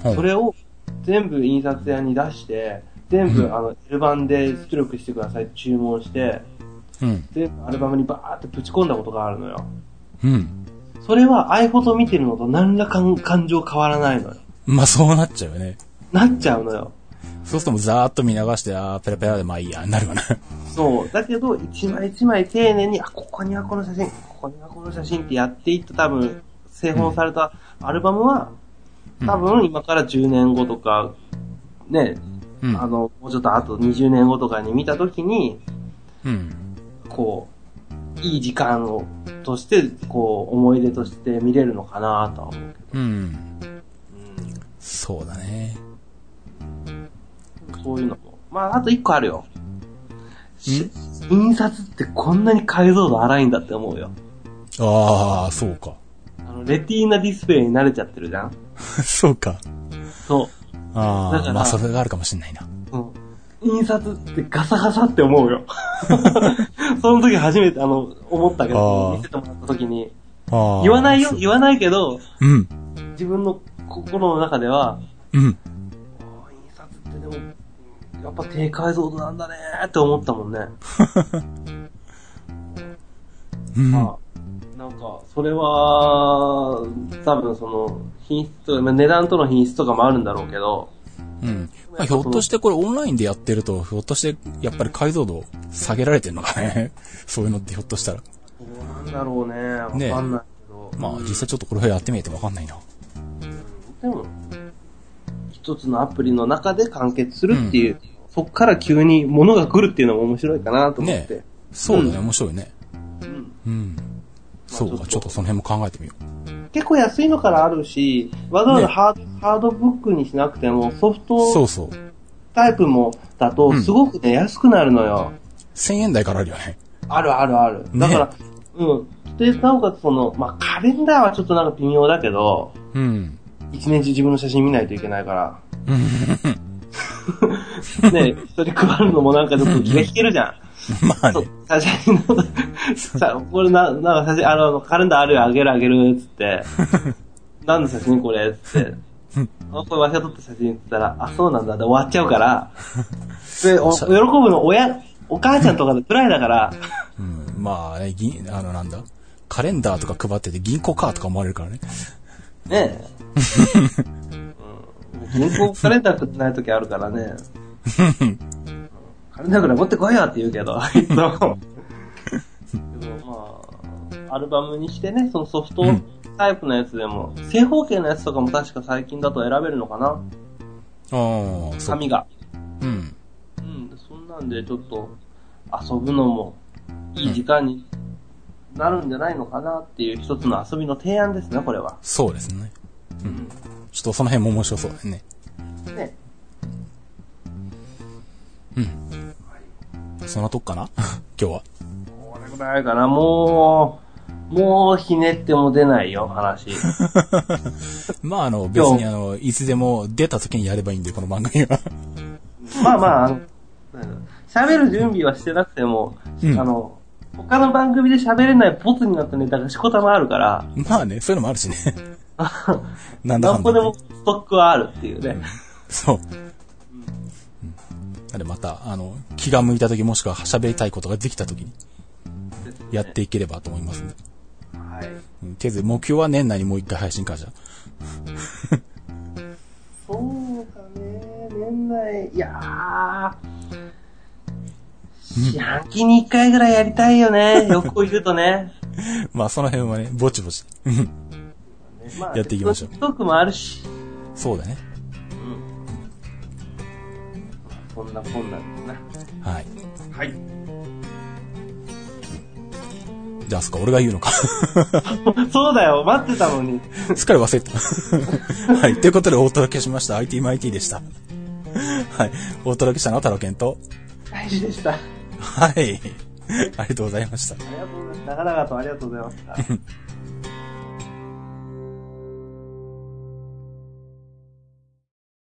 Speaker 1: ほう
Speaker 2: それを全部印刷屋に出して、全部、
Speaker 1: うん
Speaker 2: あの、L 版で出力してくださいって注文して、
Speaker 1: うん。
Speaker 2: 全部アルバムにバーってぶち込んだことがあるのよ。
Speaker 1: うん。
Speaker 2: それは iPhone 見てるのと何らかん感情変わらないのよ。
Speaker 1: まあ、そうなっちゃうよね。
Speaker 2: なっちゃうのよ。
Speaker 1: そうするともうざーっと見流して、あーペラペラでまあいいや、なるわな。
Speaker 2: そう。だけど、一枚一枚丁寧に、あ、ここにはこの写真、ここにはこの写真ってやっていった多分、製本されたアルバムは、多分今から10年後とか、ね、
Speaker 1: うん
Speaker 2: あの、もうちょっとあと20年後とかに見たときに、
Speaker 1: うん。
Speaker 2: こう、いい時間を、として、こう、思い出として見れるのかなとは思うけど。
Speaker 1: うん。そうだね。
Speaker 2: うん。そういうのも。まあ、あと一個あるよ。し印刷ってこんなに解像度荒いんだって思うよ。
Speaker 1: ああ、そうか。
Speaker 2: あの、レティーナディスプレイに慣れちゃってるじゃん
Speaker 1: そうか。
Speaker 2: そだ
Speaker 1: あ
Speaker 2: か
Speaker 1: あ、
Speaker 2: ら
Speaker 1: まあそれがあるかもしれないな。
Speaker 2: う。うん。印刷ってガサガサって思 うよ。その時初めて、あの、思ったけ
Speaker 1: あ
Speaker 2: ど
Speaker 1: ー、
Speaker 2: 見せてもらった時に。
Speaker 1: ああ。
Speaker 2: 言わないよ、
Speaker 1: そう
Speaker 2: 言わないけど、
Speaker 1: うん。
Speaker 2: 自分の心の中では、
Speaker 1: うん。
Speaker 2: あー印刷ってでも、やっぱ低解像度なんだねーって思ったもんね。
Speaker 1: うん。
Speaker 2: まあ、なんか、それは、多分その、品質とか、まあ値段との品質とかもあるんだろうけど、
Speaker 1: うん。まあ、ひょっとしてこれオンラインでやってると、ひょっとしてやっぱり解像度下げられてるのかね。 そういうのってひょっとしたら。
Speaker 2: どうなんだろうね。わかん
Speaker 1: ねえ
Speaker 2: ないけど。
Speaker 1: まあ実際ちょっとこれをやってみないとわかんないな。
Speaker 2: でも、一つのアプリの中で完結するっていう、そっから急に物が来るっていうのも面白いかなと思って。
Speaker 1: ねそうだね、
Speaker 2: う
Speaker 1: 面白いね。
Speaker 2: うん
Speaker 1: うん。そうか、ちょっとその辺も考えてみよ
Speaker 2: 結構安いのからあるし、わざわざ
Speaker 1: ね
Speaker 2: ハード,、ハードブックにしなくても、ソフ
Speaker 1: う。そ
Speaker 2: ト
Speaker 1: うそう。
Speaker 2: タイプもだと、
Speaker 1: うん
Speaker 2: すごくね、安くなるのよ。
Speaker 1: 1000円台からあるよね。
Speaker 2: あるあるある。だから、うん。で、なおかつその、まあ、カレンダーはちょっとなんか微妙だけど、
Speaker 1: うん。
Speaker 2: 一年中自分の写真見ないといけないから、
Speaker 1: うん。
Speaker 2: ね、人に配るのもなんかちょっと気が引けるじゃん。
Speaker 1: まあ
Speaker 2: そう
Speaker 1: ね。、
Speaker 2: 写真の、さ、これな、なんか写真、あの、カレンダーあるよ、あげるあげる、つ って。何の写真これ、つって。あ、これわしが撮った写真って言ったら、あ、そうなんだ、で終わっちゃうから。で、お喜ぶの親、お母ちゃんとかぐらいだから、
Speaker 1: うん。まあね、銀、あのなんだ。カレンダーとか配ってて銀行かとか思われるからね。
Speaker 2: ねえ。うん、銀行カレンダーってない時あるからね。カレンダーぐらい持ってこいよって言うけど、いつも。でもまあ、アルバムにしてね、そのソフト
Speaker 1: うん
Speaker 2: タイプのやつでも、正方形のやつとかも確か最近だと選べるのかな
Speaker 1: ああ、そう。
Speaker 2: 紙が。
Speaker 1: うん。
Speaker 2: うん、そんなんでちょっと遊ぶのも、いい時間になるんじゃないのかなっていう一つの遊びの提案ですね、これは。
Speaker 1: そうですね。うん。ちょっとその辺も面白そうですね。
Speaker 2: ね。
Speaker 1: そのとこかな 今日は。
Speaker 2: これぐらいかな、もう、もうひねっても出ないよ、 話。
Speaker 1: まあ、あの、別にあの、いつでも出た時にやればいいんで、この番組は。
Speaker 2: まあまああの、喋る準備はしてなくても、
Speaker 1: うん
Speaker 2: あの、他の番組で喋れないボツになったネタがしこたまあるから、
Speaker 1: まあね、そういうのもあるしね。 なんだか
Speaker 2: 何
Speaker 1: んだ
Speaker 2: 個
Speaker 1: ね、
Speaker 2: でもストックはあるっていうね。
Speaker 1: そう。なんでまた、あの、気が向いた時もしくは喋りたいことができた時にやっていければと思いますんで。
Speaker 2: はい。
Speaker 1: うんとりあえず目標は年内にもう一回配信会社。
Speaker 2: そうかね、年内、いやー、四半期に一回ぐらいやりたいよ ね、横言うとね。
Speaker 1: まあその辺はね、ぼちぼち。うん
Speaker 2: ま
Speaker 1: やっていきましょう
Speaker 2: ストックもあるし、
Speaker 1: そうだね。
Speaker 2: そんなこんなんですな。
Speaker 1: はい。
Speaker 2: はい。
Speaker 1: じゃあ、そっか、俺が言うのか。
Speaker 2: そうだよ、待ってたのに。
Speaker 1: すっかり忘れた。 はい。ということで、お届けしました。ITMIT でした。はい。お届けしたのは太郎健と。
Speaker 2: 大事でした。あ
Speaker 1: はい。ありがとうございました。
Speaker 2: りがとうございます。長々とありがとうございました。